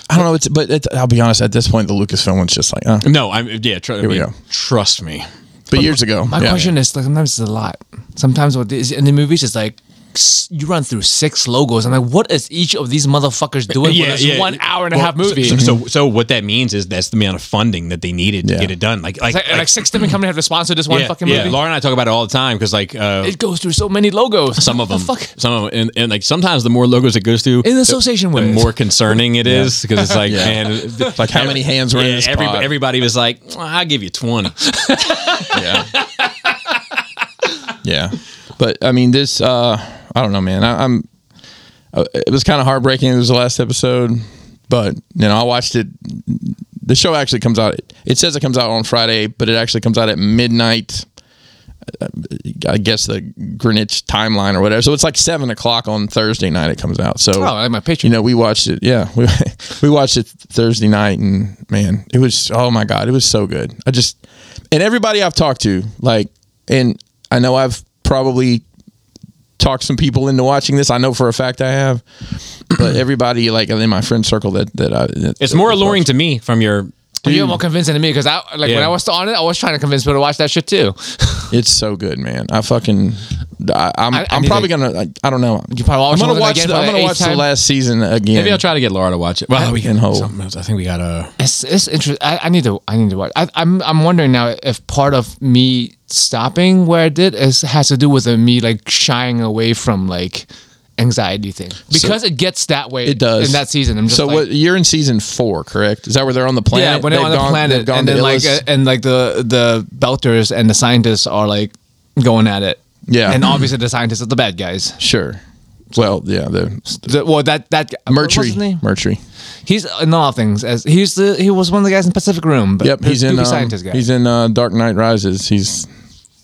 [SPEAKER 1] I don't know. It's but it, I'll be honest. At this point, the Lucasfilm one's just like, uh,
[SPEAKER 2] no, I'm yeah. Tr- I
[SPEAKER 1] we
[SPEAKER 2] mean,
[SPEAKER 1] go.
[SPEAKER 2] Trust me.
[SPEAKER 1] but years ago.
[SPEAKER 3] My
[SPEAKER 1] yeah.
[SPEAKER 3] question is like sometimes it's a lot. Sometimes what is in the movies is like s- you run through six logos. I'm like, what is each of these motherfuckers doing for this one hour and a
[SPEAKER 2] Well,
[SPEAKER 3] half movie? Mm-hmm.
[SPEAKER 2] So, so, so what that means is that's the amount of funding that they needed to
[SPEAKER 1] Yeah.
[SPEAKER 2] get it done. Like, like,
[SPEAKER 3] It's <laughs> like, like six different companies have to sponsor this one
[SPEAKER 2] yeah,
[SPEAKER 3] fucking
[SPEAKER 2] yeah.
[SPEAKER 3] movie.
[SPEAKER 2] Laura and I talk about it all the time because, like, uh,
[SPEAKER 3] It goes through so many logos.
[SPEAKER 2] some of
[SPEAKER 3] The
[SPEAKER 2] them,
[SPEAKER 3] fuck?
[SPEAKER 2] some of them, and, and like sometimes the more logos it goes through,
[SPEAKER 3] In association
[SPEAKER 2] the,
[SPEAKER 3] with it.
[SPEAKER 2] the more concerning it is because it's <laughs> like, man,
[SPEAKER 1] Like how many hands were in
[SPEAKER 2] yeah,
[SPEAKER 1] this
[SPEAKER 2] every,
[SPEAKER 1] pot?
[SPEAKER 2] everybody was like, "Well, I'll give you 20.
[SPEAKER 1] yeah. yeah. But I mean, this, uh, I don't know, man. I, I'm, uh, it was kind of heartbreaking. It was the last episode, but, you know, I watched it. The show actually comes out, it says it comes out on Friday, but it actually comes out at midnight. uh, I guess the Greenwich timeline or whatever. So it's like seven o'clock on Thursday night. It comes out. So
[SPEAKER 3] Oh, I like my picture.
[SPEAKER 1] you know, we watched it. Yeah, <laughs> we we watched it Thursday night, and man, it was oh my god, it was so good. I just and everybody I've talked to, like, and I know I've probably talked some people into watching this. I know for a fact I have,
[SPEAKER 3] <clears throat>
[SPEAKER 1] but everybody like in my friend circle that that I that-
[SPEAKER 2] It's
[SPEAKER 1] that
[SPEAKER 2] more
[SPEAKER 1] was
[SPEAKER 2] alluring to me from your.
[SPEAKER 3] You're more convincing than me because I like when
[SPEAKER 2] Yeah.
[SPEAKER 3] I was on it, I was trying to convince people to watch that shit too.
[SPEAKER 1] watching- It's so good, man. I fucking. I, I'm,
[SPEAKER 3] I-
[SPEAKER 1] I,
[SPEAKER 3] I
[SPEAKER 1] am
[SPEAKER 3] need
[SPEAKER 1] probably
[SPEAKER 3] to-
[SPEAKER 1] gonna. I, I don't know.
[SPEAKER 3] You probably watch
[SPEAKER 1] I'm gonna
[SPEAKER 3] something
[SPEAKER 1] watch.
[SPEAKER 3] again
[SPEAKER 1] The,
[SPEAKER 3] for
[SPEAKER 1] I'm
[SPEAKER 3] the
[SPEAKER 1] gonna
[SPEAKER 3] eighth
[SPEAKER 1] watch the
[SPEAKER 3] time?
[SPEAKER 1] last season again.
[SPEAKER 2] Maybe I'll try to get Laura to watch it. Well, we
[SPEAKER 1] can hold.
[SPEAKER 2] something else. I think we got a.
[SPEAKER 3] It's, it's interesting. I, I need to. I need to watch. I, I'm. I'm wondering now if part of me stopping where I did is has to do with uh, me like shying away from like anxiety thing because it gets that way.
[SPEAKER 1] It does
[SPEAKER 3] in that season. I'm just
[SPEAKER 1] so
[SPEAKER 3] like,
[SPEAKER 1] what? You're in season four, correct? Is that where they're on the planet?
[SPEAKER 3] Yeah, when they're
[SPEAKER 1] They've
[SPEAKER 3] on the
[SPEAKER 1] gone- they've
[SPEAKER 3] planet,
[SPEAKER 1] gone
[SPEAKER 3] and
[SPEAKER 1] to
[SPEAKER 3] then like,
[SPEAKER 1] Illus?
[SPEAKER 3] uh, and like the the belters and the scientists are like going at it.
[SPEAKER 1] Yeah.
[SPEAKER 3] and obviously the scientists are the bad guys.
[SPEAKER 1] sure. Well, yeah, the
[SPEAKER 3] The- well, that that what's
[SPEAKER 1] Mercury,
[SPEAKER 3] his name?
[SPEAKER 1] Mercury.
[SPEAKER 3] He's in all things. As he's the he was one of the guys in Pacific Room. But
[SPEAKER 1] Yep,
[SPEAKER 3] Uh, the
[SPEAKER 1] he's in.
[SPEAKER 3] goofy
[SPEAKER 1] Um,
[SPEAKER 3] scientist guy.
[SPEAKER 1] He's in uh, Dark Knight Rises. He's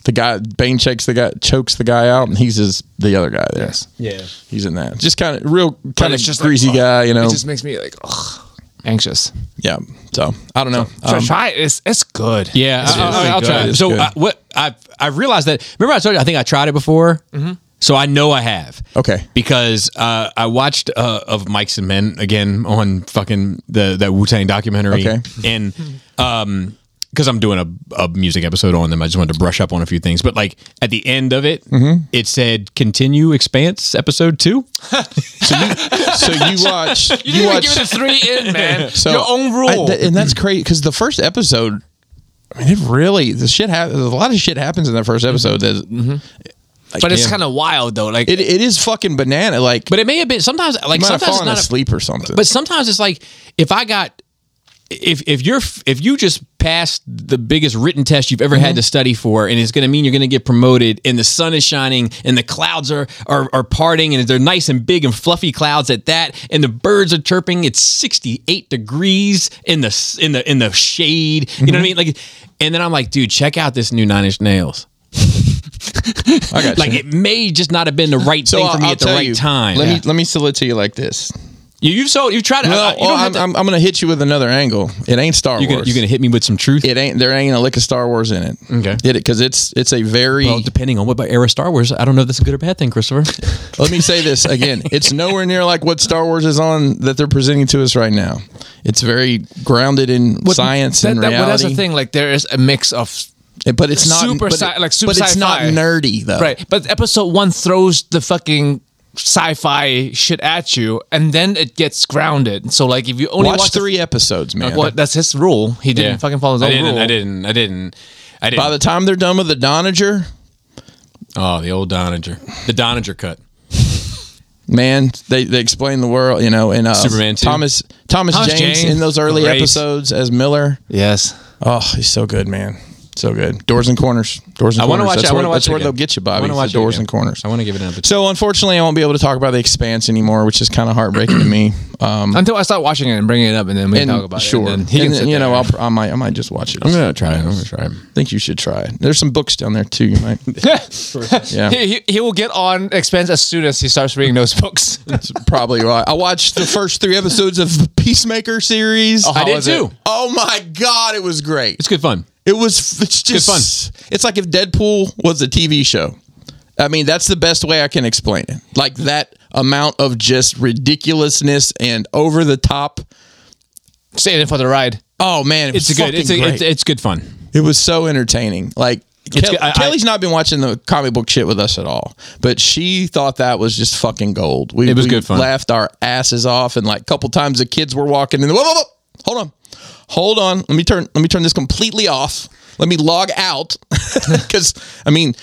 [SPEAKER 1] the guy. Bane chokes the guy, chokes the guy out, and he's his, the other guy there.
[SPEAKER 3] Yes.
[SPEAKER 4] Yeah.
[SPEAKER 1] He's in that. Just kind of real, kind of
[SPEAKER 3] it's just like,
[SPEAKER 1] greasy
[SPEAKER 3] oh,
[SPEAKER 1] guy, you know.
[SPEAKER 3] It just makes me like ugh, anxious.
[SPEAKER 1] yeah. So I don't know.
[SPEAKER 3] So <laughs>
[SPEAKER 1] Um,
[SPEAKER 3] try it. It's, it's good.
[SPEAKER 2] Yeah, I,
[SPEAKER 1] really
[SPEAKER 2] will
[SPEAKER 1] good.
[SPEAKER 2] try. it.
[SPEAKER 1] It's
[SPEAKER 2] So
[SPEAKER 1] good.
[SPEAKER 2] I, what I I realized that. Remember I told you I think I tried it before. So I know I have.
[SPEAKER 1] Mm-hmm. Okay.
[SPEAKER 2] Because uh, I watched uh, of Mike's and Men again on fucking the that Wu Tang documentary.
[SPEAKER 1] Okay.
[SPEAKER 2] And um, because I'm doing a, a music episode on them, I just wanted to brush up on a few things. But like at the end of it,
[SPEAKER 1] Mm-hmm.
[SPEAKER 2] it said continue Expanse episode two.
[SPEAKER 1] so you watch. you
[SPEAKER 3] <laughs> You
[SPEAKER 1] watch.
[SPEAKER 3] give it a three
[SPEAKER 1] <laughs>
[SPEAKER 3] in, man.
[SPEAKER 1] So
[SPEAKER 3] Your own rule.
[SPEAKER 1] I- th- and that's crazy because the first episode, I mean, it really the shit happens. A lot of shit happens in that first episode. That,
[SPEAKER 2] Mm-hmm.
[SPEAKER 3] but it's
[SPEAKER 1] yeah.
[SPEAKER 3] kind of wild though. Like
[SPEAKER 1] it, it is fucking banana. Like,
[SPEAKER 2] But it may have been sometimes like
[SPEAKER 1] you might have
[SPEAKER 2] sometimes it's
[SPEAKER 1] fallen
[SPEAKER 2] not a-
[SPEAKER 1] asleep or something.
[SPEAKER 2] But sometimes it's like if I got if if you're if you just passed the biggest written test you've ever
[SPEAKER 1] Mm-hmm.
[SPEAKER 2] had to study for, and it's going to mean you're going to get promoted, and the sun is shining, and the clouds are, are are parting, and they're nice and big and fluffy clouds at that, and the birds are chirping. It's 68 degrees in the s- in the in the shade. You
[SPEAKER 1] Mm-hmm.
[SPEAKER 2] know what I mean? Like, and then I'm like, dude, check out this new Nine Inch Nails.
[SPEAKER 1] I got
[SPEAKER 2] Like,
[SPEAKER 1] you.
[SPEAKER 2] it may just not have been the right
[SPEAKER 1] So
[SPEAKER 2] thing
[SPEAKER 1] I'll-
[SPEAKER 2] for me
[SPEAKER 1] I'll
[SPEAKER 2] at the
[SPEAKER 1] tell
[SPEAKER 2] right
[SPEAKER 1] you.
[SPEAKER 2] time.
[SPEAKER 1] Let
[SPEAKER 2] Yeah.
[SPEAKER 1] me let me sell it to you like this.
[SPEAKER 2] you, you've sold. You've tried. to-
[SPEAKER 1] No,
[SPEAKER 2] I- I- you don't have
[SPEAKER 1] I'm,
[SPEAKER 2] to-
[SPEAKER 1] I'm, I'm gonna hit you with another angle. It ain't Star
[SPEAKER 2] you're gonna,
[SPEAKER 1] Wars.
[SPEAKER 2] you're gonna hit me with some truth.
[SPEAKER 1] it ain't there ain't a lick of Star Wars in it.
[SPEAKER 2] Okay.
[SPEAKER 1] it because it's it's a very.
[SPEAKER 2] Well, depending on what by era Star Wars, I don't know if that's a good or bad thing, <laughs> Christopher.
[SPEAKER 1] <laughs> let me say this again. It's nowhere near like what Star Wars is on that they're presenting to us right now. It's very grounded in science
[SPEAKER 3] that,
[SPEAKER 1] and
[SPEAKER 3] that-
[SPEAKER 1] reality.
[SPEAKER 3] well, that's the thing. Like there is a mix of
[SPEAKER 1] It- but it's not
[SPEAKER 3] Super
[SPEAKER 1] but
[SPEAKER 3] sci- like super
[SPEAKER 1] but it's not
[SPEAKER 3] sci-fi.
[SPEAKER 1] nerdy though.
[SPEAKER 3] right. But episode one throws the fucking sci-fi shit at you, and then it gets grounded. So like if you only
[SPEAKER 1] Watch,
[SPEAKER 3] watch, the-
[SPEAKER 1] three episodes, man.
[SPEAKER 3] Well, that's his rule. He didn't fucking follow his
[SPEAKER 2] I
[SPEAKER 3] own
[SPEAKER 2] didn't,
[SPEAKER 3] rule.
[SPEAKER 2] I didn't. I didn't. I didn't.
[SPEAKER 1] By the time they're done with the Doniger,
[SPEAKER 2] oh, the old Doniger, the Doniger cut.
[SPEAKER 1] man. They they explain the world, you know, and uh,
[SPEAKER 2] Superman 2.
[SPEAKER 1] Thomas Thomas,
[SPEAKER 3] Thomas
[SPEAKER 1] James,
[SPEAKER 3] Jane.
[SPEAKER 1] in those early
[SPEAKER 3] Great.
[SPEAKER 1] episodes as Miller.
[SPEAKER 3] Yes.
[SPEAKER 1] Oh, he's so good, man. So good. Doors and corners. Doors and
[SPEAKER 2] I want
[SPEAKER 1] corners.
[SPEAKER 2] to watch.
[SPEAKER 1] That's
[SPEAKER 2] I
[SPEAKER 1] where,
[SPEAKER 2] want to watch.
[SPEAKER 1] that's
[SPEAKER 2] it
[SPEAKER 1] where
[SPEAKER 2] again.
[SPEAKER 1] they'll get you,
[SPEAKER 2] I
[SPEAKER 1] Bobby.
[SPEAKER 2] wanna
[SPEAKER 1] is
[SPEAKER 2] watch it
[SPEAKER 1] the doors
[SPEAKER 2] again.
[SPEAKER 1] and corners.
[SPEAKER 2] I want to give it another.
[SPEAKER 1] So unfortunately, I won't be able to talk about the Expanse anymore, which is kind of heartbreaking to me. Um,
[SPEAKER 3] Until I start watching it and bringing it up, and then we can
[SPEAKER 1] and
[SPEAKER 3] talk about
[SPEAKER 1] sure,
[SPEAKER 3] it. and then
[SPEAKER 1] And
[SPEAKER 3] sit
[SPEAKER 1] you know,
[SPEAKER 3] there.
[SPEAKER 1] I'll, I might, I might just watch it.
[SPEAKER 2] I'm gonna try. it. I'm gonna try. it.
[SPEAKER 1] I think you should try. it. There's some books down there too. You
[SPEAKER 3] <laughs>
[SPEAKER 1] might. yeah.
[SPEAKER 3] He, he, he will get on expense as soon as he starts reading those books.
[SPEAKER 1] That's probably why. I watched the first three episodes of the Peacemaker series.
[SPEAKER 2] I did
[SPEAKER 3] was it?
[SPEAKER 2] too.
[SPEAKER 1] Oh my god, it was great.
[SPEAKER 2] It's good fun.
[SPEAKER 1] It was it's just
[SPEAKER 2] fun.
[SPEAKER 1] It's like if Deadpool was a TV show. I mean, that's the best way I can explain it. Like that amount of just ridiculousness and over the top.
[SPEAKER 3] Staying in for the ride.
[SPEAKER 1] Oh man, it
[SPEAKER 2] It's a
[SPEAKER 1] was
[SPEAKER 2] good. It's a,
[SPEAKER 1] fucking great.
[SPEAKER 2] it's, it's good fun.
[SPEAKER 1] It was so entertaining. Like Kel-
[SPEAKER 2] good. I- I-
[SPEAKER 1] Kelly's not been watching the comic book shit with us at all, but she thought that was just fucking gold. We,
[SPEAKER 2] It was
[SPEAKER 1] we
[SPEAKER 2] good fun.
[SPEAKER 1] Laughed our asses off, and like a couple times the kids were walking in. Whoa, whoa, whoa. Hold on, hold on. Let me turn. Let me turn this completely off. Let me log out <laughs> because I mean,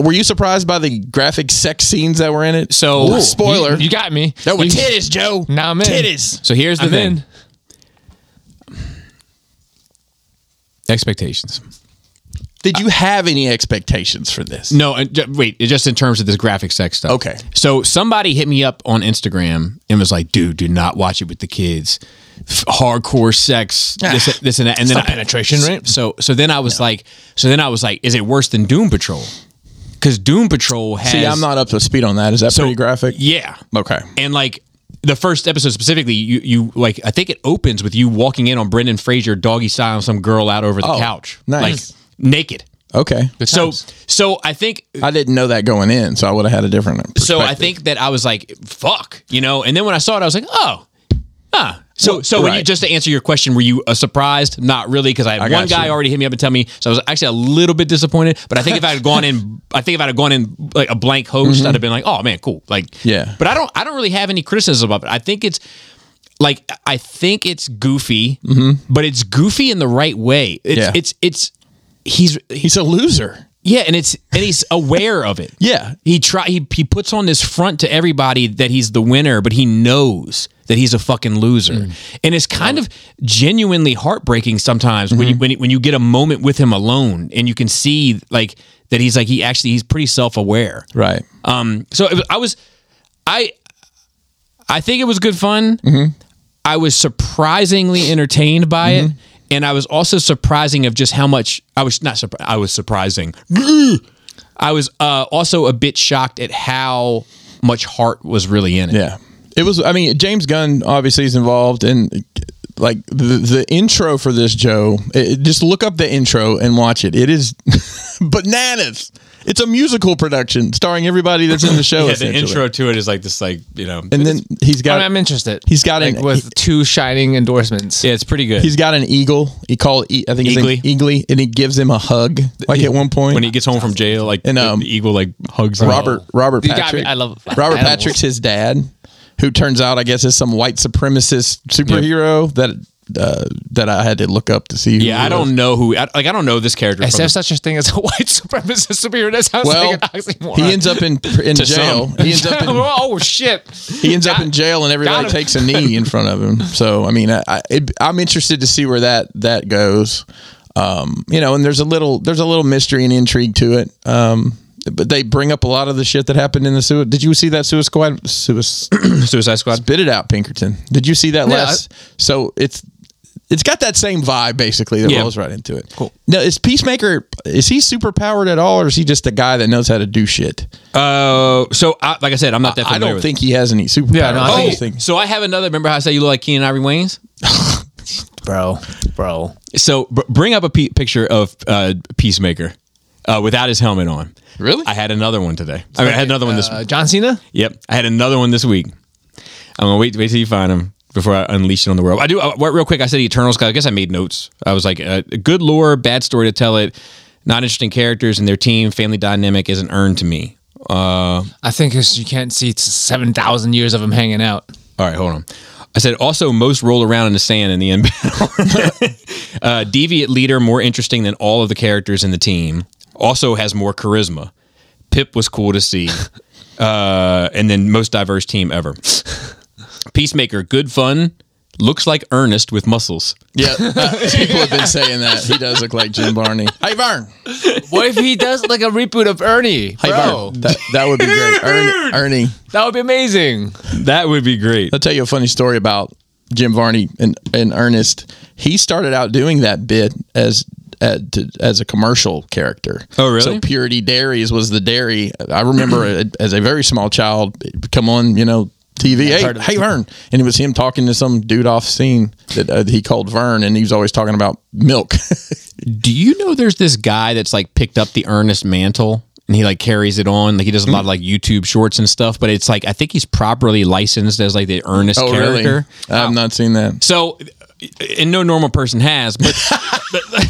[SPEAKER 1] were you surprised by the graphic sex scenes that were in it?
[SPEAKER 2] So-
[SPEAKER 1] Ooh, spoiler.
[SPEAKER 3] You, you got me.
[SPEAKER 1] there were
[SPEAKER 3] You-
[SPEAKER 1] titties, Joe.
[SPEAKER 3] Now I'm in.
[SPEAKER 1] Titties.
[SPEAKER 2] So here's the
[SPEAKER 3] I'm
[SPEAKER 2] thing.
[SPEAKER 3] in.
[SPEAKER 2] Expectations.
[SPEAKER 1] Did you have any expectations for this?
[SPEAKER 2] No, and ju- wait. it- Just in terms of this graphic sex stuff.
[SPEAKER 1] Okay.
[SPEAKER 2] So somebody hit me up on Instagram and was like, "Dude, do not watch it with the kids. F-
[SPEAKER 1] <sighs>
[SPEAKER 2] hardcore sex, this, this and that." And then
[SPEAKER 3] not penetration, right?
[SPEAKER 2] So, so then I was like, so then I was like, is it worse than Doom Patrol? Because Doom Patrol has.
[SPEAKER 1] See, I'm not up to speed on that. Is that pretty graphic?
[SPEAKER 2] Yeah.
[SPEAKER 1] Okay.
[SPEAKER 2] And like the first episode specifically, you you like I think it opens with you walking in on Brendan Fraser doggy style some girl out over the couch,
[SPEAKER 1] Oh, nice.
[SPEAKER 2] like naked.
[SPEAKER 1] Okay.
[SPEAKER 2] So so I think
[SPEAKER 1] I didn't know that going in, so I would have had a different. Perspective.
[SPEAKER 2] so I think that I was like fuck, you know. And then when I saw it, I was like oh. Huh. So, so were you,
[SPEAKER 1] right.
[SPEAKER 2] just to answer your question, were you uh, surprised? Not really, because I had one
[SPEAKER 1] got
[SPEAKER 2] guy
[SPEAKER 1] you.
[SPEAKER 2] already hit me up and tell me. So I was actually a little bit disappointed. But I think if I had gone in, <laughs> I think if I had gone in like a blank host, I'd have been like, oh man, cool. Like,
[SPEAKER 1] Mm-hmm. Yeah.
[SPEAKER 2] But I don't, I don't really have any criticism of it. I think it's like I think it's goofy, but it's goofy in the right way.
[SPEAKER 1] Mm-hmm.
[SPEAKER 2] It's
[SPEAKER 1] Yeah.
[SPEAKER 2] it's it's he's he,
[SPEAKER 1] he's a loser.
[SPEAKER 2] yeah, and it's and he's aware of it.
[SPEAKER 1] <laughs> Yeah.
[SPEAKER 2] He try he, he puts on this front to everybody that he's the winner, but he knows that he's a fucking loser. And it's kind of genuinely heartbreaking sometimes when you when, you- when you get a moment with him alone and you can see like that he's like he actually he's pretty self-aware.
[SPEAKER 1] Right.
[SPEAKER 2] Um, so it was, I was, I, I think it was good fun.
[SPEAKER 1] Mm-hmm.
[SPEAKER 2] I was surprisingly entertained by
[SPEAKER 1] Mm-hmm.
[SPEAKER 2] it, and I was also surprising of just how much I was not. Surpri- I was surprising. I was uh, also a bit shocked at how much heart was really in it.
[SPEAKER 1] Yeah. It was. I mean, James Gunn obviously is involved, and like the the intro for this, Joe. It, it- just look up the intro and watch it. It is <laughs> bananas. It's a musical production starring everybody that's in the show.
[SPEAKER 4] Yeah, the
[SPEAKER 1] essentially.
[SPEAKER 4] intro to it is like this, like you know,
[SPEAKER 1] and then he's got.
[SPEAKER 3] I'm, I'm interested.
[SPEAKER 1] He's got
[SPEAKER 3] like
[SPEAKER 1] an-
[SPEAKER 3] with two shining endorsements.
[SPEAKER 2] Yeah, it's pretty good.
[SPEAKER 1] He's got an eagle. He called. E, I think his name's
[SPEAKER 2] Eagly.
[SPEAKER 1] Eagly, and he gives him a hug. Like at one point,
[SPEAKER 4] when he gets home from jail, like
[SPEAKER 1] And,
[SPEAKER 4] the-
[SPEAKER 1] um,
[SPEAKER 4] the, eagle like hugs him.
[SPEAKER 1] Robert Robert
[SPEAKER 3] You got me.
[SPEAKER 1] Patrick.
[SPEAKER 3] I love
[SPEAKER 1] Robert
[SPEAKER 3] animals.
[SPEAKER 1] Patrick's his dad, who turns out I guess is some white supremacist superhero that uh, that I had to look up to see. Who
[SPEAKER 2] yeah,
[SPEAKER 1] he
[SPEAKER 2] I don't
[SPEAKER 3] <laughs>
[SPEAKER 1] was.
[SPEAKER 2] know who. I, like I don't know this character.
[SPEAKER 3] Is
[SPEAKER 2] from
[SPEAKER 3] there
[SPEAKER 2] the-
[SPEAKER 3] such a thing as a <laughs> white supremacist superhero? That sounds <laughs>
[SPEAKER 1] Well,
[SPEAKER 3] like an oxymoron.
[SPEAKER 1] he ends up in
[SPEAKER 3] <laughs>
[SPEAKER 1] in jail. He ends up in
[SPEAKER 3] oh shit!
[SPEAKER 1] he
[SPEAKER 3] <laughs>
[SPEAKER 1] ends up in jail, and everybody
[SPEAKER 3] him.
[SPEAKER 1] takes a knee in front of him. So I mean, I, I it, I'm interested to see where that that goes. Um, you know, and there's a little there's a little mystery and intrigue to it. Um, but they bring up a lot of the shit that happened in the suicide. Did you see that suicide suicide?
[SPEAKER 2] Suicide Squad.
[SPEAKER 1] Spit it out, Pinkerton. Did you see that
[SPEAKER 3] Yeah,
[SPEAKER 1] last? So it's it's got that same vibe basically that
[SPEAKER 2] Yeah.
[SPEAKER 1] rolls right into it. Cool. Now is Peacemaker is he super powered at all, or is he just a guy that knows how to do shit?
[SPEAKER 2] Uh, so I, like I said, I'm not that
[SPEAKER 1] I
[SPEAKER 2] familiar
[SPEAKER 1] don't
[SPEAKER 2] with
[SPEAKER 1] think he has any superpowers.
[SPEAKER 3] Yeah, no, I
[SPEAKER 1] I
[SPEAKER 2] Oh,
[SPEAKER 1] just think
[SPEAKER 2] so I have another. Remember how I said you look like Keenan Ivory Wayans?
[SPEAKER 3] Bro, bro.
[SPEAKER 2] So br- bring up a pe- picture of uh, Peacemaker uh, without his helmet on.
[SPEAKER 3] Really?
[SPEAKER 2] I had another one today. I mean, I had another one this.
[SPEAKER 3] Uh, John Cena.
[SPEAKER 2] Yep, I had another one this week. I'm gonna wait, wait till you find him before I unleash it on the world. I do. I, real quick, I said Eternals. 'cause I guess I made notes. I was like, uh, good lore, bad story to tell it. Not interesting characters and their team, family dynamic isn't earned to me. Uh,
[SPEAKER 3] I think it's, you can't see seven thousand years of him hanging out.
[SPEAKER 2] All right, hold on. I said also most roll around in the sand in the end battle. <laughs> uh, deviant leader more interesting than all of <laughs> the characters in the team. Also has more charisma. Pip was cool to see. uh, and then most diverse team ever. Peacemaker, good fun. Looks like Ernest with muscles.
[SPEAKER 1] Yeah, uh, people have been saying that he does look like Jim Barney. Hey, Vern.
[SPEAKER 3] What if he does like a reboot of Ernie?
[SPEAKER 1] Hey,
[SPEAKER 3] Bro,
[SPEAKER 1] Vern. That, that would be great. Ernie, Ernie.
[SPEAKER 3] that would be amazing.
[SPEAKER 2] That would be great.
[SPEAKER 1] I'll tell you a funny story about Jim Varney and, and Ernest. He started out doing that bit as uh, to, as a commercial character.
[SPEAKER 2] Oh, really?
[SPEAKER 1] So Purity Dairies was the dairy. I <clears throat> remember it- as a very small child, it come on, you know, TV. Hey, hey, Vern, and it was him talking to some dude off scene that uh, he called Vern, and he was always talking about milk. <laughs>
[SPEAKER 2] Do you know there's this guy that's like picked up the Ernest mantle and he like carries it on? Like he does a lot of like YouTube shorts and stuff, but it's like I think he's properly licensed as like the Ernest character.
[SPEAKER 1] Oh, I've not seen that.
[SPEAKER 2] So, and no normal person has, but, but,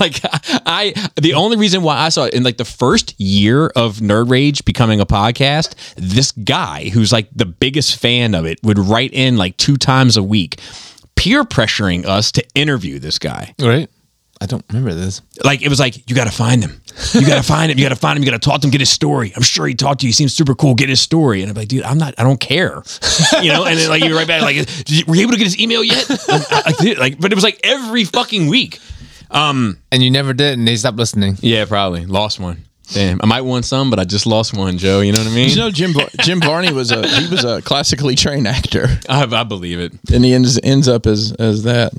[SPEAKER 2] like I, the only reason why I saw it in like the first year of Nerd Rage becoming a podcast, this guy who's like the biggest fan of it would write in like two times a week, peer pressuring us to interview this guy.
[SPEAKER 3] Right? I don't remember this.
[SPEAKER 2] Like it was like you got to find him, you got to find him, you got to find him, you got to talk to him, get his story. I'm sure he talked to you. He seems super cool. Get his story. And I'm like, dude, I'm not. I don't care. <laughs> You know. And then like you're right back. Like, Did you, were you able to get his email yet? I'm- I- I did, like, but it was like every fucking week.
[SPEAKER 3] And you never did, and they stopped listening.
[SPEAKER 2] Yeah, probably lost one. Damn, I might want some, but I just lost one, Joe. You know what I
[SPEAKER 1] You
[SPEAKER 2] mean?
[SPEAKER 1] know, Jim Var- Jim Varney was a he was a classically trained actor,
[SPEAKER 2] I, I believe it.
[SPEAKER 1] and he ends ends up as as that.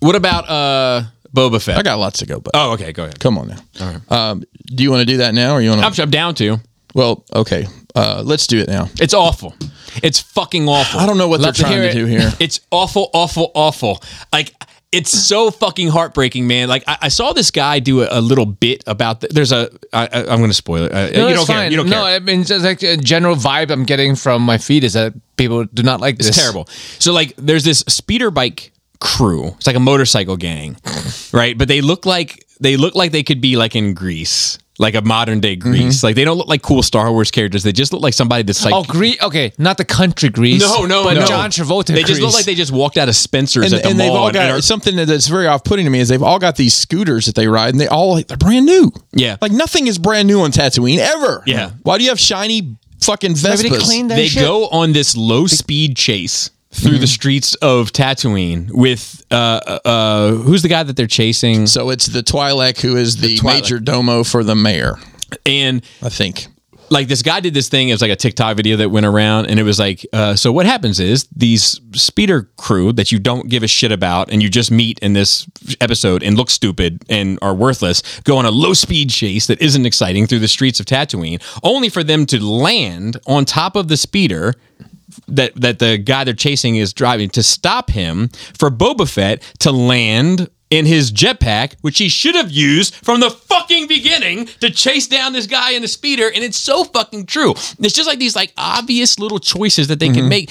[SPEAKER 2] What about uh Boba Fett?
[SPEAKER 1] I got lots to go, but
[SPEAKER 2] Oh, okay, go ahead.
[SPEAKER 1] Come on now. All right. Um, do you want to do that now, or you
[SPEAKER 2] I'm,
[SPEAKER 1] want to?
[SPEAKER 2] I'm down to.
[SPEAKER 1] Well, okay. Uh, let's do it now.
[SPEAKER 2] It's awful. It's fucking awful.
[SPEAKER 1] I don't know what
[SPEAKER 3] Love
[SPEAKER 1] they're
[SPEAKER 3] to
[SPEAKER 1] trying
[SPEAKER 3] hear
[SPEAKER 1] to,
[SPEAKER 3] it.
[SPEAKER 1] do <laughs> here.
[SPEAKER 2] It's awful, awful, awful. Like it's so fucking heartbreaking, man. Like I, I saw this guy do a, a little bit about. The, there's a. I, I, I'm going to spoil it. Uh, you don't
[SPEAKER 3] it's
[SPEAKER 2] care. You don't
[SPEAKER 3] no,
[SPEAKER 2] care.
[SPEAKER 3] I mean, just like a general vibe I'm getting from my feed is that people do not like this.
[SPEAKER 2] It's terrible. So like, there's this speeder bike crew. It's like a motorcycle <laughs> gang, right? But they look like they look like they could be like in Greece, like a modern day Greece. Like they don't look like cool Star Wars characters. They just look like somebody that's like.
[SPEAKER 3] Oh, Greece. Okay, not the country Greece.
[SPEAKER 2] no, no,
[SPEAKER 3] but
[SPEAKER 2] no.
[SPEAKER 3] John Travolta.
[SPEAKER 2] They just look
[SPEAKER 3] Grease.
[SPEAKER 2] like they just walked out of Spencer's
[SPEAKER 1] And,
[SPEAKER 2] at the
[SPEAKER 1] and they've
[SPEAKER 2] mall.
[SPEAKER 1] all
[SPEAKER 2] and-
[SPEAKER 1] got
[SPEAKER 2] and are-
[SPEAKER 1] something that's very off-putting to me is they've all got these scooters that they ride, and they all they're brand new.
[SPEAKER 2] Yeah.
[SPEAKER 1] like nothing is brand new on Tatooine ever.
[SPEAKER 2] Yeah.
[SPEAKER 1] Why do you have shiny fucking Vespas?
[SPEAKER 3] Nobody cleaned that
[SPEAKER 2] they
[SPEAKER 3] shit.
[SPEAKER 2] go on this low speed chase through the streets of Tatooine with uh, uh, uh, who's the guy that they're chasing?
[SPEAKER 1] So it's the Twi'lek who is the,
[SPEAKER 2] Twi'lek.
[SPEAKER 1] major domo for the mayor,
[SPEAKER 2] And
[SPEAKER 1] I think.
[SPEAKER 2] like this guy did this thing. It was like a TikTok video that went around, and it was like, uh, so what happens is these speeder crew that you don't give a shit about, and you just meet in this episode and look stupid and are worthless, go on a low speed chase that isn't exciting through the streets of Tatooine, only for them to land on top of the speeder. That, that the guy they're chasing is driving to stop him for Boba Fett to land in his jetpack, which he should have used from the fucking beginning to chase down this guy in the speeder. And it's so fucking true. It's just like these like obvious little choices that they can make.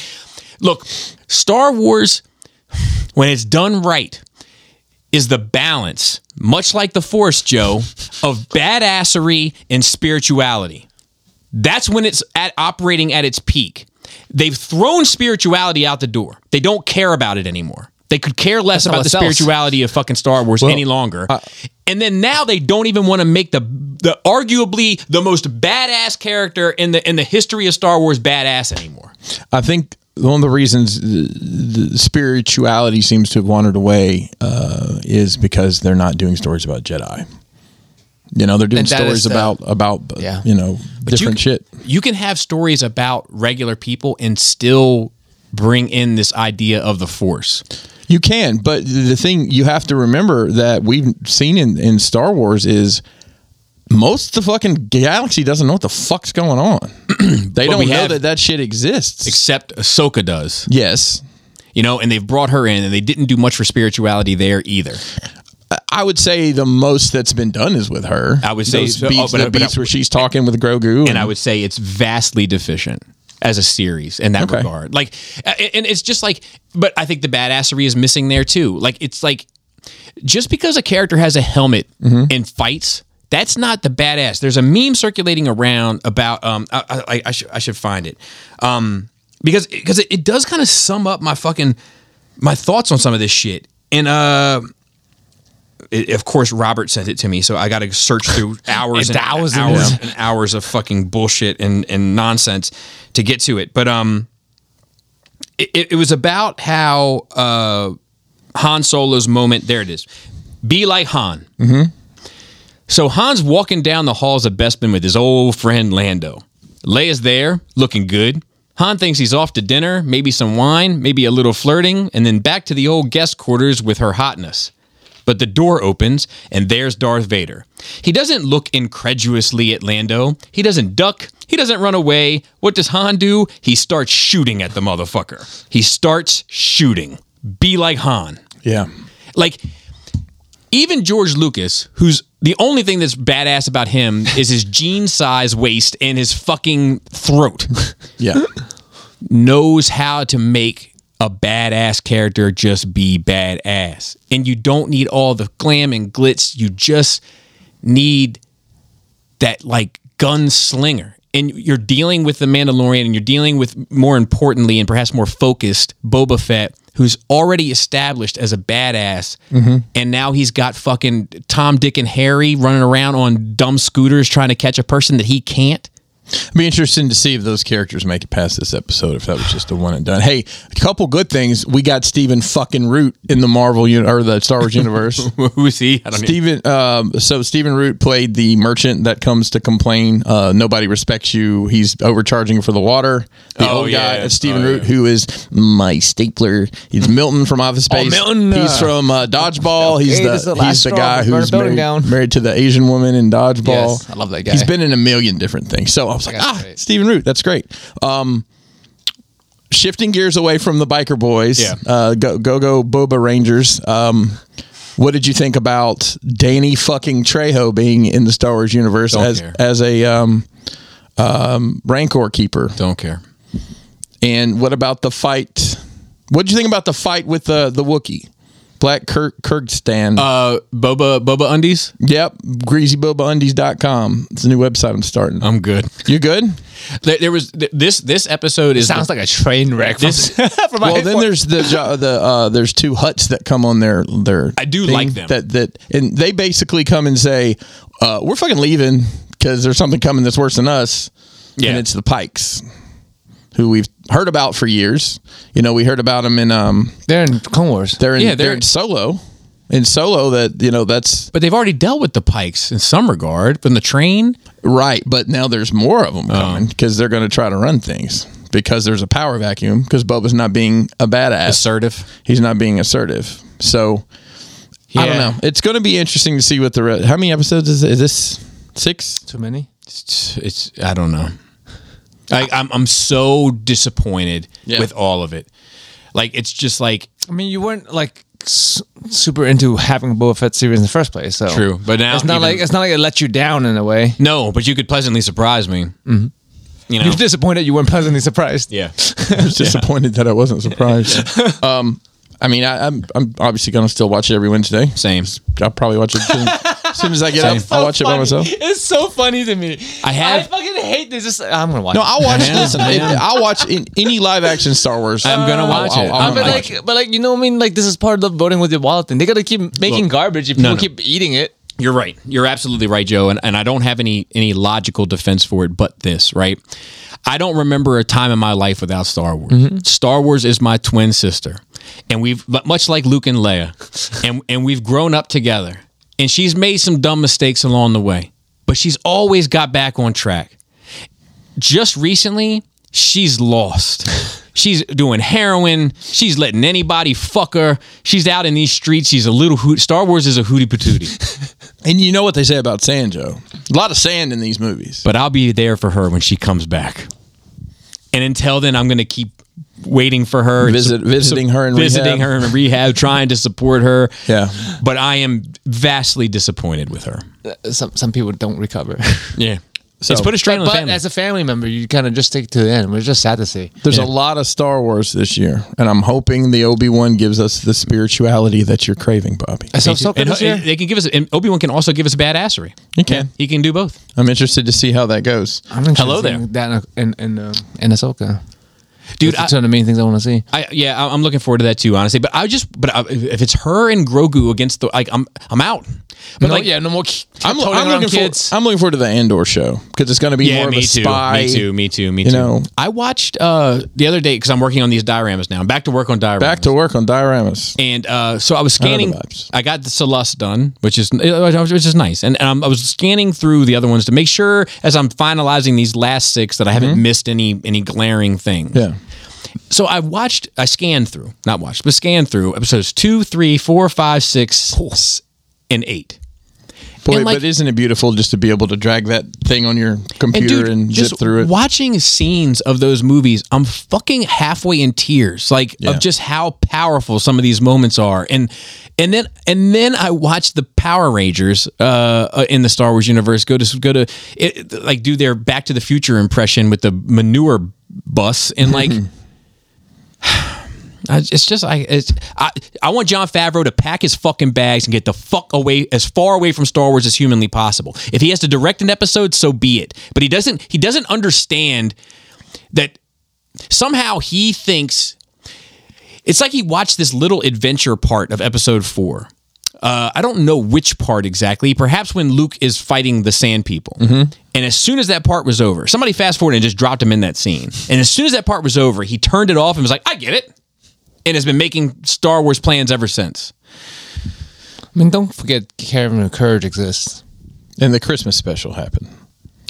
[SPEAKER 2] Look, Star Wars, when it's done right, is the balance, much like the Force, Joe, of badassery and spirituality. That's when it's at operating at its peak. They've thrown spirituality out the door. They don't care about it anymore. They could care less about
[SPEAKER 3] what
[SPEAKER 2] the
[SPEAKER 3] sells.
[SPEAKER 2] spirituality of fucking Star Wars any longer. and then now they don't even want to make the the arguably the most badass character in the in the history of Star Wars badass anymore.
[SPEAKER 1] I think one of the reasons the, the spirituality seems to have wandered away uh, is because they're not doing stories about Jedi. You know, they're doing
[SPEAKER 3] And that
[SPEAKER 1] stories
[SPEAKER 3] is the-
[SPEAKER 1] about about uh,
[SPEAKER 3] Yeah.
[SPEAKER 1] you know different
[SPEAKER 2] you,
[SPEAKER 1] shit.
[SPEAKER 2] You can have stories about regular people and still bring in this idea of the Force.
[SPEAKER 1] You can, but the thing you have to remember that we've seen in in Star Wars is. Most of the fucking galaxy doesn't know what the fuck's going on. <clears throat> they
[SPEAKER 2] we
[SPEAKER 1] don't know
[SPEAKER 2] have-
[SPEAKER 1] that that shit exists.
[SPEAKER 2] Except Ahsoka does,
[SPEAKER 1] yes,
[SPEAKER 2] you know, and they've brought her in, and they didn't do much for spirituality there either.
[SPEAKER 1] I would say the most that's been done is with her.
[SPEAKER 2] I would say
[SPEAKER 1] Those
[SPEAKER 2] so- oh,
[SPEAKER 1] beats,
[SPEAKER 2] but-
[SPEAKER 1] the
[SPEAKER 2] but-
[SPEAKER 1] beats where she's talking with Grogu,
[SPEAKER 2] and I would say it's vastly deficient as a series in that
[SPEAKER 1] Okay.
[SPEAKER 2] regard. Like, a- and it's just like, but I think the badassery is missing there too. Like, it's like just because a character has a helmet and fights. That's not the badass. There's a meme circulating around about um I I, I, should, I should find it um because because it, it does kind of sum up my fucking my thoughts on some of this shit and uh it, of course Robert sent it to me, so I got to search through hours and,
[SPEAKER 3] And
[SPEAKER 2] hours
[SPEAKER 3] thousands.
[SPEAKER 2] and hours and hours of fucking bullshit and and nonsense to get to it. But um, it- it, it was about how uh, Han Solo's moment. There it is. Be like Han. So Han's walking down the halls of Bespin with his old friend Lando. Leia's there, looking good. Han thinks he's off to dinner, maybe some wine, maybe a little flirting, and then back to the old guest quarters with her hotness. But the door opens, and there's Darth Vader. He doesn't look incredulously at Lando. He doesn't duck. He doesn't run away. What does Han do? He starts shooting at the motherfucker. He starts shooting. Be like Han.
[SPEAKER 1] Yeah.
[SPEAKER 2] Like, even George Lucas, who's the only thing that's badass about him is his jean size waist and his fucking throat, <laughs>
[SPEAKER 1] Yeah.
[SPEAKER 2] knows how to make a badass character just be badass. And you don't need all the glam and glitz. You just need that like gunslinger. And you're dealing with the Mandalorian and you're dealing with more importantly and perhaps more focused Boba Fett, who's already established as a badass. And now he's got fucking Tom, Dick, and Harry running around on dumb scooters trying to catch a person that he can't. <laughs>
[SPEAKER 1] It'd be interesting to see if those characters make it past this episode, if that was just a one and done. Hey, a couple good things. We got Steven fucking Root in the Marvel uni- or the Star Wars universe.
[SPEAKER 2] Who's he? I don't
[SPEAKER 1] Steven, um, so Steven Root played the merchant that comes to complain. Uh, nobody respects you. He's overcharging for the water. The
[SPEAKER 2] Oh,
[SPEAKER 1] old guy,
[SPEAKER 2] yeah.
[SPEAKER 1] it's Steven Root, who is my stapler. He's Milton from Office Space.
[SPEAKER 2] Milton,
[SPEAKER 1] he's from uh, Dodgeball. He's
[SPEAKER 3] Hey,
[SPEAKER 1] the,
[SPEAKER 3] this is the
[SPEAKER 1] he's
[SPEAKER 3] last
[SPEAKER 1] the
[SPEAKER 3] straw.
[SPEAKER 1] guy
[SPEAKER 3] Burn a
[SPEAKER 1] who's
[SPEAKER 3] building
[SPEAKER 1] married,
[SPEAKER 3] down.
[SPEAKER 1] married to the Asian woman in Dodgeball.
[SPEAKER 3] Yes, I love that guy.
[SPEAKER 1] He's been in a million different things. So I was like,
[SPEAKER 3] That
[SPEAKER 1] ah,
[SPEAKER 3] guy's great.
[SPEAKER 1] Steven Root, that's great. Um, shifting gears away from the biker boys,
[SPEAKER 2] Yeah.
[SPEAKER 1] uh, go go go Boba Rangers. Um, what did you think about Danny fucking Trejo being in the Star Wars universe as
[SPEAKER 2] care.
[SPEAKER 1] as a um, um, Rancor keeper?
[SPEAKER 2] don't care.
[SPEAKER 1] And what about the fight? What did you think about the fight with the the Wookiee? Black Kirk Kirkstan.
[SPEAKER 2] Uh, Boba Boba Undies.
[SPEAKER 1] yep, greasybobaundies.com. It's a new website I'm starting.
[SPEAKER 2] I'm good.
[SPEAKER 1] you good?
[SPEAKER 2] There, there was th- this this episode is
[SPEAKER 3] Sounds like a train wreck.
[SPEAKER 2] <laughs>
[SPEAKER 3] From,
[SPEAKER 2] This-
[SPEAKER 3] from
[SPEAKER 1] Well, then there's the jo- the uh, there's two huts that come on their their. I
[SPEAKER 2] do like them.
[SPEAKER 1] That that and they basically come and say, uh, "We're fucking leaving because there's something coming that's worse than us."
[SPEAKER 2] Yeah.
[SPEAKER 1] and it's the Pikes, who we've heard about for years. You know, we heard about them in um
[SPEAKER 3] they're in Clone Wars.
[SPEAKER 1] they're in
[SPEAKER 2] Yeah,
[SPEAKER 1] they're,
[SPEAKER 2] they're-
[SPEAKER 1] in Solo, in Solo that you know that's
[SPEAKER 2] but they've already dealt with the Pikes in some regard from the train.
[SPEAKER 1] right, but now there's more of them
[SPEAKER 2] Oh.
[SPEAKER 1] coming because they're going to try to run things because there's a power vacuum because Boba's not being a badass.
[SPEAKER 2] Assertive.
[SPEAKER 1] he's not being assertive. So I don't
[SPEAKER 2] Yeah.
[SPEAKER 1] know. It's going to be interesting to see what the re- how many episodes is, is this
[SPEAKER 2] <laughs>
[SPEAKER 1] six?
[SPEAKER 3] Too many.
[SPEAKER 2] It's, it's I don't know. I, I'm I'm so disappointed
[SPEAKER 1] Yeah.
[SPEAKER 2] with all of it. Like it's just like
[SPEAKER 3] I mean, you weren't like s- super into having a Boba Fett series in the first place. So
[SPEAKER 2] True, but now
[SPEAKER 3] it's not
[SPEAKER 2] even-
[SPEAKER 3] like it's not like it let you down in a way.
[SPEAKER 2] no, but you could pleasantly surprise me. Mm-hmm. You know.
[SPEAKER 3] You're disappointed. You weren't pleasantly surprised.
[SPEAKER 2] yeah.
[SPEAKER 1] I was disappointed that I wasn't
[SPEAKER 2] <laughs>
[SPEAKER 1] surprised. um, I mean, I, I'm I'm obviously going to still watch it every Wednesday.
[SPEAKER 2] <laughs> Same.
[SPEAKER 1] I'll probably watch it soon. as soon as I get up. I'll watch it by myself.
[SPEAKER 3] It's so funny to me.
[SPEAKER 2] I have-
[SPEAKER 3] I fucking hate this. This- I'm gonna watch.
[SPEAKER 1] No,
[SPEAKER 3] it.
[SPEAKER 1] I'll
[SPEAKER 2] <laughs>
[SPEAKER 1] watch.
[SPEAKER 2] I am.
[SPEAKER 1] Listen,
[SPEAKER 2] I
[SPEAKER 1] it,
[SPEAKER 2] am.
[SPEAKER 1] I'll watch in, any live action Star Wars.
[SPEAKER 2] I'm gonna
[SPEAKER 1] I'll-
[SPEAKER 2] watch
[SPEAKER 1] I'll-
[SPEAKER 2] it.
[SPEAKER 1] I'll-
[SPEAKER 2] I'm
[SPEAKER 1] I'll
[SPEAKER 3] but
[SPEAKER 2] gonna
[SPEAKER 1] watch
[SPEAKER 3] like, but like, you know, what I mean, like, this is part of voting with your wallet, thing. they gotta keep making garbage if people
[SPEAKER 2] no.
[SPEAKER 3] keep eating it.
[SPEAKER 2] You're right. You're absolutely right, Joe. And, and I don't have any any logical defense for it but this, right? I don't remember a time in my life without Star Wars. Star Wars is my twin sister. And we've but much like Luke and Leia, and and we've grown up together. And she's made some dumb mistakes along the way, but she's always got back on track just recently, she's lost. She's doing heroin. She's letting anybody fuck her. She's out in these streets. She's a little hoot. Star Wars is a hootie patootie.
[SPEAKER 1] And you know what they say about sand, Joe? A lot of sand in these movies.
[SPEAKER 2] but I'll be there for her when she comes back. And until then, I'm going to keep waiting for her, and
[SPEAKER 1] Visit-
[SPEAKER 2] su-
[SPEAKER 1] visiting her in
[SPEAKER 2] visiting
[SPEAKER 1] rehab.
[SPEAKER 2] her in rehab, trying to support her.
[SPEAKER 1] Yeah.
[SPEAKER 2] But I am vastly disappointed with her.
[SPEAKER 3] Uh, Some some people don't recover.
[SPEAKER 2] Yeah. So it's put a strain on the
[SPEAKER 3] but
[SPEAKER 2] family.
[SPEAKER 3] as a family member, you kind of just stick to the end. We're just sad to see.
[SPEAKER 1] There's a lot of Star Wars this year, and I'm hoping the Obi Wan gives us the spirituality that you're craving, Bobby.
[SPEAKER 3] I saw
[SPEAKER 2] and,
[SPEAKER 3] Ahsoka this
[SPEAKER 2] and
[SPEAKER 3] year.
[SPEAKER 2] they can give us, and Obi Wan can also give us badassery.
[SPEAKER 1] You can.
[SPEAKER 2] He can do both.
[SPEAKER 1] I'm interested to see how that goes.
[SPEAKER 3] I'm interested
[SPEAKER 2] Hello
[SPEAKER 3] in That in in um, in Ahsoka.
[SPEAKER 2] dude. I,
[SPEAKER 3] That's one of the main things I want to see.
[SPEAKER 2] I, yeah, I- I'm looking forward to that too, honestly. But I just, but I, if if it's her and Grogu against the, like, I'm, I'm out. But
[SPEAKER 3] no,
[SPEAKER 2] like,
[SPEAKER 3] yeah, no more.
[SPEAKER 1] I'm,
[SPEAKER 3] I'm,
[SPEAKER 1] I'm looking
[SPEAKER 3] kids.
[SPEAKER 1] for, I'm looking forward to the Andor show because it's going to be more of a spy.
[SPEAKER 2] Me too. Me too. Me too.
[SPEAKER 1] You know.
[SPEAKER 2] I watched uh, the other day because I'm working on these dioramas now. I'm back to work on dioramas.
[SPEAKER 1] Back to work on dioramas.
[SPEAKER 2] And uh, so I was scanning.
[SPEAKER 1] vibes.
[SPEAKER 2] I got the Celeste done, which is which is nice. And, and i I was scanning through the other ones to make sure as I'm finalizing these last six that I haven't missed any any glaring things.
[SPEAKER 1] Mm-hmm. Yeah.
[SPEAKER 2] So I watched. I scanned through, not watched, but scanned through episodes two, three, four, five, six, s- and eight.
[SPEAKER 1] Boy,
[SPEAKER 2] And, like-
[SPEAKER 1] but isn't it beautiful just to be able to drag that thing on your
[SPEAKER 2] And
[SPEAKER 1] computer and,
[SPEAKER 2] dude,
[SPEAKER 1] zip
[SPEAKER 2] just
[SPEAKER 1] through it?
[SPEAKER 2] watching scenes of those movies, I'm fucking halfway in tears, like
[SPEAKER 1] Yeah.
[SPEAKER 2] of just how powerful some of these moments are. And and then and then I watched the Power Rangers uh, uh, in the Star Wars universe go to go to it, like do their Back to the Future impression with the manure bus
[SPEAKER 1] <laughs>
[SPEAKER 2] and like. I- It's just I, it's, I. I want John Favreau to pack his fucking bags and get the fuck away as far away from Star Wars as humanly possible. If he has to direct an episode, so be it. But he doesn't. He doesn't understand that somehow he thinks it's like he watched this little adventure part of episode four. Uh, I don't know which part exactly. Perhaps when Luke is fighting the Sand People, and as soon as that part was over, somebody fast forward and just dropped him in that scene. And as soon as that part was over, he turned it off and was like, "I get it," and has been making Star Wars plans ever since.
[SPEAKER 3] I mean, don't forget, Caravan of Courage exists.
[SPEAKER 1] and the Christmas special happened.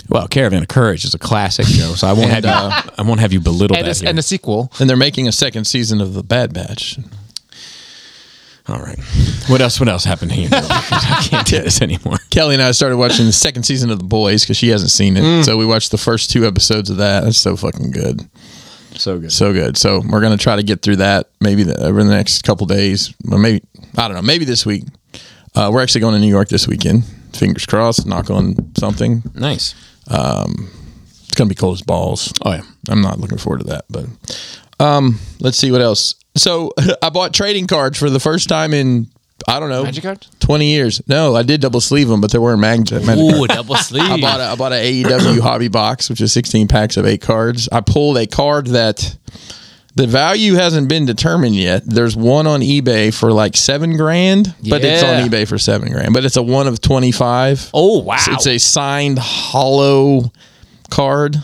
[SPEAKER 2] Well, Caravan of Courage is a classic, Joe. So I <laughs> won't have you, I won't have you belittle
[SPEAKER 3] And,
[SPEAKER 2] that.
[SPEAKER 3] it's,
[SPEAKER 2] here.
[SPEAKER 3] and the sequel.
[SPEAKER 1] And they're making a second season of The Bad Batch.
[SPEAKER 2] All right. What else? What else happened here? <laughs> I can't do this anymore.
[SPEAKER 1] Kelly and I started watching the second season of The Boys because she hasn't seen it. So we watched the first two episodes of that. That's so fucking good.
[SPEAKER 4] So good.
[SPEAKER 1] So good. So we're going to try to get through that maybe the, over the next couple days. Or maybe, I don't know, maybe this week. Uh, we're actually going to New York this weekend. Fingers crossed, knock on something.
[SPEAKER 2] Nice.
[SPEAKER 1] It's going to be cold as balls.
[SPEAKER 2] Oh yeah.
[SPEAKER 1] I'm not looking forward to that, but um, let's see what else. So <laughs> I bought trading cards for the first time in I don't know
[SPEAKER 3] Magic card?
[SPEAKER 1] twenty years. No, I did double sleeve them, but they weren't mag- magic.
[SPEAKER 2] <laughs> Ooh,
[SPEAKER 1] cards.
[SPEAKER 2] double sleeve.
[SPEAKER 1] I bought a, I bought a
[SPEAKER 3] <clears throat>
[SPEAKER 1] AEW hobby box, which is 16 packs of eight cards. I pulled a card that the value hasn't been determined yet. There's one on eBay for like seven grand, but it's
[SPEAKER 3] Yeah.
[SPEAKER 1] on eBay for seven grand. But it's a one of 25.
[SPEAKER 3] Oh wow!
[SPEAKER 1] It's a signed hollow card.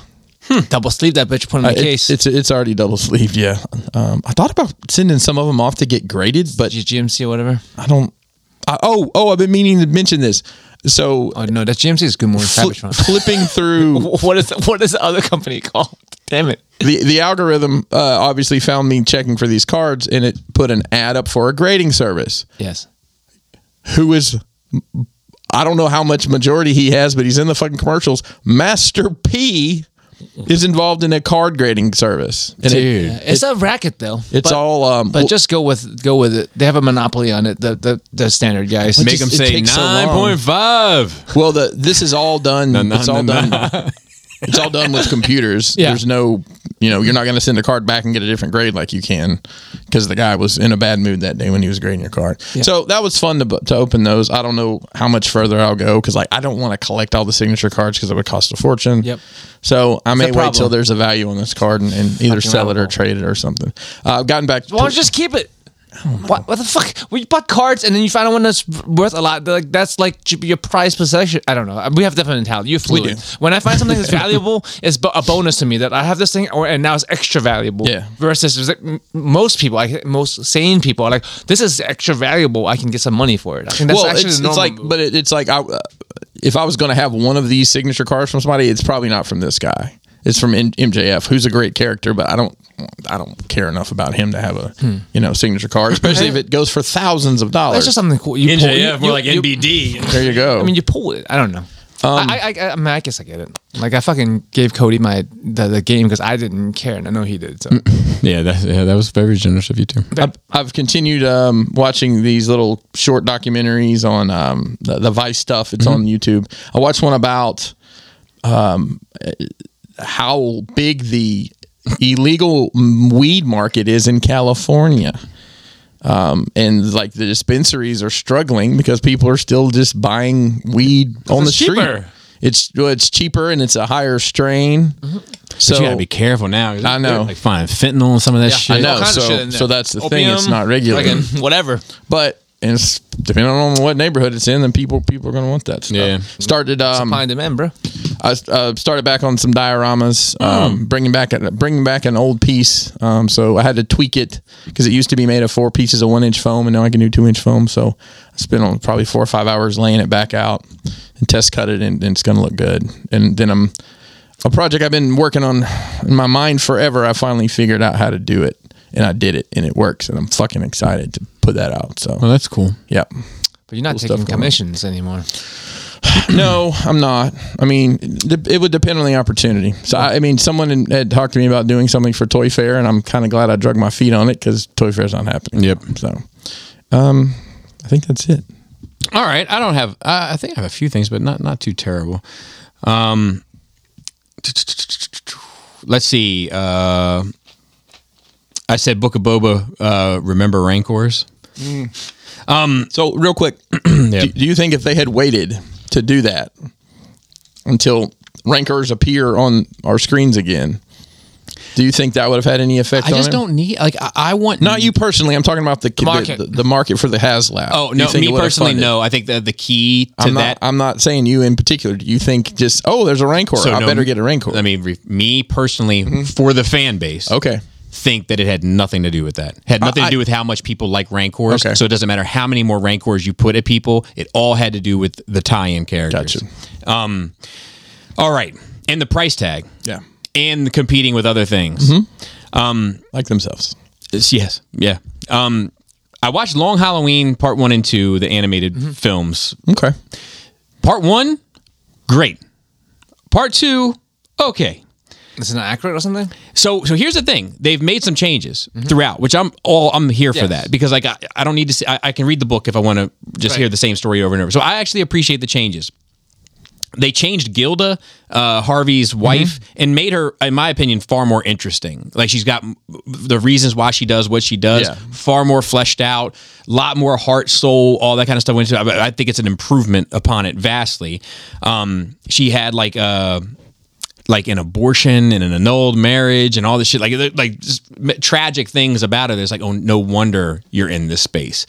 [SPEAKER 3] <laughs> double sleeve that bitch. Put in my
[SPEAKER 1] Uh, It-
[SPEAKER 3] case.
[SPEAKER 1] It's it's already double sleeved. Yeah. Um, I thought about sending some of them off to get graded, but
[SPEAKER 3] GMC or whatever.
[SPEAKER 1] I don't. I, oh oh, I've been meaning to mention this. So
[SPEAKER 3] Oh no, that's GMC is Good <laughs> Morning
[SPEAKER 1] fli-
[SPEAKER 3] Savage. Fund.
[SPEAKER 1] flipping through
[SPEAKER 3] What is what is the other company called? Damn it!
[SPEAKER 1] the the algorithm, uh, obviously found me checking for these cards, and it put an ad up for a grading service.
[SPEAKER 3] Yes.
[SPEAKER 1] Who is I don't know how much majority he has, but he's in the fucking commercials. Master P is involved in a card grading service, and it-
[SPEAKER 2] Dude.
[SPEAKER 3] It's a racket though.
[SPEAKER 1] it's
[SPEAKER 3] But-
[SPEAKER 1] all um,
[SPEAKER 3] But just go with go with it. They have a monopoly on it. The the, the standard guys.
[SPEAKER 2] Make
[SPEAKER 1] just-
[SPEAKER 2] them
[SPEAKER 1] it
[SPEAKER 2] say
[SPEAKER 1] takes so
[SPEAKER 2] nine
[SPEAKER 1] long.
[SPEAKER 2] point five.
[SPEAKER 1] Well, the this is all done.
[SPEAKER 2] no,
[SPEAKER 1] it's all
[SPEAKER 2] no,
[SPEAKER 1] done. <laughs> It's all done with computers.
[SPEAKER 3] Yeah.
[SPEAKER 1] There's no, you know, you're not going to send a card back and get a different grade like you can, because the guy was in a bad mood that day when he was grading your card. So that was fun to bu- to open those. I don't know how much further I'll go because like I don't want to collect all the signature cards because it would cost a fortune.
[SPEAKER 3] Yep.
[SPEAKER 1] So I may
[SPEAKER 3] a
[SPEAKER 1] wait till
[SPEAKER 3] problem.
[SPEAKER 1] there's a value on this card and, and either sell it or
[SPEAKER 3] radical.
[SPEAKER 1] trade it or something. Uh, I've gotten back.
[SPEAKER 3] Why don't
[SPEAKER 1] to-
[SPEAKER 3] you just keep it?
[SPEAKER 1] Oh,
[SPEAKER 3] What, what the fuck? Well, you bought cards and then you find one that's worth a lot. Like that's like your prized possession. I don't know. We have different mentality. You're fluid.
[SPEAKER 1] do.
[SPEAKER 3] When I
[SPEAKER 1] <laughs>
[SPEAKER 3] find something that's valuable, it's bo- a bonus to me that I have this thing, or and now it's extra valuable.
[SPEAKER 1] Yeah.
[SPEAKER 3] Versus it's like, m- most people, I most sane people are like, this is extra valuable. I can get some money for it. I think that's
[SPEAKER 1] well,
[SPEAKER 3] actually
[SPEAKER 1] it's,
[SPEAKER 3] the
[SPEAKER 1] it's
[SPEAKER 3] normal
[SPEAKER 1] like,
[SPEAKER 3] move.
[SPEAKER 1] but it, it's like, I, uh, if I was going to have one of these signature cards from somebody, it's probably not from this guy. It's from M- MJF, who's a great character, but I don't, I don't care enough about him to have a, you know, signature card,
[SPEAKER 3] <laughs>
[SPEAKER 1] especially if it goes for thousands of dollars.
[SPEAKER 3] Hmm. that's just something cool. You pull- you-
[SPEAKER 4] NJF, more
[SPEAKER 3] you-
[SPEAKER 4] like
[SPEAKER 3] you-
[SPEAKER 4] NBD.
[SPEAKER 1] there you go.
[SPEAKER 3] I mean, you pull it. I don't know.
[SPEAKER 1] Um,
[SPEAKER 3] I, I, I, I, mean, I guess I get it. Like I fucking gave Cody my the, the game because I didn't care, and I know he did. So
[SPEAKER 2] Yeah, that yeah, that was very generous of you too.
[SPEAKER 1] I've, I've continued um, watching these little short documentaries on um, the, the Vice stuff. It's
[SPEAKER 3] Mm-hmm.
[SPEAKER 1] on YouTube. I watched one about um, how big the illegal weed market is in California. Um, and like the dispensaries are struggling because people are still just buying weed on the
[SPEAKER 4] it's cheaper.
[SPEAKER 1] street. It's well, it's cheaper and it's a higher strain.
[SPEAKER 3] Mm-hmm.
[SPEAKER 1] So
[SPEAKER 2] you gotta be careful now. 'cause
[SPEAKER 1] I know.
[SPEAKER 2] Like finding fentanyl and some of that shit.
[SPEAKER 1] I know.
[SPEAKER 3] All kinds of shit
[SPEAKER 1] So
[SPEAKER 3] in there.
[SPEAKER 1] so that's the thing. It's
[SPEAKER 3] Opium,
[SPEAKER 1] not regulated,
[SPEAKER 3] fucking whatever.
[SPEAKER 1] but and it's, depending on what neighborhood it's in, then people people are gonna want that. Stuff.
[SPEAKER 2] Yeah.
[SPEAKER 1] Started um,
[SPEAKER 3] Find them in, bro.
[SPEAKER 1] I uh, started back on some dioramas, um, bringing back a, bringing back an old piece. Um, so I had to tweak it because it used to be made of four pieces of one inch foam, and now I can do two inch foam. So I spent on probably four or five hours laying it back out and test cut it, and, and it's going to look good. And then I'm a project I've been working on in my mind forever. I finally figured out how to do it, and I did it, and it works, and I'm fucking excited to put that out. So
[SPEAKER 2] Well, that's cool.
[SPEAKER 1] yep.
[SPEAKER 3] But you're not
[SPEAKER 1] stuff
[SPEAKER 3] taking
[SPEAKER 1] going on.
[SPEAKER 3] commissions anymore.
[SPEAKER 1] No, I'm not. I mean, it it would depend on the opportunity. So, I, I mean, someone in- had talked to me about doing something for Toy Fair, and I'm kind of glad I drug my feet on it because Toy Fair's not happening.
[SPEAKER 2] Yep.
[SPEAKER 1] So, um, I think that's it.
[SPEAKER 2] All right, I don't have. I I think I have a few things, but not not too terrible. Um, let's see. Uh, I said Book of Boba. Uh, remember Rancors?
[SPEAKER 1] Mm.
[SPEAKER 2] Um,
[SPEAKER 1] So, real
[SPEAKER 2] <clears throat>
[SPEAKER 1] quick, <clears throat> do, do you think if they had waited to do that until rankers appear on our screens again, do you think that would have had any effect?
[SPEAKER 2] I
[SPEAKER 1] on
[SPEAKER 2] just
[SPEAKER 1] it?
[SPEAKER 2] don't need. Like I, I want
[SPEAKER 1] Not you personally. I'm talking about the the
[SPEAKER 3] market.
[SPEAKER 1] the, the market for the HasLab.
[SPEAKER 2] Oh
[SPEAKER 1] Do you
[SPEAKER 2] no,
[SPEAKER 1] think it
[SPEAKER 2] me
[SPEAKER 1] would have
[SPEAKER 2] personally,
[SPEAKER 1] funded?
[SPEAKER 2] no. I think that the key to
[SPEAKER 1] I'm not,
[SPEAKER 2] that.
[SPEAKER 1] I'm not saying you in particular. Do you think just oh, there's a rancor? I
[SPEAKER 2] no,
[SPEAKER 1] better get a rancor. Mm-hmm.
[SPEAKER 2] I mean, re- me personally, for the fan base,
[SPEAKER 1] okay,
[SPEAKER 2] think that it had nothing to do with that. Had nothing to do with how much people like Rancors.
[SPEAKER 1] Okay.
[SPEAKER 2] So it doesn't matter how many more Rancors you put at people. It all had to do with the tie-in characters.
[SPEAKER 1] Gotcha.
[SPEAKER 2] Um, all right, and the price tag,
[SPEAKER 1] yeah,
[SPEAKER 2] and the competing with other things.
[SPEAKER 1] Mm-hmm. like themselves.
[SPEAKER 2] It's- Yes. Yeah. Um, I watched Long Halloween Part One and Two, the animated
[SPEAKER 1] Mm-hmm.
[SPEAKER 2] films.
[SPEAKER 1] Okay,
[SPEAKER 2] Part One, great. Part Two, okay.
[SPEAKER 3] It's not accurate or something.
[SPEAKER 2] So so here's the thing: they've made some changes throughout, which I'm all I'm here for
[SPEAKER 3] Mm-hmm. Yes.
[SPEAKER 2] that because like I, I don't need to see I, I can read the book if I want to just
[SPEAKER 3] Right.
[SPEAKER 2] hear the same story over and over. So I actually appreciate the changes. They changed Gilda, uh, Harvey's
[SPEAKER 3] Mm-hmm.
[SPEAKER 2] wife, and made her, in my opinion, far more interesting. Like she's got m- the reasons why she does what she does,
[SPEAKER 1] Yeah.
[SPEAKER 2] far more fleshed out, a lot more heart, soul, all that kind of stuff. went into it. I, I think it's an improvement upon it vastly. Um, she had like uh, like an abortion and an annulled marriage and all this shit, like they're- like just m- tragic things about it. There's like, oh, no wonder you're in this space.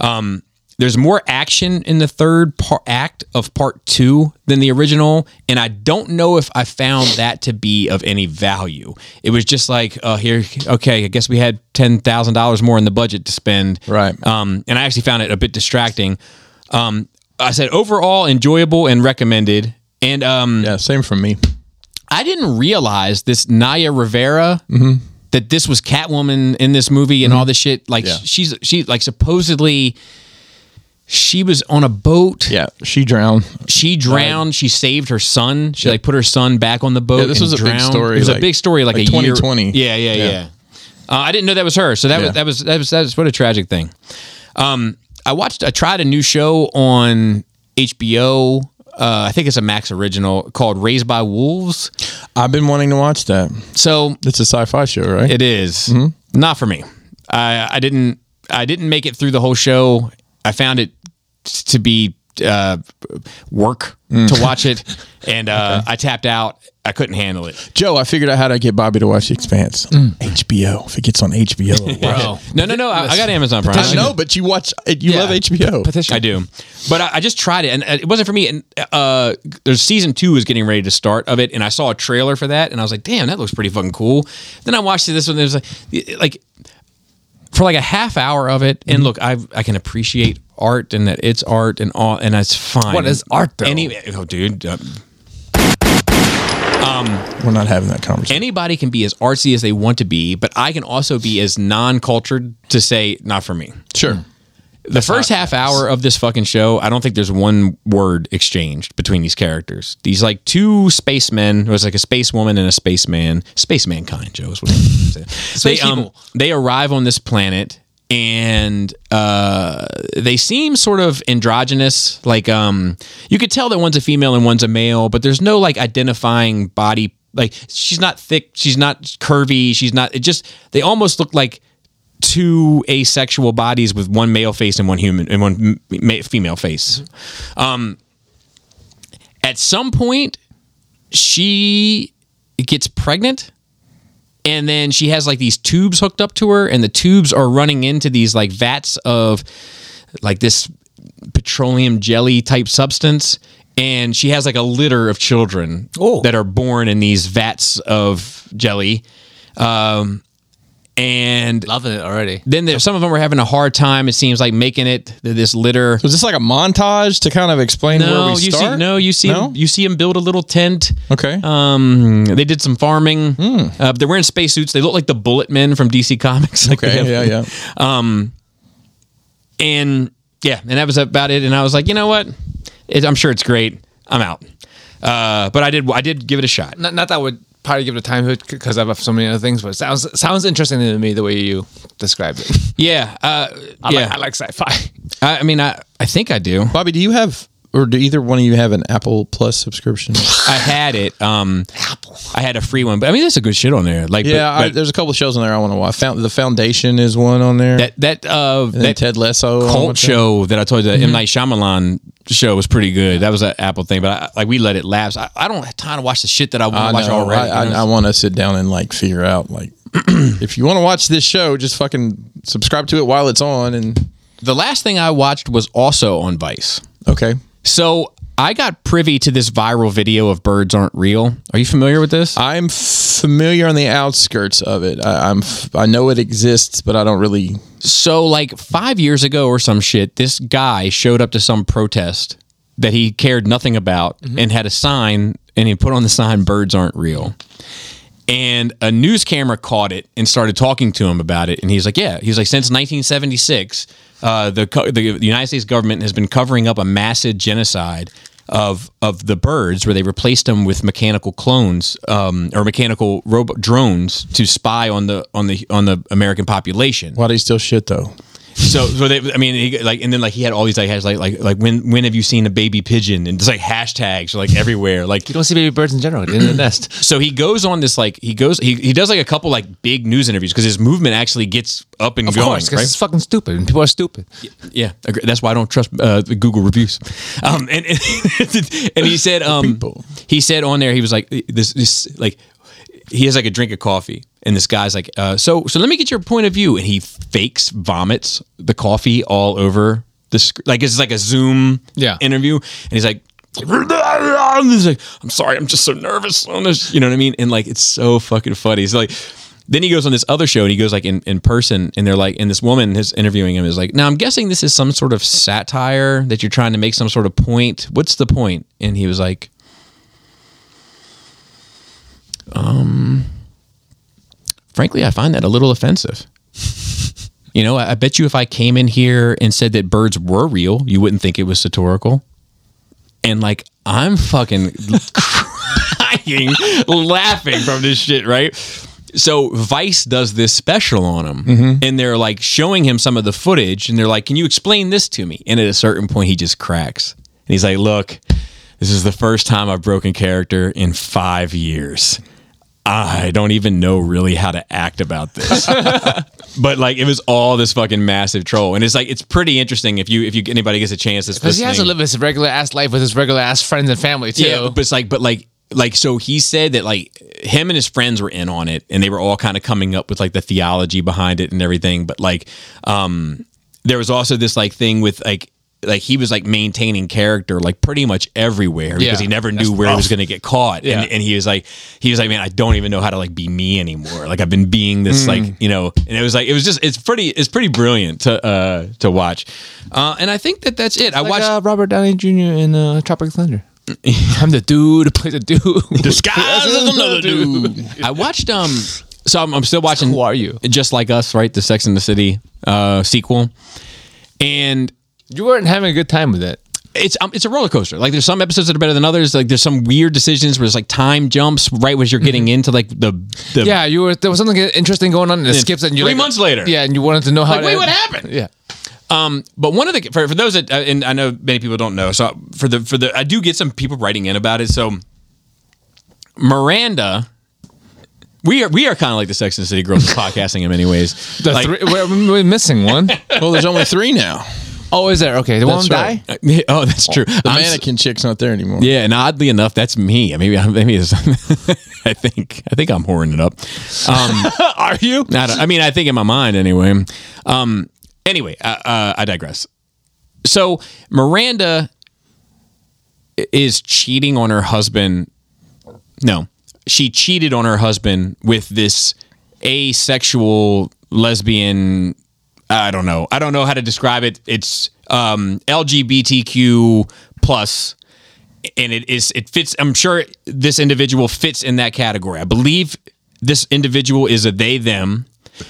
[SPEAKER 2] Um, there's more action in the third par- act of part two than the original, and I don't know if I found that to be of any value. It was just like, uh, here, okay, I guess we had ten thousand dollars more in the budget to spend,
[SPEAKER 1] Right.
[SPEAKER 2] um, and I actually found it a bit distracting. Um, I said overall enjoyable and recommended, and um,
[SPEAKER 1] yeah, same from me.
[SPEAKER 2] I didn't realize this Naya Rivera
[SPEAKER 1] Mm-hmm.
[SPEAKER 2] that this was Catwoman in this movie and all this shit. Like
[SPEAKER 1] Yeah.
[SPEAKER 2] she's she like supposedly she was on a boat.
[SPEAKER 1] Yeah, she drowned.
[SPEAKER 2] She drowned. she saved her son. She
[SPEAKER 1] Yep.
[SPEAKER 2] like put her son back on the boat.
[SPEAKER 1] Yeah, this
[SPEAKER 2] and
[SPEAKER 1] was a big
[SPEAKER 2] drowned.
[SPEAKER 1] story,
[SPEAKER 2] It was a
[SPEAKER 1] like-
[SPEAKER 2] big story. Like,
[SPEAKER 1] like
[SPEAKER 2] a year-
[SPEAKER 1] 2020.
[SPEAKER 2] Yeah, yeah, yeah.
[SPEAKER 1] Yeah.
[SPEAKER 2] Uh, I didn't know that was her. So that
[SPEAKER 1] Yeah.
[SPEAKER 2] was that was that was that was what a tragic thing. Um, I watched. I tried a new show on HBO. Uh, I think it's a Max original called Raised by Wolves.
[SPEAKER 1] I've been wanting to watch that.
[SPEAKER 2] So
[SPEAKER 1] It's a sci-fi show, right?
[SPEAKER 2] it is. not for me. I I didn't I didn't make it through the whole show. I found it to be uh, work to watch it, and uh, I tapped out. I couldn't handle it.
[SPEAKER 1] Joe, I figured out how to get Bobby to watch The Expanse.
[SPEAKER 2] Mm.
[SPEAKER 1] HBO. If it gets on HBO,
[SPEAKER 3] Bro.
[SPEAKER 2] No, no, no. I, I got Amazon Prime.
[SPEAKER 1] I know, but you watch. You love HBO.
[SPEAKER 2] I do, but I, I just tried it, and it wasn't for me. And uh, there's season two is getting ready to start of it, and I saw a trailer for that, and I was like, "Damn, that looks pretty fucking cool." Then I watched this one. and It was like, like for like a half hour of it,
[SPEAKER 3] Mm-hmm.
[SPEAKER 2] and look, I I can appreciate art and that it's art and all, and that's fine.
[SPEAKER 3] What is art, though?
[SPEAKER 2] Any, oh, dude. uh,
[SPEAKER 1] We're not having that conversation.
[SPEAKER 2] Anybody can be as artsy as they want to be, but I can also be as non-cultured to say not for me.
[SPEAKER 1] sure.
[SPEAKER 2] the first half hour of this fucking show, I don't think there's one word exchanged between these characters. These like two spacemen, it was like a space woman and a spaceman, space mankind, Joe is what I'm saying. they, um,
[SPEAKER 3] people.
[SPEAKER 2] they arrive on this planet and uh, they seem sort of androgynous. Like um, you could tell that one's a female and one's a male, but there's no like identifying body. Like she's not thick, she's not curvy, she's not. It just they almost look like two asexual bodies with one male face and one human and one m- ma- female face. Um, at some point she gets pregnant and then she has like these tubes hooked up to her and the tubes are running into these like vats of like this petroleum jelly type substance and she has like a litter of children
[SPEAKER 1] Oh.
[SPEAKER 2] that are born in these vats of jelly um, and
[SPEAKER 3] Loving it already.
[SPEAKER 2] then there, some of them are having a hard time it seems like making it to this litter
[SPEAKER 1] So is this like a montage to kind of explain
[SPEAKER 2] no,
[SPEAKER 1] where we
[SPEAKER 2] you
[SPEAKER 1] start?
[SPEAKER 2] see, no, you see,
[SPEAKER 1] No?
[SPEAKER 2] Him, you see him build a little tent.
[SPEAKER 1] Okay.
[SPEAKER 2] Um, they did some farming. Uh, they're wearing spacesuits. They look like the Bullet Men from DC Comics. <laughs> Like they have-
[SPEAKER 1] okay. Yeah. Yeah.
[SPEAKER 2] And yeah, and that was about it. And I was like, you know what? It, I'm sure it's great. I'm out. Uh, but I did, I did give it a shot.
[SPEAKER 3] Not, not that I would probably give it a time because I have so many other things, but it sounds sounds interesting to me the way you described it.
[SPEAKER 2] Yeah, uh,
[SPEAKER 3] <laughs> I
[SPEAKER 2] yeah.
[SPEAKER 3] like, I like sci-fi.
[SPEAKER 2] I, I mean, I, I think I do.
[SPEAKER 1] Bobby, do you have, or do either one of you have an Apple Plus subscription?
[SPEAKER 2] <laughs> I had it. Um, Apple. I had a free one, but I mean, there's a good shit on there. Like, but-
[SPEAKER 1] yeah. I,
[SPEAKER 2] but
[SPEAKER 1] there's a couple shows on there I want to watch. Found, the Foundation is one on there.
[SPEAKER 2] that that uh,
[SPEAKER 1] and then
[SPEAKER 2] that
[SPEAKER 1] Ted Lasso. I
[SPEAKER 2] cult
[SPEAKER 1] want to-
[SPEAKER 2] show that I told you, the
[SPEAKER 1] Mm-hmm.
[SPEAKER 2] M Night Shyamalan show was pretty good. That was an Apple thing, but I, like we let it lapse. I, I don't have time to watch the shit that I
[SPEAKER 1] I
[SPEAKER 2] want to watch
[SPEAKER 1] know.
[SPEAKER 2] already.
[SPEAKER 1] I,
[SPEAKER 2] you know?
[SPEAKER 1] I, I want to sit down and like figure out like <clears throat> if you want to watch this show, just fucking subscribe to it while it's on. And
[SPEAKER 2] the last thing I watched was also on Vice.
[SPEAKER 1] okay,
[SPEAKER 2] So I got privy to this viral video of birds aren't real. Are you familiar with this?
[SPEAKER 1] I'm familiar on the outskirts of it. I, I'm f- I know it exists, but I don't really.
[SPEAKER 2] so like five years ago or some shit, this guy showed up to some protest that he cared nothing about and had a sign and he put on the sign birds aren't real. And a news camera caught it and started talking to him about it. And he's like, "Yeah." He's like, "Since 1976, uh, the co- the the United States government has been covering up a massive genocide of of the birds, where they replaced them with mechanical clones um, or mechanical robo- drones to spy on the on the on the American population."
[SPEAKER 1] Why do you still shit though?
[SPEAKER 2] So, so they, I mean, he, like, and then like he had all these like hashtags, like, like, like when, when have you seen a baby pigeon? And just like hashtags like everywhere. Like,
[SPEAKER 3] You don't see baby birds in general in the <clears throat> nest.
[SPEAKER 2] so he goes on this like he goes he, he does like a couple like big news interviews because his movement actually gets up and
[SPEAKER 3] Of
[SPEAKER 2] going.
[SPEAKER 3] course, because
[SPEAKER 2] right?
[SPEAKER 3] it's fucking stupid and people are stupid.
[SPEAKER 2] Yeah, agree. that's why I don't trust uh, the Google reviews. Um, and <laughs> and, and he said, um, he said on there, he was like, this, this, like, he has like a drink of coffee, and this guy's like, uh, so, so let me get your point of view, and he fakes vomits the coffee all over the sc- like it's like a Zoom
[SPEAKER 3] Yeah.
[SPEAKER 2] interview, and he's like. And he's like, I'm sorry, I'm just so nervous on this. You know what I mean? And like, it's so fucking funny. He's like, then he goes on this other show and he goes like in, in person and they're like, and this woman is interviewing him is like, now I'm guessing this is some sort of satire that you're trying to make some sort of point. What's the point? And he was like, "Um, frankly, I find that a little offensive. you know, I, I bet you if I came in here and said that birds were real, you wouldn't think it was satirical. And like, I'm fucking crying, laughing from this shit, right? So Vice does this special on him,
[SPEAKER 3] Mm-hmm.
[SPEAKER 2] and they're like showing him some of the footage, and they're like, "Can you explain this to me?" And at a certain point, he just cracks, and he's like, "Look, this is the first time I've broken character in five years." I don't even know really how to act about
[SPEAKER 3] <laughs>
[SPEAKER 2] this. but like it was all this fucking massive troll. And it's like it's pretty interesting if you if you anybody gets a chance to
[SPEAKER 3] Because he has to live his regular ass life with his regular ass friends and family too.
[SPEAKER 2] yeah, but it's like, but like, like, so he said that like him and his friends were in on it, and they were all kind of coming up with like the theology behind it and everything. But like, um, there was also this like thing with like. Like he was like maintaining character like pretty much everywhere because he
[SPEAKER 3] Yeah,
[SPEAKER 2] never knew where he was going to get caught and, and he was like he was like man I don't even know how to like be me anymore like I've been being this
[SPEAKER 3] Mm.
[SPEAKER 2] like you know and it was like it was just it's pretty it's pretty brilliant to uh to watch uh and I think that that's it I
[SPEAKER 3] like
[SPEAKER 2] watched
[SPEAKER 3] uh, Robert Downey Jr. in uh, Tropic Thunder. <laughs> I'm the dude who plays the dude.
[SPEAKER 2] disguise as
[SPEAKER 3] <laughs>
[SPEAKER 2] another dude. I watched um. So I'm, I'm still watching.
[SPEAKER 3] Who are you?
[SPEAKER 2] Just like us, right? The Sex and the City uh, sequel, and
[SPEAKER 3] You weren't having a good time with it.
[SPEAKER 2] it's um, it's a roller coaster. Like there's some episodes that are better than others. Like there's some weird decisions where it's like time jumps right as you're getting into like the the
[SPEAKER 3] Yeah, you were. There was something interesting going on, and it skips, and you
[SPEAKER 2] three
[SPEAKER 3] like,
[SPEAKER 2] months later.
[SPEAKER 3] Yeah, and you wanted to know how.
[SPEAKER 2] Like,
[SPEAKER 3] it
[SPEAKER 2] wait, what
[SPEAKER 3] ended.
[SPEAKER 2] happened?
[SPEAKER 3] Yeah,
[SPEAKER 2] But one of the for, for those that uh, and I know many people don't know. So for the for the I do get some people writing in about it. So Miranda. We are we are kind of like the Sex and the City girls <laughs> podcasting in many ways.
[SPEAKER 3] the
[SPEAKER 2] Like- <laughs>
[SPEAKER 3] three, we're, we're missing one.
[SPEAKER 1] Well, there's only three now.
[SPEAKER 3] Oh, is there? Okay, the one
[SPEAKER 1] That's
[SPEAKER 3] die.
[SPEAKER 1] right.
[SPEAKER 2] Uh, <laughs> Oh, that's true.
[SPEAKER 1] The
[SPEAKER 2] I'm s-
[SPEAKER 1] mannequin chick's not there anymore.
[SPEAKER 2] yeah, and oddly enough, that's me. Maybe I'm. <laughs> Maybe it's, I think. I think I'm whoring it up. Um,
[SPEAKER 3] <laughs> Are you?
[SPEAKER 2] I, don't- I mean, I think in my mind anyway. Um, anyway, uh, uh, I digress. So Miranda i- is cheating on her husband. No, she cheated on her husband with this asexual lesbian. I don't know. I don't know how to describe it. It's um, LGBTQ plus and it is it fits i'm sure this individual fits in that category i believe this individual is a they them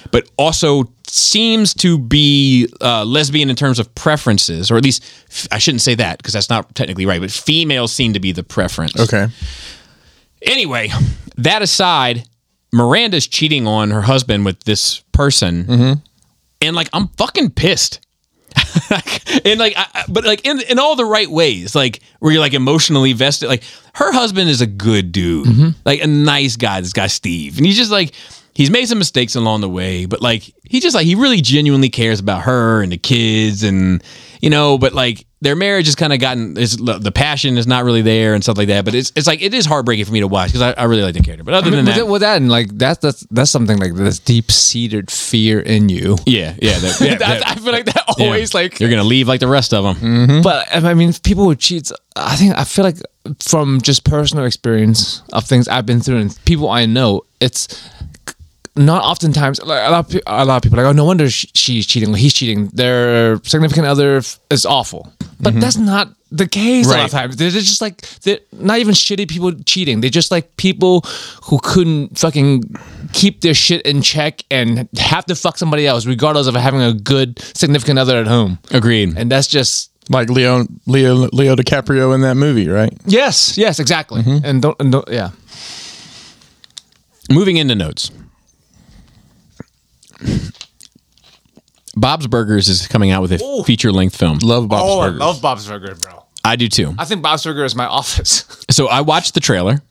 [SPEAKER 2] but also seems to be uh, lesbian in terms of preferences or at least f- i shouldn't say that because that's not technically right but females seem to be the preference
[SPEAKER 1] Okay.
[SPEAKER 2] anyway that aside miranda's cheating on her husband with this person and like i'm fucking pissed <laughs> Like, and like I, I- but like in in all the right ways like where you're like emotionally vested like her husband is a good dude
[SPEAKER 3] Mm-hmm.
[SPEAKER 2] like a nice guy this guy steve and he's just like he's made some mistakes along the way but like he just like he really genuinely cares about her and the kids and you know but like their marriage has kind of gotten is the passion is not really there and stuff like that but it's it's like it is heartbreaking for me to watch because I, I really like the character but other
[SPEAKER 3] I
[SPEAKER 2] than
[SPEAKER 3] mean, with
[SPEAKER 2] that
[SPEAKER 3] that, with that, and like that's that's that's something like this deep seated fear in you.
[SPEAKER 2] yeah yeah, that, yeah,
[SPEAKER 3] <laughs> That-
[SPEAKER 2] that-
[SPEAKER 3] I feel like that
[SPEAKER 2] yeah.
[SPEAKER 3] always like. Mm-hmm.
[SPEAKER 2] you're gonna leave like the rest of them
[SPEAKER 3] But I mean, people who cheat, I think I feel like from just personal experience of things I've been through and people I know, it's not oftentimes like a lot of, pe- a lot of people are like oh no wonder sh- she's cheating or he's cheating their significant other f- is awful but that's not the case a lot
[SPEAKER 1] Right.
[SPEAKER 3] of times they're they're just like they're not even shitty people cheating they're just like people who couldn't fucking keep their shit in check and have to fuck somebody else regardless of having a good significant other at home
[SPEAKER 2] agreed
[SPEAKER 3] and that's just
[SPEAKER 1] Like Leo Leo Leo DiCaprio in that movie, right?
[SPEAKER 3] Yes, yes, exactly.
[SPEAKER 2] Mm-hmm.
[SPEAKER 3] And don't, and don't, yeah.
[SPEAKER 2] Moving into notes. Bob's Burgers is coming out with a feature length film.
[SPEAKER 1] Love Bob's
[SPEAKER 3] Oh, I
[SPEAKER 1] Burgers.
[SPEAKER 3] love Bob's Burger, bro.
[SPEAKER 2] I do too.
[SPEAKER 3] I think Bob's Burger is my <laughs> office.
[SPEAKER 2] So I watched the trailer.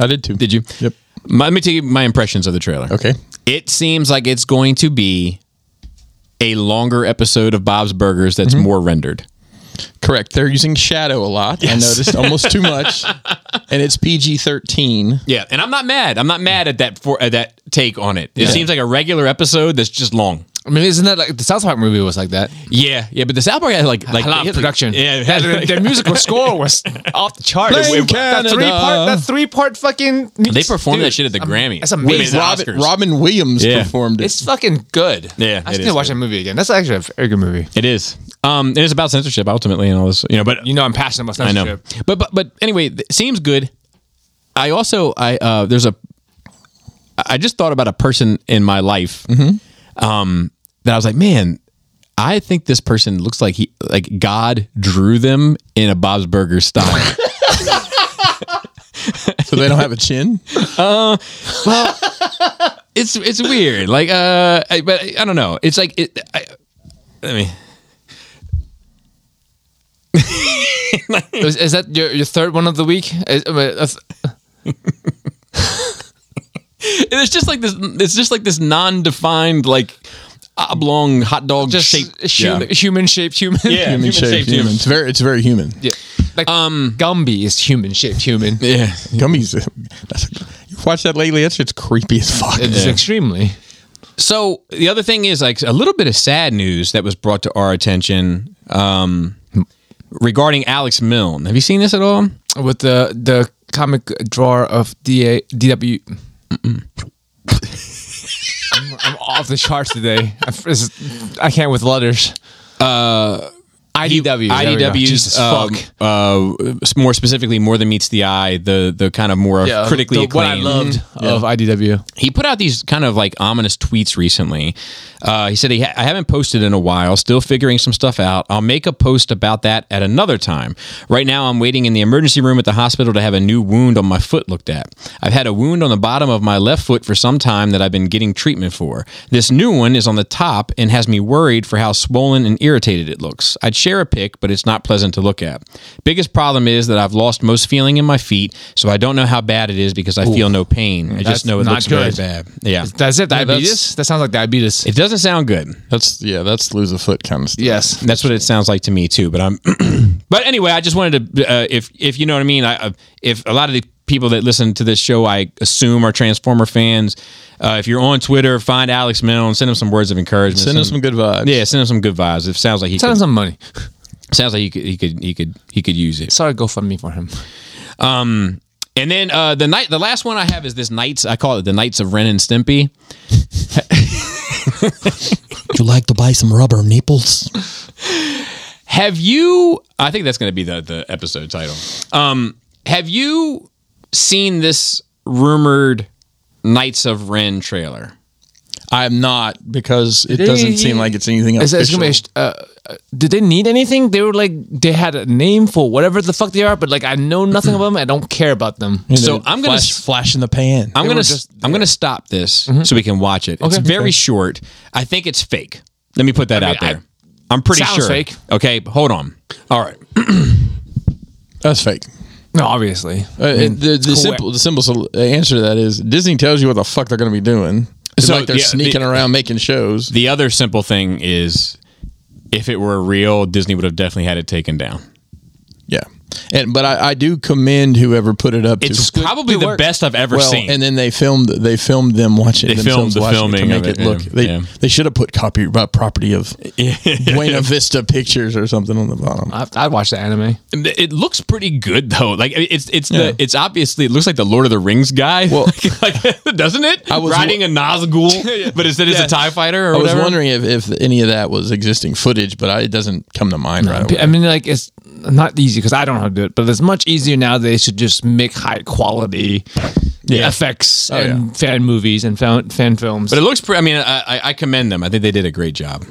[SPEAKER 1] I did too.
[SPEAKER 2] Did you?
[SPEAKER 1] Yep.
[SPEAKER 2] My, let me tell you my impressions of the trailer.
[SPEAKER 1] Okay.
[SPEAKER 2] It seems like it's going to be a longer episode of Bob's Burgers that's more rendered.
[SPEAKER 1] Correct. They're using shadow a lot. I noticed almost too much. And it's PG thirteen.
[SPEAKER 2] Yeah, and I'm not mad. I'm not mad at that for at that take on it. It seems like a regular episode that's just long.
[SPEAKER 3] I mean, isn't that like the South Park movie was like that?
[SPEAKER 2] Yeah, yeah, but the South Park had like like
[SPEAKER 3] A lot of production.
[SPEAKER 2] Yeah, it
[SPEAKER 3] That-
[SPEAKER 2] had, <laughs>
[SPEAKER 3] their,
[SPEAKER 2] like-
[SPEAKER 3] their musical
[SPEAKER 2] <laughs>
[SPEAKER 3] score was off the charts.
[SPEAKER 1] Blame
[SPEAKER 3] that
[SPEAKER 1] Canada.
[SPEAKER 3] three part, that three part fucking.
[SPEAKER 2] they performed that shit at the Grammy.
[SPEAKER 3] That's amazing.
[SPEAKER 2] Wait,
[SPEAKER 1] Robin,
[SPEAKER 2] Oscars.
[SPEAKER 1] Robin Williams
[SPEAKER 2] Yeah.
[SPEAKER 1] performed it.
[SPEAKER 3] It's fucking good.
[SPEAKER 2] Yeah,
[SPEAKER 3] I
[SPEAKER 2] it
[SPEAKER 3] just need
[SPEAKER 2] is
[SPEAKER 3] to watch
[SPEAKER 2] good.
[SPEAKER 3] that movie again. That's actually a very good movie.
[SPEAKER 2] It is. Um, it is about censorship ultimately and all this, you know. But
[SPEAKER 3] You know, I'm passionate about
[SPEAKER 2] I know.
[SPEAKER 3] censorship.
[SPEAKER 2] But but but anyway, th- seems good. I also I uh, there's a I just thought about a person in my life
[SPEAKER 3] Mm-hmm.
[SPEAKER 2] um, that I was like, man, I think this person looks like he like God drew them in a Bob's Burger
[SPEAKER 3] <laughs>
[SPEAKER 2] style.
[SPEAKER 1] so they don't have a chin.
[SPEAKER 2] it's it's weird. Like uh, I, but I, I don't know. It's like it. I, I mean,
[SPEAKER 3] <laughs> Is, is that your, your third one of the week? Is- uh, I mean, that's-
[SPEAKER 2] And it's just like this. It's just like this non-defined, like oblong hot dog
[SPEAKER 3] just
[SPEAKER 2] shape.
[SPEAKER 3] human, human shaped human.
[SPEAKER 1] Human shaped human. It's very it's very human.
[SPEAKER 3] Yeah. <laughs> Like um, Gumby is human shaped human.
[SPEAKER 2] Yeah.
[SPEAKER 1] Gummies. That's, you've watched that lately. That shit's creepy as fuck.
[SPEAKER 3] It's extremely.
[SPEAKER 2] So the other thing is like a little bit of sad news that was brought to our attention um, regarding Alex Milne. Have you seen this at all?
[SPEAKER 3] with the the comic drawer of DA, DW. I'm, I'm off the charts today. I'm- it's- I can't with letters. Uh, IDW. there we go.
[SPEAKER 2] IDW's
[SPEAKER 3] Jesus
[SPEAKER 2] um,
[SPEAKER 3] fuck.
[SPEAKER 2] uh, s- more specifically, more than meets the eye. The the kind of more
[SPEAKER 3] Yeah,
[SPEAKER 2] critically
[SPEAKER 3] the- what
[SPEAKER 2] acclaimed.
[SPEAKER 3] I loved of IDW.
[SPEAKER 2] he put out these kind of like ominous tweets recently. Uh, he said, he ha- I haven't posted in a while, still figuring some stuff out. I'll make a post about that at another time. Right now, I'm waiting in the emergency room at the hospital to have a new wound on my foot looked at. I've had a wound on the bottom of my left foot for some time that I've been getting treatment for. This new one is on the top and has me worried for how swollen and irritated it looks. I'd share tear a pick, but it's not pleasant to look at. Biggest problem is that I've lost most feeling in my feet, so I don't know how bad it is because I feel no pain. I
[SPEAKER 3] that's
[SPEAKER 2] just know it
[SPEAKER 3] not
[SPEAKER 2] looks very
[SPEAKER 3] good.
[SPEAKER 2] bad. Yeah.
[SPEAKER 3] That's it. Diabetes.
[SPEAKER 2] Diabetes?
[SPEAKER 3] That sounds like diabetes.
[SPEAKER 2] It doesn't sound good.
[SPEAKER 1] That's yeah, that's lose a foot kind of stuff.
[SPEAKER 3] yes.
[SPEAKER 2] That's what it sounds like to me too. But I'm, <clears throat> but anyway, I just wanted to, uh, if if you know what I mean, I, I- if a lot of the people that listen to this show, I assume are Transformer fans. Uh, if you're on Twitter, find Alex Mill and send him some words of encouragement.
[SPEAKER 1] Send us some good vibes.
[SPEAKER 2] yeah, send him some good vibes. It sounds like he
[SPEAKER 3] Send him
[SPEAKER 2] could,
[SPEAKER 3] some money.
[SPEAKER 2] sounds like he could he could he could he could use it.
[SPEAKER 3] Sorry, go fund me for him.
[SPEAKER 2] And then uh, the night, the last one I have is this Knights. I call it the Knights of Ren and Stimpy.
[SPEAKER 5] Would you like to buy some rubber nipples?
[SPEAKER 2] Have you? I think that's going to be the the episode title. Um, have you seen this rumored Knights of Ren trailer?
[SPEAKER 1] I'm not because it doesn't seem like it's anything
[SPEAKER 3] Is
[SPEAKER 1] official.
[SPEAKER 3] it, it's gonna be, a sh- uh, uh, did they need anything? They were like they had a name for whatever the fuck they are, but like I know nothing of them. I don't care about them.
[SPEAKER 2] So I'm gonna
[SPEAKER 1] flash, flash in the pan.
[SPEAKER 2] I'm gonna
[SPEAKER 3] were
[SPEAKER 2] s-
[SPEAKER 3] just Mm-hmm.
[SPEAKER 2] I'm gonna stop this so we can watch it. It's very short. I think it's fake. Let me put that out
[SPEAKER 3] mean, I-
[SPEAKER 2] there. I, am pretty
[SPEAKER 3] Sounds
[SPEAKER 2] sure.
[SPEAKER 3] fake.
[SPEAKER 2] Okay, but hold on. All right.
[SPEAKER 1] That's fake.
[SPEAKER 3] No, obviously.
[SPEAKER 1] Uh, it- the, the simple the simple sol- uh, answer to that is Disney tells you what the fuck they're going to be doing. It's
[SPEAKER 2] So,
[SPEAKER 1] like they're
[SPEAKER 2] yeah, the-
[SPEAKER 1] sneaking around making shows.
[SPEAKER 2] The other simple thing is, if it were real, Disney would have definitely had it taken down.
[SPEAKER 1] yeah, and but I, I do commend whoever put it up.
[SPEAKER 2] It's
[SPEAKER 1] to,
[SPEAKER 2] probably the best I've ever
[SPEAKER 1] well,
[SPEAKER 2] seen.
[SPEAKER 1] and then they filmed they filmed them watching.
[SPEAKER 2] They
[SPEAKER 1] themselves
[SPEAKER 2] filmed the
[SPEAKER 1] watching it
[SPEAKER 2] filming
[SPEAKER 1] to make
[SPEAKER 2] of it,
[SPEAKER 1] look.
[SPEAKER 2] yeah,
[SPEAKER 1] they
[SPEAKER 2] yeah.
[SPEAKER 1] they should have put copyright property
[SPEAKER 2] <laughs>
[SPEAKER 1] of Buena Vista Pictures or something on the bottom.
[SPEAKER 3] I, I watched the anime.
[SPEAKER 2] It looks pretty good though. Like I- it's it's
[SPEAKER 1] Yeah.
[SPEAKER 2] the it's obviously it looks like the Lord of the Rings guy.
[SPEAKER 1] Well-
[SPEAKER 2] <laughs> like, doesn't it?
[SPEAKER 1] I was
[SPEAKER 2] riding a
[SPEAKER 1] <laughs>
[SPEAKER 2] Nazgul, but instead it's a Tie Fighter or
[SPEAKER 1] I was
[SPEAKER 2] whatever.
[SPEAKER 1] wondering if, if any of that was existing footage, but I, it doesn't come to mind right away.
[SPEAKER 3] I mean, like it's not easy because I don't know how to do it, but it's much easier now. They should just make high quality effects and fan movies and fan, fan films.
[SPEAKER 2] but it looks pretty. I mean, I, I- I commend them. I think they did a great job.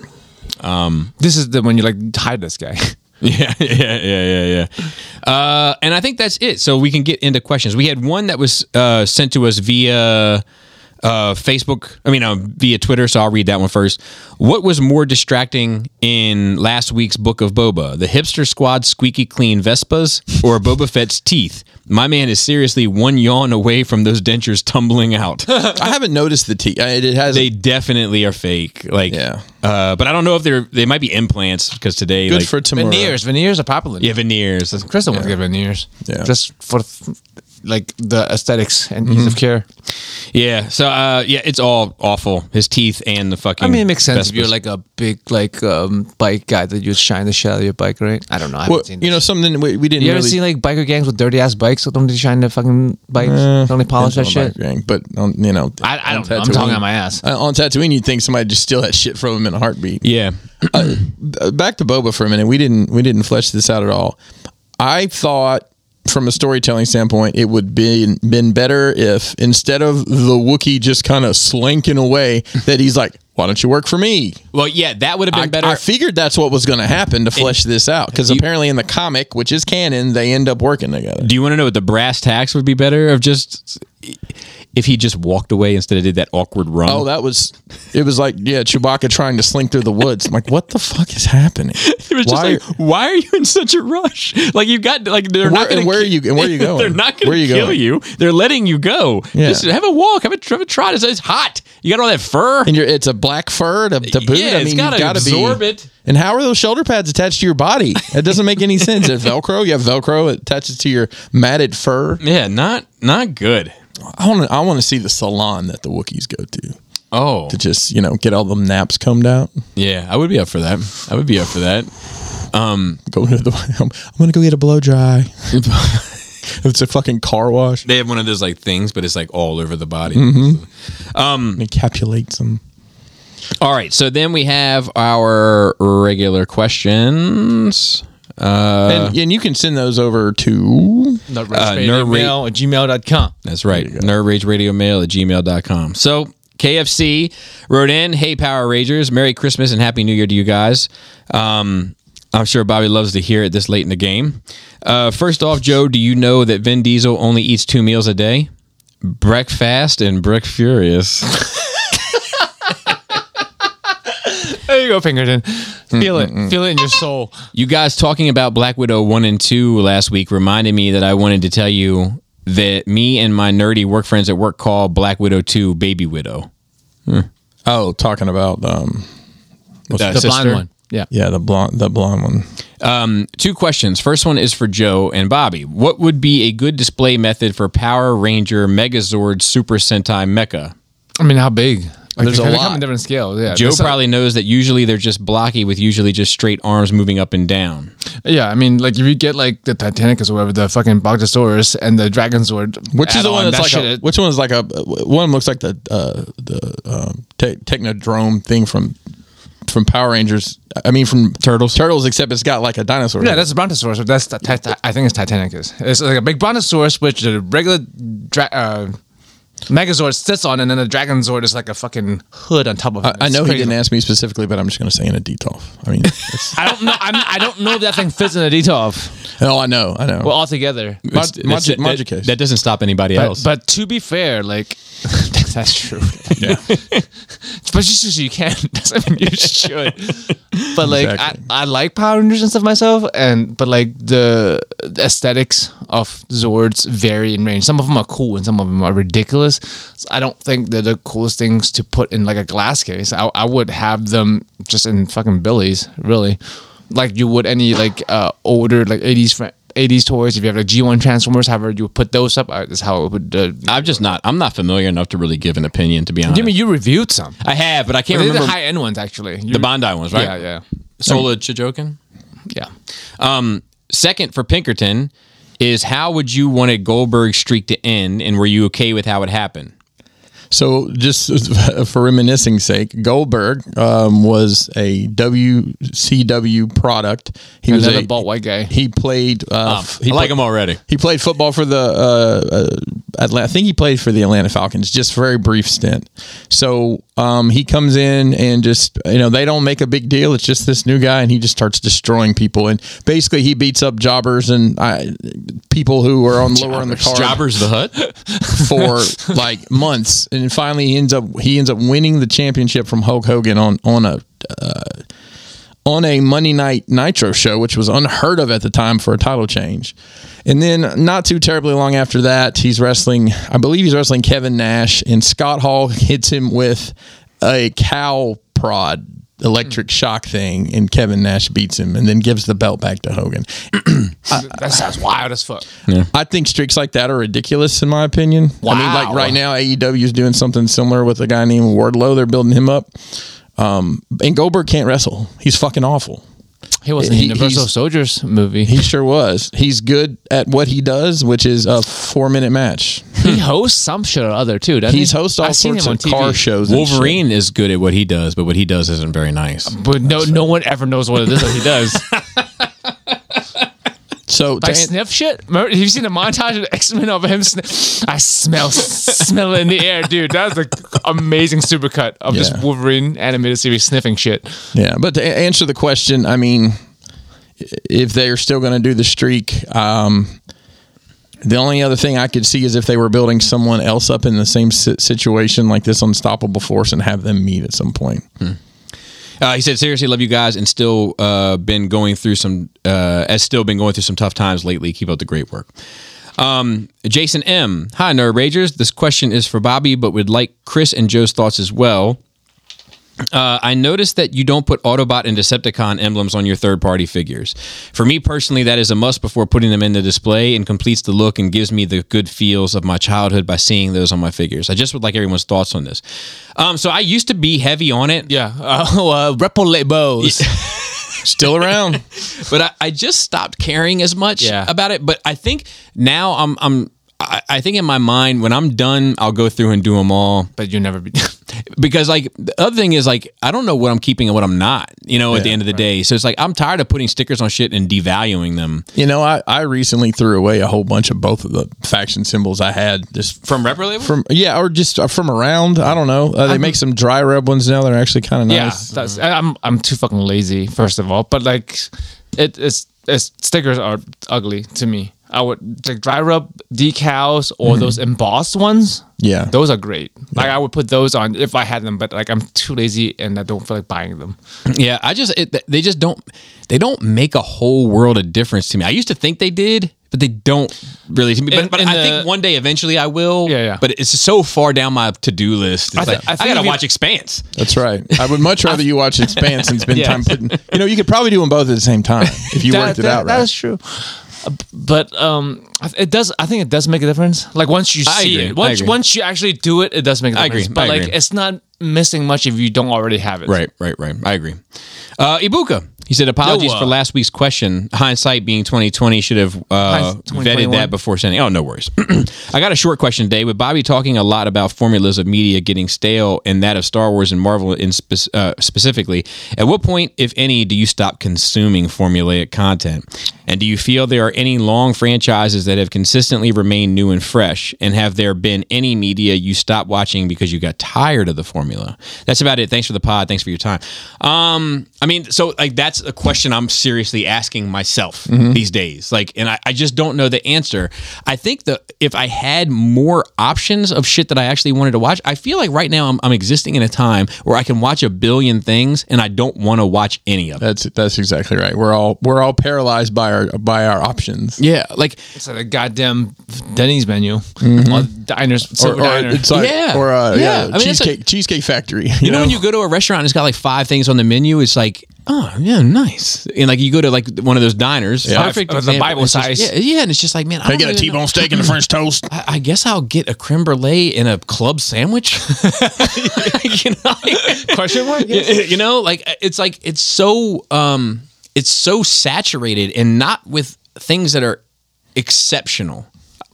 [SPEAKER 3] this is the one you like hide this guy. <laughs>
[SPEAKER 2] <laughs> Yeah, yeah, yeah, yeah, yeah. Uh, and I think that's it. So we can get into questions. We had one that was uh, sent to us via uh, Facebook. I mean, uh, via Twitter. So I'll read that one first. What was more distracting in last week's Book of Boba? The hipster squad squeaky clean Vespas or Boba Fett's teeth? My man is seriously one yawn away from those dentures tumbling
[SPEAKER 1] <laughs>
[SPEAKER 2] out.
[SPEAKER 1] I haven't noticed the T. I- It, it has
[SPEAKER 2] they definitely are fake. Like,
[SPEAKER 1] Yeah.
[SPEAKER 2] Uh, but I don't know if they're they might be implants because today,
[SPEAKER 1] good
[SPEAKER 2] like,
[SPEAKER 1] for tomorrow.
[SPEAKER 3] veneers, veneers are popular.
[SPEAKER 2] yeah, veneers. That's-
[SPEAKER 3] Crystal wants to get veneers.
[SPEAKER 1] Yeah.
[SPEAKER 3] just for like the aesthetics and ease of care.
[SPEAKER 2] Yeah. So uh, yeah, it's all awful. His teeth and the fucking.
[SPEAKER 3] I mean, it makes sense if
[SPEAKER 2] Vespas.
[SPEAKER 3] you're like a big like um, bike guy that you shine the shell of your bike, right? I don't know. I haven't
[SPEAKER 1] Well,
[SPEAKER 3] seen.
[SPEAKER 1] you know
[SPEAKER 3] this.
[SPEAKER 1] something we, we didn't.
[SPEAKER 3] you ever
[SPEAKER 1] really,
[SPEAKER 3] seen like biker gangs with dirty ass bikes? So don't they shine their fucking bikes? don't they polish that
[SPEAKER 1] depends on the background,
[SPEAKER 3] shit?
[SPEAKER 1] but on, you know,
[SPEAKER 3] I, I
[SPEAKER 1] on
[SPEAKER 3] don't know. I'm talking
[SPEAKER 1] Tatooine-
[SPEAKER 3] on my ass.
[SPEAKER 1] uh, on Tatooine, you'd think somebody would just steal that shit from him in a heartbeat.
[SPEAKER 2] Yeah.
[SPEAKER 1] Uh, Back to Boba for a minute. We didn't we didn't flesh this out at all. I thought from a storytelling standpoint, it would be been better if instead of the Wookiee just kind of slinking away, that he's like, "Why don't you work for me?"
[SPEAKER 2] Well, yeah, that would have been
[SPEAKER 1] I,
[SPEAKER 2] better.
[SPEAKER 1] I figured that's what was going to happen to flesh this out because apparently in the comic, which is canon, they end up working together.
[SPEAKER 2] Do you want to know what the brass tacks would be better of just if he just walked away instead of did that awkward run?
[SPEAKER 1] Oh, that was it. Was like yeah, Chewbacca trying to slink through the woods. I'm like, what the fuck is
[SPEAKER 2] <laughs>
[SPEAKER 1] happening?
[SPEAKER 2] It was
[SPEAKER 1] Why-
[SPEAKER 2] just like, why are you in such a rush? <laughs> Like you got like they're
[SPEAKER 1] Where-
[SPEAKER 2] not going
[SPEAKER 1] and where are you- and where
[SPEAKER 2] <laughs>
[SPEAKER 1] are you going?
[SPEAKER 2] they're not going
[SPEAKER 1] Where are
[SPEAKER 2] to
[SPEAKER 1] you
[SPEAKER 2] kill
[SPEAKER 1] going?
[SPEAKER 2] you. They're letting you go.
[SPEAKER 1] Yeah.
[SPEAKER 2] Just have a walk, have a, have a trot. It's, it's hot. You got all that fur.
[SPEAKER 1] and you're it's a black fur to, to boot.
[SPEAKER 2] Yeah,
[SPEAKER 1] I
[SPEAKER 2] it's
[SPEAKER 1] mean,
[SPEAKER 2] gotta
[SPEAKER 1] you've gotta
[SPEAKER 2] absorb
[SPEAKER 1] be,
[SPEAKER 2] it.
[SPEAKER 1] And how are those shoulder pads attached to your body? It doesn't make any sense. If Velcro, you have Velcro it attaches to your matted fur.
[SPEAKER 2] yeah, not not good.
[SPEAKER 1] I want to I want to see the salon that the Wookiees go to
[SPEAKER 2] Oh,
[SPEAKER 1] to just you know get all the naps combed out.
[SPEAKER 2] yeah, I would be up for that. I would be up for that.
[SPEAKER 1] Go to the <laughs> I'm, gonna go get a blow
[SPEAKER 2] <laughs>
[SPEAKER 1] dry. it's a fucking car wash.
[SPEAKER 2] <sighs> They have one of those like things, but it's like all over the body. Hmm.
[SPEAKER 1] And it capsulates them.
[SPEAKER 2] All right, so then we have our regular questions.
[SPEAKER 1] and, and you can send those over to
[SPEAKER 3] Not
[SPEAKER 2] uh, nerd rate-
[SPEAKER 3] at gmail.com.
[SPEAKER 2] That's right. Mail at gmail.com. So KFC wrote in, Hey Power Rangers, Merry Christmas and Happy New Year to you guys. Um, I'm sure Bobby loves to hear it this late in the game. Uh, first off, Joe, do you know that Vin Diesel only eats two meals a day? <laughs> Breakfast and Brick Furious.
[SPEAKER 3] There you go, Pinkerton. Feel it. Feel it in your soul.
[SPEAKER 2] You guys talking about Black Widow 1 and 2 last week reminded me that I wanted to tell you that me and my nerdy work friends at work call Black Widow 2 Baby Widow.
[SPEAKER 1] Oh, talking about um, what's
[SPEAKER 2] The
[SPEAKER 1] the-
[SPEAKER 2] sister?
[SPEAKER 3] Yeah.
[SPEAKER 1] yeah, the blonde, the blonde one.
[SPEAKER 2] Um, two questions. First one is for Joe and Bobby. What would be a good display method for Power Ranger Megazord Super Sentai Mecha?
[SPEAKER 3] I mean, how big? Like,
[SPEAKER 1] There's
[SPEAKER 3] they
[SPEAKER 1] a
[SPEAKER 3] kinda
[SPEAKER 1] lot.
[SPEAKER 3] come in different scales. Yeah.
[SPEAKER 2] Joe
[SPEAKER 3] That's a-
[SPEAKER 2] probably knows that usually they're just blocky with usually just straight arms moving up and down.
[SPEAKER 3] yeah. I mean, like if you get like the Titanicus or whatever, the fucking Bogdosaurus and the Dragon Sword.
[SPEAKER 1] Which is the one
[SPEAKER 3] add-on,
[SPEAKER 1] that's
[SPEAKER 3] that
[SPEAKER 1] like a,
[SPEAKER 3] shit-
[SPEAKER 1] which one is like a one of them looks like the uh, the um, te- Technodrome thing from from Power Rangers. I mean from Turtles. Turtles, except it's got like a dinosaur.
[SPEAKER 3] Yeah, that's a Brontosaurus. But that's the, tit- I think it's Titanicus. It's like a big Brontosaurus, which the regular dra- uh, Megazord sits on, and then the Dragon Zord is like a fucking hood on top of it.
[SPEAKER 1] I, I know he
[SPEAKER 3] It's
[SPEAKER 1] didn't
[SPEAKER 3] crazy.
[SPEAKER 1] ask me specifically, but I'm just going to say in a detolf. I
[SPEAKER 3] <laughs>
[SPEAKER 1] mean, it's,
[SPEAKER 3] I don't know. I'm, I don't know if that thing fits in a Detolf.
[SPEAKER 1] oh, I know, I know.
[SPEAKER 3] Well, altogether.
[SPEAKER 1] Mod-
[SPEAKER 2] That's-
[SPEAKER 1] Magic,
[SPEAKER 2] that-
[SPEAKER 1] Magic
[SPEAKER 2] that,
[SPEAKER 1] case.
[SPEAKER 2] that doesn't stop anybody
[SPEAKER 3] But,
[SPEAKER 2] else.
[SPEAKER 3] but to be fair, like <laughs> that's true.
[SPEAKER 1] yeah.
[SPEAKER 3] <laughs> But just because you can <laughs> doesn't mean you should. But like
[SPEAKER 1] Exactly.
[SPEAKER 3] I, I like Power Rangers and stuff myself, and but like the, the aesthetics of Zords vary in range. Some of them are cool and some of them are ridiculous. So I don't think they're the coolest things to put in like a glass case. I, I would have them just in fucking billies, really, like you would any like uh, older like eighties. 80s toys. If you have like G1 Transformers, however you would put those up, uh, that's how it would. Uh,
[SPEAKER 2] I'm just not. I'm not familiar enough to really give an opinion. To be honest,
[SPEAKER 3] Jimmy, you reviewed some.
[SPEAKER 2] I have, but I can't
[SPEAKER 3] They're
[SPEAKER 2] remember
[SPEAKER 3] the high end ones actually. You-
[SPEAKER 2] the Bondi ones, right?
[SPEAKER 3] Yeah, yeah,
[SPEAKER 2] Sola Chijokin.
[SPEAKER 3] yeah.
[SPEAKER 2] Um, second for Pinkerton is how would you want a Goldberg streak to end, and were you okay with how it happened?
[SPEAKER 1] So, just <laughs> for reminiscing sake, Goldberg um, was a WCW product. He was
[SPEAKER 3] Another
[SPEAKER 1] a
[SPEAKER 3] bald white guy. Ah,
[SPEAKER 1] He played. Uh, f- he
[SPEAKER 2] Um, I like
[SPEAKER 1] pla-
[SPEAKER 2] him already.
[SPEAKER 1] He played football for the. Uh, uh, Atla- I think he played for the Atlanta Falcons, just very brief stint. So um, he comes in and just you know they don't make a big deal. It's just this new guy, and he just starts destroying people. And basically, he beats up jobbers and uh, people who are
[SPEAKER 2] <laughs>
[SPEAKER 1] on lower on the card
[SPEAKER 2] Jobbers the <laughs> Hut.
[SPEAKER 1] for like months, and finally he ends up he ends up winning the championship from Hulk Hogan on on a uh, on a Monday Night Nitro show, which was unheard of at the time for a title change. And then not too terribly long after that, he's wrestling. I believe he's wrestling Kevin Nash, and Scott Hall hits him with a cow prod. Electric shock thing, and Kevin Nash beats him, and then gives the belt back to Hogan.
[SPEAKER 3] that sounds wild as fuck.
[SPEAKER 1] I think streaks like that are ridiculous, in my opinion. I mean, like
[SPEAKER 3] Wow.
[SPEAKER 1] right now, AEW is doing something similar with a guy named Wardlow. They're building him up. Um, and Goldberg can't wrestle. He's fucking awful.
[SPEAKER 3] He was in
[SPEAKER 1] He-
[SPEAKER 3] Universal
[SPEAKER 1] he's-
[SPEAKER 3] Soldiers movie.
[SPEAKER 1] He
[SPEAKER 3] He,
[SPEAKER 1] sure was. He's good at what he does, which is a four minute match.
[SPEAKER 3] hosts some shit or other too. doesn't
[SPEAKER 1] He's
[SPEAKER 3] he?
[SPEAKER 1] host all
[SPEAKER 3] I've seen
[SPEAKER 1] sorts
[SPEAKER 3] him
[SPEAKER 1] of
[SPEAKER 3] on TV.
[SPEAKER 1] car shows. and shit.
[SPEAKER 2] Wolverine is good at what he does, but what he does isn't very nice.
[SPEAKER 3] But no, no one ever knows what it is that
[SPEAKER 1] <laughs>
[SPEAKER 3] he does.
[SPEAKER 1] So to
[SPEAKER 3] Like
[SPEAKER 1] an-
[SPEAKER 3] sniff shit. Remember, have you seen the montage of X Men of him? Sniff? I smell, smell it in the air, dude. That was an amazing supercut of this
[SPEAKER 1] Yeah.
[SPEAKER 3] Wolverine animated series sniffing shit.
[SPEAKER 1] Yeah, but to a- answer the question, I mean, i- if they're still going to do the streak, um, the only other thing I could see is if they were building someone else up in the same si- situation like this unstoppable force and have them meet at some point.
[SPEAKER 2] Uh, he said, "Seriously, love you guys, and still uh, been going through some, uh, has still been going through some tough times lately. Keep up the great work." Um, Jason M. Hi, Nerd Ragers. This question is for Bobby, but would like Chris and Joe's thoughts as well. Uh, I noticed that you don't put Autobot and Decepticon emblems on your third party figures. For me personally, that is a must before putting them in the display and completes the look and gives me the good feels of my childhood by seeing those on my figures. I just would like everyone's thoughts on this. Um, so I used to be heavy on it.
[SPEAKER 3] Yeah.
[SPEAKER 2] <laughs>
[SPEAKER 3] Oh, uh, Repolebos.
[SPEAKER 1] Still around. <laughs>
[SPEAKER 2] but I, I just stopped caring as much
[SPEAKER 3] Yeah.
[SPEAKER 2] about it. But I think now I'm I'm I, I think in my mind when I'm done I'll go through and do them all
[SPEAKER 3] But you never be. <laughs>
[SPEAKER 2] because like the other thing is like I don't know what I'm keeping and what I'm not. You know, at the end of the day, so it's like I'm tired of putting stickers on shit and devaluing them
[SPEAKER 1] you know, I, I recently threw away a whole bunch of both of the faction symbols I had just
[SPEAKER 2] from rep label.
[SPEAKER 1] from, yeah, or just uh, from around. I don't know. Uh, they make some dry rub ones now. They're actually kind of
[SPEAKER 3] Yeah,
[SPEAKER 1] nice.
[SPEAKER 3] that's, I'm I'm too fucking lazy, first of all. But like, it, it's it's stickers are ugly to me. I would like dry rub decals or
[SPEAKER 2] Mm-hmm.
[SPEAKER 3] those embossed ones.
[SPEAKER 1] Yeah.
[SPEAKER 3] those are great. Like I would put those on if I had them, but like I'm too lazy and I don't feel like buying them.
[SPEAKER 2] Yeah, I just it, they just don't they don't make a whole world of difference to me. I used to think they did, but they don't really. To me. But,
[SPEAKER 3] In-
[SPEAKER 2] but
[SPEAKER 3] in
[SPEAKER 2] I
[SPEAKER 3] the-
[SPEAKER 2] think one day eventually I will.
[SPEAKER 3] Yeah, yeah.
[SPEAKER 2] But it's so far down my to do list. It's
[SPEAKER 3] I thi-
[SPEAKER 2] like,
[SPEAKER 3] I
[SPEAKER 2] I,
[SPEAKER 3] think if
[SPEAKER 2] gotta
[SPEAKER 3] you-
[SPEAKER 2] watch Expanse.
[SPEAKER 1] That's right. I would much rather you watch Expanse and
[SPEAKER 2] <laughs>
[SPEAKER 1] spend time putting. You know, you could probably do them both at the same time if you
[SPEAKER 3] That-
[SPEAKER 1] worked it
[SPEAKER 3] that-
[SPEAKER 1] out
[SPEAKER 3] That
[SPEAKER 1] right.
[SPEAKER 3] is true. Uh, But um, I th- it does. I think it does make a difference. Like once you
[SPEAKER 2] I
[SPEAKER 3] see
[SPEAKER 2] agree.
[SPEAKER 3] it,
[SPEAKER 2] I
[SPEAKER 3] once
[SPEAKER 2] agree.
[SPEAKER 3] once you actually do it, it does make a
[SPEAKER 2] I
[SPEAKER 3] difference.
[SPEAKER 2] agree.
[SPEAKER 3] But
[SPEAKER 2] I
[SPEAKER 3] like
[SPEAKER 2] agree.
[SPEAKER 3] it's not missing much if you don't already have it.
[SPEAKER 2] Right, right, right. I agree. Uh, Ibuka, he said, apologies
[SPEAKER 3] Yo, uh,
[SPEAKER 2] for last week's question. Hindsight being 2020 should have uh,
[SPEAKER 3] Hindsight
[SPEAKER 2] vetted
[SPEAKER 3] 2021.
[SPEAKER 2] that before sending. Oh, no worries. <clears throat> I got a short question today. With Bobby talking a lot about formulas of media getting stale and that of Star Wars and Marvel in spec- uh, specifically, at what point, if any, do you stop consuming formulaic content? And do you feel there are any long franchises that have consistently remained new and fresh? And have there been any media you stopped watching because you got tired of the formula? That's about it. Thanks for the pod. Thanks for your time. Um, I mean, so like that's a question I'm seriously asking myself these days. Like, and I, I just don't know the answer. I think the if I had more options of shit that I actually wanted to watch, I feel like right now I'm, I'm existing in a time where I can watch a billion things and I don't want to watch any of it.
[SPEAKER 1] That's that's exactly right. We're all we're all paralyzed by our by our options.
[SPEAKER 2] Yeah, like
[SPEAKER 3] It's like a goddamn Denny's menu or diners.
[SPEAKER 1] Mm-hmm. Or,
[SPEAKER 3] Silver
[SPEAKER 1] or
[SPEAKER 3] diner.
[SPEAKER 1] it's like,
[SPEAKER 2] Yeah.
[SPEAKER 1] or uh,
[SPEAKER 2] Yeah.
[SPEAKER 1] yeah,
[SPEAKER 2] I mean, it's
[SPEAKER 1] cheesecake cheesecake factory. <laughs> You,
[SPEAKER 2] You know, when you go to a restaurant and it's got like five things on the menu, it's like, oh yeah, nice. And like you go to like one of those diners,
[SPEAKER 1] Yeah.
[SPEAKER 2] perfect
[SPEAKER 3] Or the
[SPEAKER 2] example.
[SPEAKER 3] Bible
[SPEAKER 2] It's just-
[SPEAKER 3] size.
[SPEAKER 2] yeah, yeah, and it's just like, man, I
[SPEAKER 1] they
[SPEAKER 2] don't <laughs>
[SPEAKER 1] get a
[SPEAKER 2] really
[SPEAKER 1] T
[SPEAKER 2] know-
[SPEAKER 1] bone steak and a French toast.
[SPEAKER 2] I, I guess I'll get a creme brulee and a club sandwich. <laughs> you know,
[SPEAKER 3] <laughs> Question mark?
[SPEAKER 2] <laughs> you know, like uh, it's like it's so um, it's so saturated and not with things that are exceptional.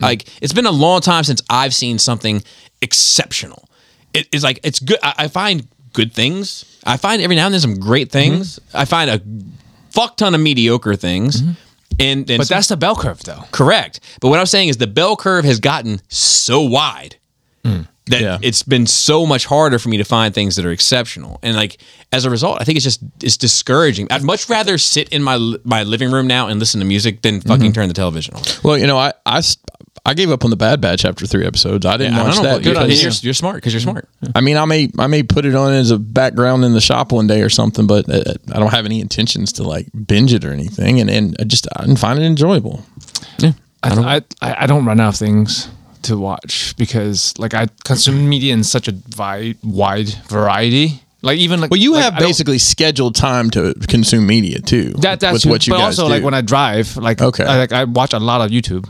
[SPEAKER 2] Like it's been a long time since I've seen something exceptional. It is like it's good. I, I find good things. I find every now and then some great things. I find a fuck ton of mediocre things. And, and
[SPEAKER 3] But that's the bell curve, though.
[SPEAKER 2] Correct. But what I'm saying is the bell curve has gotten so wide that
[SPEAKER 1] Yeah.
[SPEAKER 2] it's been so much harder for me to find things that are exceptional. And like as a result, I think it's just it's discouraging. I'd much rather sit in my li- my living room now and listen to music than fucking turn the television on.
[SPEAKER 1] Well, you know, I, I s- I gave up on the Bad Batch after three episodes. I didn't
[SPEAKER 2] And I
[SPEAKER 1] watch
[SPEAKER 2] don't
[SPEAKER 1] that.
[SPEAKER 2] blame you. And
[SPEAKER 1] because-
[SPEAKER 2] you're, you're smart because you're smart.
[SPEAKER 1] I mean, I may I may put it on as a background in the shop one day or something, but uh, I don't have any intentions to like binge it or anything. And and I just I didn't find it enjoyable.
[SPEAKER 3] I don't, I, I, I don't run out of things to watch because like I consume media in such a vi- wide variety. Like even like
[SPEAKER 1] Well, you
[SPEAKER 3] like, I
[SPEAKER 1] have
[SPEAKER 3] don't-
[SPEAKER 1] basically scheduled time to consume media too.
[SPEAKER 3] that that's
[SPEAKER 1] with what you
[SPEAKER 3] but
[SPEAKER 1] guys
[SPEAKER 3] also
[SPEAKER 1] do.
[SPEAKER 3] like when I drive like
[SPEAKER 1] Okay. Oh,
[SPEAKER 3] I, like I watch a lot of YouTube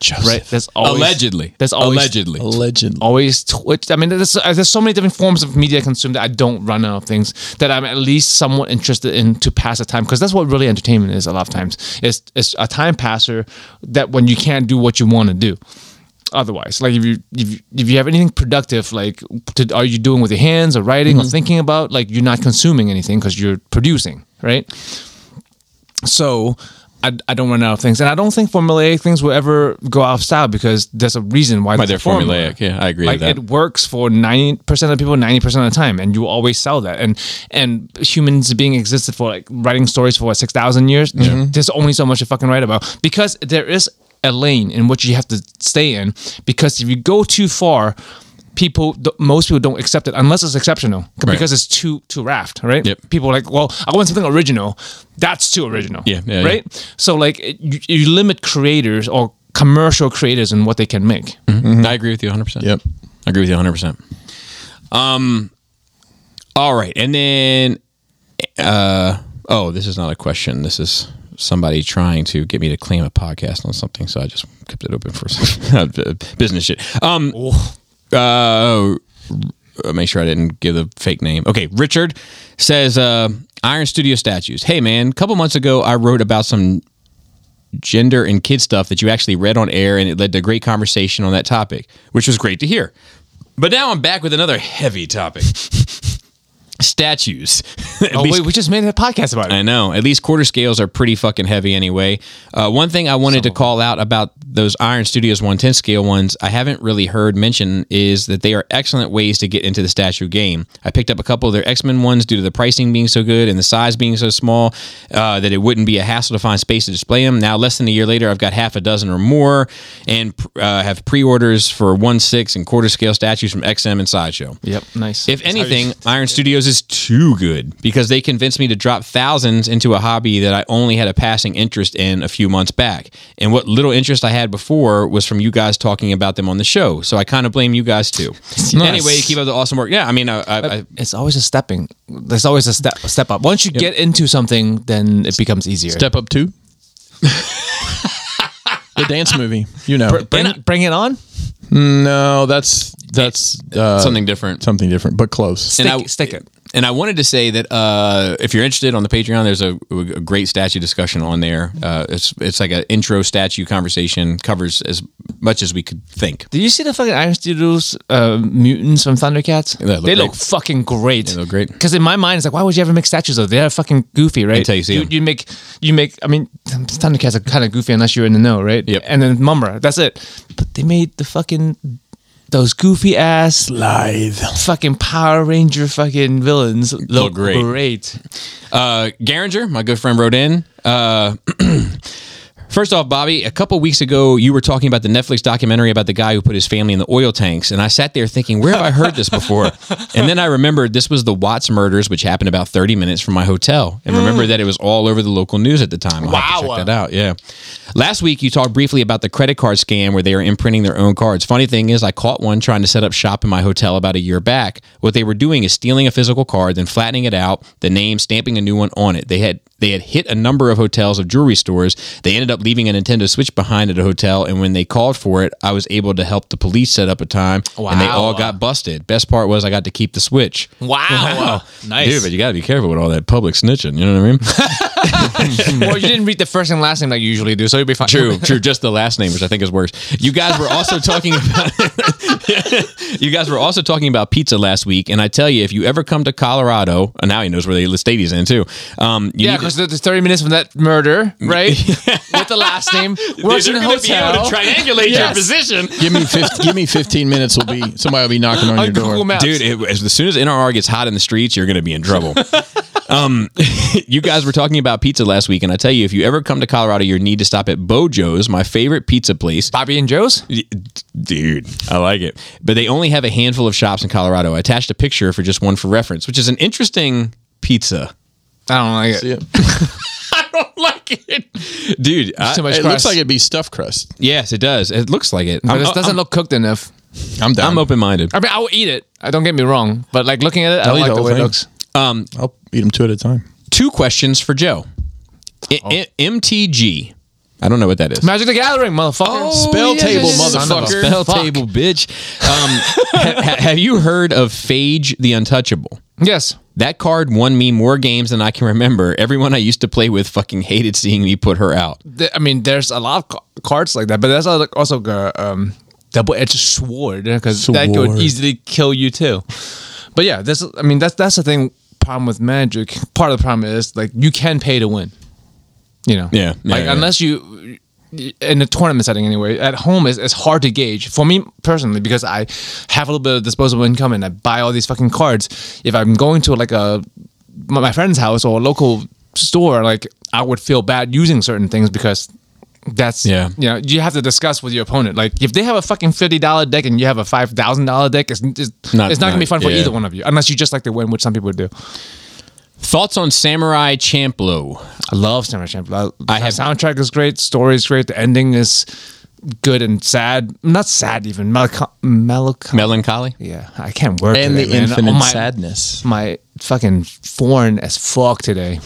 [SPEAKER 1] Joseph.
[SPEAKER 3] right that's always
[SPEAKER 2] allegedly.
[SPEAKER 3] that's always
[SPEAKER 2] allegedly.
[SPEAKER 1] allegedly.
[SPEAKER 3] always Twitch I mean there's uh, there's so many different forms of media I consume that I don't run out of things that I'm at least somewhat interested in to pass the time because that's what really entertainment is a lot of times it's it's a time passer that when you can't do what you want to do otherwise like if you if you, if you have anything productive like to, are you doing with your hands or writing
[SPEAKER 2] Mm-hmm.
[SPEAKER 3] or thinking about like you're not consuming anything because you're producing right so I, I don't run out of things and i don't think formulaic things will ever go out of style because there's a reason why,
[SPEAKER 2] Why
[SPEAKER 3] there's
[SPEAKER 2] they're
[SPEAKER 3] a formula.
[SPEAKER 2] formulaic. Yeah, I agree
[SPEAKER 3] like
[SPEAKER 2] with that.
[SPEAKER 3] it works for 90% of people 90% of the time and you will always sell that and and humans being existed for like writing stories for what 6000 years there's only so much to fucking write about because there is a lane in which you have to stay in because if you go too far people th- most people don't accept it unless it's exceptional c- because it's too too raft right
[SPEAKER 2] Yep.
[SPEAKER 3] people are like well i want something original that's too original
[SPEAKER 2] Yeah, yeah, yeah.
[SPEAKER 3] right so like it, you, you limit creators or commercial creators in what they can make
[SPEAKER 2] I agree with you 100%.
[SPEAKER 1] Yep.
[SPEAKER 2] I agree with you 100%. Um all right. And then uh oh, this is not a question. This is somebody trying to get me to claim a podcast on something, so I just kept it open for <laughs> a second. business shit. Um uh, uh, make sure I didn't give the fake name. Okay, Richard says uh, Iron Studio statues. Hey man, a couple months ago I wrote about some gender and kid stuff that you actually read on air, and it led to a great conversation on that topic, which was great to hear. But now I'm back with another heavy topic. statues. <laughs> At
[SPEAKER 3] Oh
[SPEAKER 2] least-
[SPEAKER 3] wait, we just made a podcast about it.
[SPEAKER 2] I know. At least quarter scales are pretty fucking heavy anyway. Uh, one thing I wanted to call out about those Iron Studios 110 scale ones I haven't really heard mention is that they are excellent ways to get into the statue game. I picked up a couple of their X Men ones due to the pricing being so good and the size being so small uh, that it wouldn't be a hassle to find space to display them. Now, less than a year later, I've got half a dozen or more and uh, have pre orders for 1 6 and quarter scale statues from XM and Sideshow.
[SPEAKER 3] Yep, nice.
[SPEAKER 2] If anything, Iron Studios is too good because they convinced me to drop thousands into a hobby that I only had a passing interest in a few months back. And what little interest I had before was from you guys talking about them on the show. So I kind of blame you guys
[SPEAKER 3] <laughs>
[SPEAKER 2] too. Anyway, keep up the awesome work. Yeah, I mean, I, I, I,
[SPEAKER 3] it's always a stepping. There's always a step step up. Once you get into something, then it becomes easier.
[SPEAKER 1] Step Up
[SPEAKER 3] <laughs>
[SPEAKER 1] Two, the dance movie. You know,
[SPEAKER 3] Bring, bring it on.
[SPEAKER 1] no, that's that's uh,
[SPEAKER 2] something different.
[SPEAKER 1] something different, but close.
[SPEAKER 3] Stick,
[SPEAKER 2] I-
[SPEAKER 3] stick it.
[SPEAKER 2] And I wanted to say that uh, if you're interested on the Patreon, there's a, a great statue discussion on there. Uh, it's it's like an intro statue conversation, covers as much as we could think.
[SPEAKER 3] Did you see the fucking Iron Studios uh, mutants from Thundercats?
[SPEAKER 2] They look
[SPEAKER 3] they look
[SPEAKER 2] great.
[SPEAKER 3] fucking great. They
[SPEAKER 2] look great.
[SPEAKER 3] Because in my mind, it's like, why would you ever make statues of? them? They're fucking goofy, right?
[SPEAKER 2] Until you see
[SPEAKER 3] you,
[SPEAKER 2] them.
[SPEAKER 3] you make, you make. I mean, Thundercats are kind of goofy unless you're in the know, right?
[SPEAKER 2] Yep.
[SPEAKER 3] And then Mumra, that's it. But they made the fucking those goofy ass
[SPEAKER 1] Lithe.
[SPEAKER 3] fucking Power Ranger fucking villains look,
[SPEAKER 2] great.
[SPEAKER 3] great.
[SPEAKER 2] Uh, Garringer, my good friend, wrote in. Uh, First off, Bobby, a couple weeks ago, you were talking about the Netflix documentary about the guy who put his family in the oil tanks. And I sat there thinking, where have I heard this before? and then I remembered this was the Watts murders, which happened about 30 minutes from my hotel. And remember that it was all over the local news at the time. I'll have to
[SPEAKER 3] Wow.
[SPEAKER 2] check that out. Yeah. Last week, you talked briefly about the credit card scam where they are imprinting their own cards. Funny thing is, I caught one trying to set up shop in my hotel about a year back. What they were doing is stealing a physical card, then flattening it out, the name, stamping a new one on it. They had they had hit a number of hotels of jewelry stores. They ended up leaving a Nintendo Switch behind at a hotel, and when they called for it, I was able to help the police set up a time, and they all got busted. Best part was I got to keep the Switch. <laughs>
[SPEAKER 3] Wow.
[SPEAKER 2] Nice. Dude, but you got to be careful with all that public snitching. You know what
[SPEAKER 3] <laughs>
[SPEAKER 2] I mean?
[SPEAKER 3] well, you didn't read the first and last name like you usually do, so you'll be fine.
[SPEAKER 2] True, true. Just the last name, which I think is worse. You guys were also talking about <laughs> you guys were also talking about pizza last week, and I tell you, if you ever come to Colorado, and now he knows where the stadium's in too. Um, you
[SPEAKER 3] Yeah,
[SPEAKER 2] need to-
[SPEAKER 3] because the, the 30 minutes from that murder, right? With the last name, works in a hotel.
[SPEAKER 2] triangulate
[SPEAKER 3] Yes.
[SPEAKER 2] position.
[SPEAKER 1] Give me
[SPEAKER 3] <laughs>
[SPEAKER 1] 15, give me fifteen minutes. Will be somebody will be knocking on,
[SPEAKER 3] on
[SPEAKER 1] your door.
[SPEAKER 3] Google Maps.
[SPEAKER 2] Dude, it, as, as soon as NRR gets hot in the streets, you're going to be in <laughs> trouble. um, <laughs> you guys were talking about pizza last week, and I tell you, if you ever come to Colorado, you need to stop at Bojo's, my favorite pizza place.
[SPEAKER 3] Bobby and Joe's?
[SPEAKER 2] Dude, I like it. But they only have a handful of shops in Colorado. I attached a picture for just one for reference, which is an interesting pizza.
[SPEAKER 3] I don't like it.
[SPEAKER 1] Yeah.
[SPEAKER 2] Dude, I-
[SPEAKER 3] Too much
[SPEAKER 1] It looks
[SPEAKER 3] crust.
[SPEAKER 1] like it'd be stuffed crust.
[SPEAKER 2] yes, it does. It looks like it.
[SPEAKER 3] but
[SPEAKER 2] I'm,
[SPEAKER 3] it doesn't look cooked enough.
[SPEAKER 1] I'm down.
[SPEAKER 2] I'm open minded.
[SPEAKER 3] I mean, I will eat it. I Don't get me wrong, but like looking at it, I,
[SPEAKER 1] eat
[SPEAKER 3] like
[SPEAKER 1] the
[SPEAKER 3] the
[SPEAKER 1] whole
[SPEAKER 3] way it
[SPEAKER 1] thing.
[SPEAKER 3] looks.
[SPEAKER 1] I'll eat them two at a time.
[SPEAKER 2] Two questions for Joe I- I- MTG. I don't know what that is.
[SPEAKER 3] Magic the Gathering, motherfucker. Oh,
[SPEAKER 1] Spell table,
[SPEAKER 3] Son of a
[SPEAKER 1] motherfucker.
[SPEAKER 2] Spell
[SPEAKER 3] Fuck.
[SPEAKER 2] table, bitch. Um, <laughs> ha- ha- have you heard of Phage the Untouchable?
[SPEAKER 3] Yes.
[SPEAKER 2] That card won me more games than I can remember. Everyone I used to play with fucking hated seeing me put her out.
[SPEAKER 3] Th- I mean, there's a lot of ca- cards like that, but there's also- also a um, double-edged sword because that could
[SPEAKER 1] Sword.
[SPEAKER 3] easily kill you too. But yeah, that's I mean that's that's the thing problem with Magic. Part of the problem is like you can pay to win. You know,
[SPEAKER 2] Yeah, yeah,
[SPEAKER 3] like
[SPEAKER 2] yeah.
[SPEAKER 3] unless you in a tournament setting anyway. At home is it's hard to gauge for me personally because I have a little bit of disposable income and I buy all these fucking cards. If I'm going to like a my, my friend's house or a local store, like I would feel bad using certain things because that's
[SPEAKER 2] Yeah.
[SPEAKER 3] You know, you have to discuss with your opponent. Like if they have a fucking fifty dollar deck and you have a five thousand dollar deck, it's, it's it's not,
[SPEAKER 2] Not-
[SPEAKER 3] gonna be
[SPEAKER 2] not-
[SPEAKER 3] fun for
[SPEAKER 2] yeah.
[SPEAKER 3] either one of you unless you just like to win, which some people do.
[SPEAKER 2] Thoughts on Samurai Champloo?
[SPEAKER 3] I love Samurai Champloo. I,
[SPEAKER 2] I have-
[SPEAKER 3] soundtrack is great, story is great, the ending is good and sad. Not sad even melancholy. melancholy.
[SPEAKER 2] Melancholy?
[SPEAKER 3] yeah, I can't work.
[SPEAKER 1] And
[SPEAKER 3] today,
[SPEAKER 1] the
[SPEAKER 3] man.
[SPEAKER 1] infinite
[SPEAKER 3] Oh, my,
[SPEAKER 1] sadness.
[SPEAKER 3] My fucking foreign as fuck today.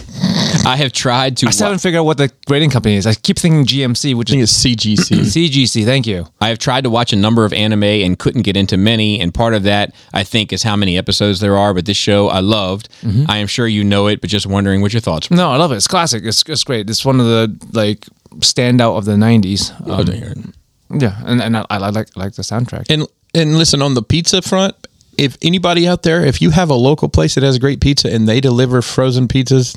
[SPEAKER 2] I have tried to.
[SPEAKER 3] I
[SPEAKER 2] wa-
[SPEAKER 3] still haven't figured out what the grading company is. I keep thinking GMC, which
[SPEAKER 1] I think
[SPEAKER 3] is
[SPEAKER 1] it's
[SPEAKER 3] <clears throat>
[SPEAKER 1] CGC.
[SPEAKER 3] CGC. Thank you.
[SPEAKER 2] I have tried to watch a number of anime and couldn't get into many, and part of that I think is how many episodes there are. But this show I loved.
[SPEAKER 3] Mm-hmm.
[SPEAKER 2] I am sure you know it, but just wondering what your thoughts. were.
[SPEAKER 3] No, I love it. It's classic. It's it's great. It's one of the like standout of the '90s. Um, yeah, and and I, I like I like the soundtrack.
[SPEAKER 1] and and listen on the pizza front if anybody out there, if you have a local place that has great pizza and they deliver frozen pizzas,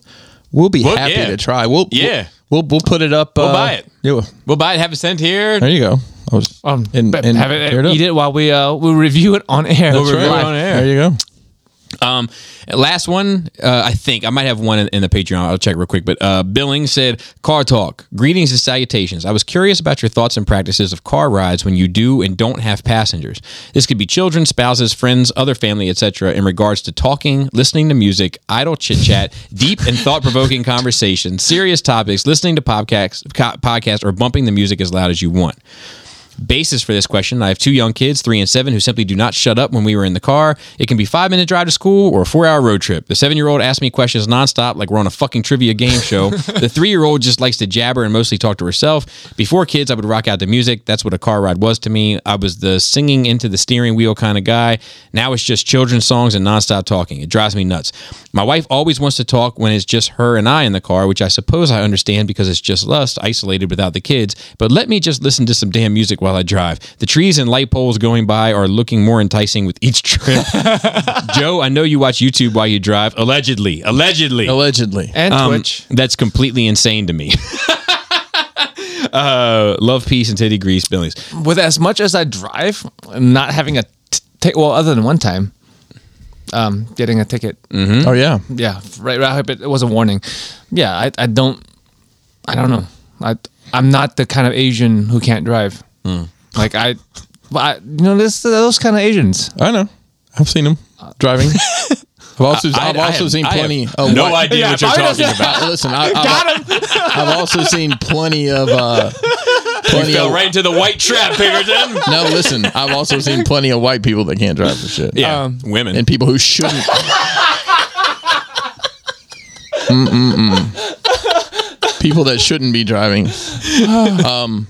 [SPEAKER 1] we'll be
[SPEAKER 4] Well,
[SPEAKER 1] happy
[SPEAKER 4] yeah.
[SPEAKER 1] to try. We'll
[SPEAKER 4] Yeah.
[SPEAKER 1] We'll we'll, we'll put it up. We'll
[SPEAKER 4] buy it.
[SPEAKER 1] Yeah,
[SPEAKER 4] We'll buy it, have it sent here.
[SPEAKER 1] there you go. I was
[SPEAKER 3] Um,
[SPEAKER 1] and,
[SPEAKER 3] but
[SPEAKER 1] and
[SPEAKER 3] have it,
[SPEAKER 1] tear
[SPEAKER 3] eat
[SPEAKER 1] up.
[SPEAKER 3] it while we uh we review it on air.
[SPEAKER 1] That's
[SPEAKER 4] review
[SPEAKER 1] right.
[SPEAKER 4] it on air.
[SPEAKER 1] There you go.
[SPEAKER 2] Um, last one, uh, I think I might have one in, in the Patreon. I'll check real quick. But uh, Billing said, "Car talk, greetings and salutations. I was curious about your thoughts and practices of car rides when you do and don't have passengers. This could be children, spouses, friends, other family, etc. In regards to talking, listening to music, idle chit chat, <laughs> deep and thought provoking conversation, serious topics, listening to podcasts, co- podcasts, or bumping the music as loud as you want." basis for this question. I have two young kids, three and seven, who simply do not shut up when we were in the car. It can be five minute drive to school or a four hour road trip. The seven year old asks me questions nonstop, like we're on a fucking trivia game show. the three year old just likes to jabber and mostly talk to herself. Before kids, I would rock out to music. That's what a car ride was to me. I was the singing into the steering wheel kind of guy. Now it's just children's songs and nonstop talking. It drives me nuts. My wife always wants to talk when it's just her and I in the car, which I suppose I understand because it's just us isolated without the kids. But let me just listen to some damn music while I drive. The trees and light poles going by are looking more enticing with each trip. Joe, I know you watch YouTube while you drive. Allegedly. Allegedly.
[SPEAKER 1] Allegedly.
[SPEAKER 3] and
[SPEAKER 2] Um,
[SPEAKER 3] Twitch.
[SPEAKER 2] That's completely insane to me. <laughs> uh, love, peace, and titty grease, Billies.
[SPEAKER 3] With as much as I drive, I'm not having a t- ticket. Well, other than one time, um, getting a ticket.
[SPEAKER 1] Oh yeah.
[SPEAKER 3] Yeah, right. right I hope it, it was a warning. Yeah, I, I don't. I don't know. I I'm not the kind of Asian who can't drive. Like I, but I, you know, this those kind of Asians.
[SPEAKER 1] I know. I've seen him
[SPEAKER 4] <laughs>
[SPEAKER 1] driving. I've also, I, have
[SPEAKER 4] I
[SPEAKER 1] also
[SPEAKER 4] have-
[SPEAKER 1] seen
[SPEAKER 4] I have
[SPEAKER 1] plenty. of
[SPEAKER 4] no
[SPEAKER 1] white-
[SPEAKER 4] idea what you're
[SPEAKER 1] I-
[SPEAKER 4] talking about.
[SPEAKER 1] I- Listen,
[SPEAKER 3] <laughs>
[SPEAKER 1] I, I've, I've also seen plenty of.
[SPEAKER 4] <laughs>
[SPEAKER 1] Uh, plenty
[SPEAKER 4] Fell
[SPEAKER 1] of
[SPEAKER 4] right into the white <laughs> trap, Pinkerton.
[SPEAKER 1] no, listen. I've also seen plenty of white people that can't drive for shit. Uh,
[SPEAKER 4] Yeah,
[SPEAKER 2] Um,
[SPEAKER 4] women.
[SPEAKER 1] and people who shouldn't. Mm-mm-mm. People that shouldn't be driving. Um,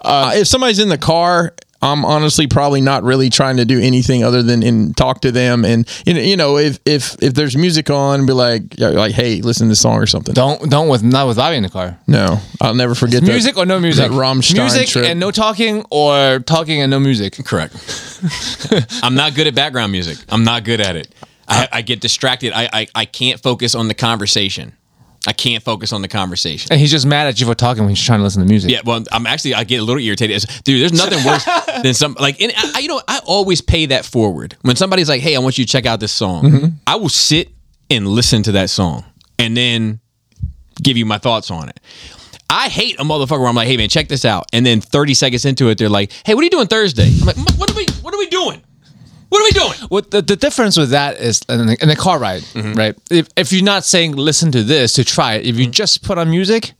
[SPEAKER 1] uh, if somebody's in the car, I'm honestly probably not really trying to do anything other than in talk to them, and you know, you know, if if if there's music on, be like, yeah, like, hey, listen to this song or something.
[SPEAKER 3] Don't don't with not with Bobby in the car.
[SPEAKER 1] No, I'll never forget that-
[SPEAKER 3] Music or no music?
[SPEAKER 1] That Rammstein
[SPEAKER 3] music
[SPEAKER 1] trip.
[SPEAKER 3] and no talking, or talking and no music.
[SPEAKER 2] Correct. <laughs> I'm not good at background music. I'm not good at it.
[SPEAKER 4] Uh,
[SPEAKER 2] I, I get distracted. I, I, I can't focus on the conversation. I can't focus on the conversation.
[SPEAKER 3] And he's just mad at you for talking when he's trying to listen to music.
[SPEAKER 2] Yeah, well, I'm actually I get a little irritated. It's- Dude, there's nothing worse
[SPEAKER 3] <laughs>
[SPEAKER 2] than some like, and I, I- you know, I always pay that forward when somebody's like, "Hey, I want you to check out this song."
[SPEAKER 3] Mm-hmm.
[SPEAKER 2] I will sit and listen to that song, and then give you my thoughts on it. I hate a motherfucker where I'm like, "Hey, man, check this out," and then 30 seconds into it, they're like, "Hey, what are you doing Thursday?" I'm like, "What are we? What are we doing? What are we doing?"
[SPEAKER 3] What the, the difference with that is in the, in the car ride,
[SPEAKER 2] Mm-hmm.
[SPEAKER 3] right? If, if you're not saying listen to this to try it, if you just put on music,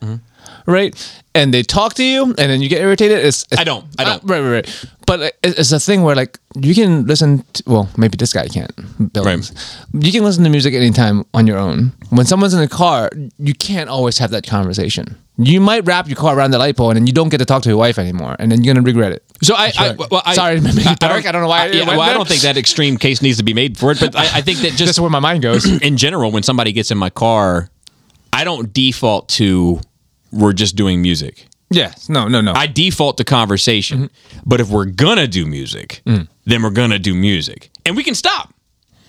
[SPEAKER 3] right, and they talk to you, and then you get irritated, it's, it's-
[SPEAKER 2] Mm-hmm. I don't. I
[SPEAKER 3] uh,
[SPEAKER 2] don't.
[SPEAKER 3] right, right, right. But like, it- it's a thing where like you can listen. To, well, maybe this guy can't. Bill.
[SPEAKER 2] Right.
[SPEAKER 3] You can listen to music anytime on your own. When someone's in the car, you can't always have that conversation. You might wrap your car around the light pole, and then you don't get to talk to your wife anymore, and then you're gonna regret it.
[SPEAKER 2] So I, I, well, I
[SPEAKER 3] Sorry <laughs> to make it dark. I don't know why it
[SPEAKER 2] yeah,
[SPEAKER 3] went
[SPEAKER 2] well, I
[SPEAKER 3] there.
[SPEAKER 2] don't think that extreme case needs to be made for it, but I, I think
[SPEAKER 3] <laughs>
[SPEAKER 2] that
[SPEAKER 3] That's
[SPEAKER 2] just
[SPEAKER 3] where my mind goes.
[SPEAKER 2] <clears throat> in general, when somebody gets in my car, I don't default to we're just doing music.
[SPEAKER 3] yeah. No. No. No.
[SPEAKER 2] I default to conversation.
[SPEAKER 3] Mm-hmm.
[SPEAKER 2] But if we're gonna do music,
[SPEAKER 3] Mm.
[SPEAKER 2] then we're gonna do music, and we can stop.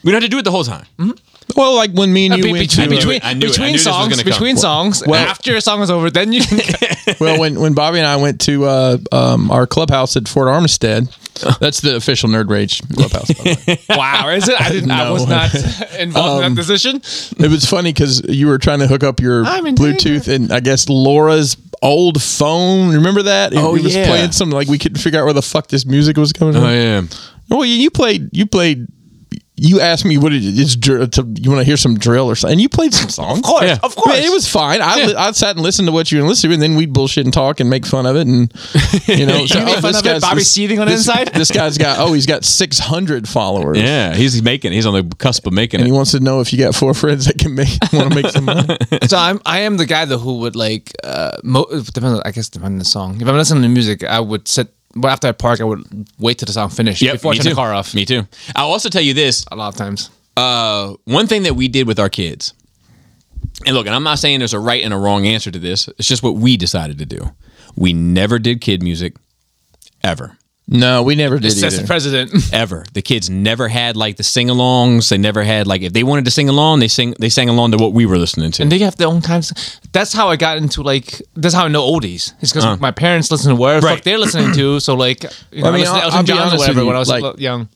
[SPEAKER 2] We don't have to do it the whole time.
[SPEAKER 3] Mm-hmm.
[SPEAKER 1] Well, like when me and you went to
[SPEAKER 2] I knew it.
[SPEAKER 1] uh,
[SPEAKER 2] I knew it. I
[SPEAKER 3] between
[SPEAKER 2] knew this was
[SPEAKER 3] songs,
[SPEAKER 2] gonna come.
[SPEAKER 3] between songs. after a song is over, then you
[SPEAKER 2] <laughs>
[SPEAKER 3] can.
[SPEAKER 1] well, when, when Bobby and I went to uh, um, our clubhouse at Fort <laughs> Armistead, that's the official Nerd Rage clubhouse. By the way.
[SPEAKER 3] wow, is it? I didn't. I
[SPEAKER 2] <laughs>
[SPEAKER 3] was not involved
[SPEAKER 2] Um,
[SPEAKER 3] in that decision.
[SPEAKER 1] <laughs> It was funny because you were trying to hook up your
[SPEAKER 3] I'm in
[SPEAKER 1] Bluetooth and I guess Laura's old phone. Remember that? Oh, it was
[SPEAKER 2] yeah.
[SPEAKER 1] playing some like we couldn't figure out where the fuck this music was coming from.
[SPEAKER 2] Oh, yeah.
[SPEAKER 1] Well, you, you played. You played. You asked me what it is. dr- To, you want to hear some drill or something? And you played some songs. Of
[SPEAKER 3] Oh,
[SPEAKER 1] course,
[SPEAKER 2] of
[SPEAKER 1] course. it was fine. I, li- I sat and listened to what you and listened to, and then we'd bullshit and talk and make fun of it, and you know, so,
[SPEAKER 3] You made
[SPEAKER 1] oh,
[SPEAKER 3] fun
[SPEAKER 1] this
[SPEAKER 3] of it.
[SPEAKER 1] guy's-
[SPEAKER 3] Bobby
[SPEAKER 1] this-
[SPEAKER 3] seething on the
[SPEAKER 1] this- <laughs>
[SPEAKER 3] inside?
[SPEAKER 1] This guy's got oh, he's got six hundred followers.
[SPEAKER 2] Yeah, he's making. He's on the cusp of making
[SPEAKER 1] And he
[SPEAKER 2] it.
[SPEAKER 1] wants to know if you got four friends that can make <laughs> want to make some money.
[SPEAKER 3] So I'm. I am the guy though who would like. Uh, mo- depends. on- I guess depending on the song. If I'm listening to music, I would sit. Well, after I park, I would wait till the song finished
[SPEAKER 2] Yep,
[SPEAKER 3] before I
[SPEAKER 2] me
[SPEAKER 3] turn
[SPEAKER 2] too.
[SPEAKER 3] the car off.
[SPEAKER 2] Me too. I'll also tell you this:
[SPEAKER 3] A lot of times.
[SPEAKER 2] uh, one thing that we did with our kids, and look, and I'm not saying there's a right and a wrong answer to this. It's just what we decided to do. We never did kid music, ever.
[SPEAKER 1] No, we never did
[SPEAKER 3] Says the
[SPEAKER 1] either.
[SPEAKER 3] president. <laughs>
[SPEAKER 2] ever. The kids never had like the sing-alongs. They never had like if they wanted to sing along, they sing they sang along to what we were listening to.
[SPEAKER 3] And they have their own times. That's how I got into like. That's how I know oldies. It's because my parents listen to whatever the fuck
[SPEAKER 2] Right.
[SPEAKER 3] they're listening to. So like, you know, I
[SPEAKER 1] mean,
[SPEAKER 3] listened to
[SPEAKER 1] I'll-
[SPEAKER 3] Elton
[SPEAKER 1] I'll be
[SPEAKER 3] John
[SPEAKER 1] honest
[SPEAKER 3] or
[SPEAKER 1] with
[SPEAKER 3] whatever
[SPEAKER 1] you,
[SPEAKER 3] when I was
[SPEAKER 1] like-
[SPEAKER 3] lo- young.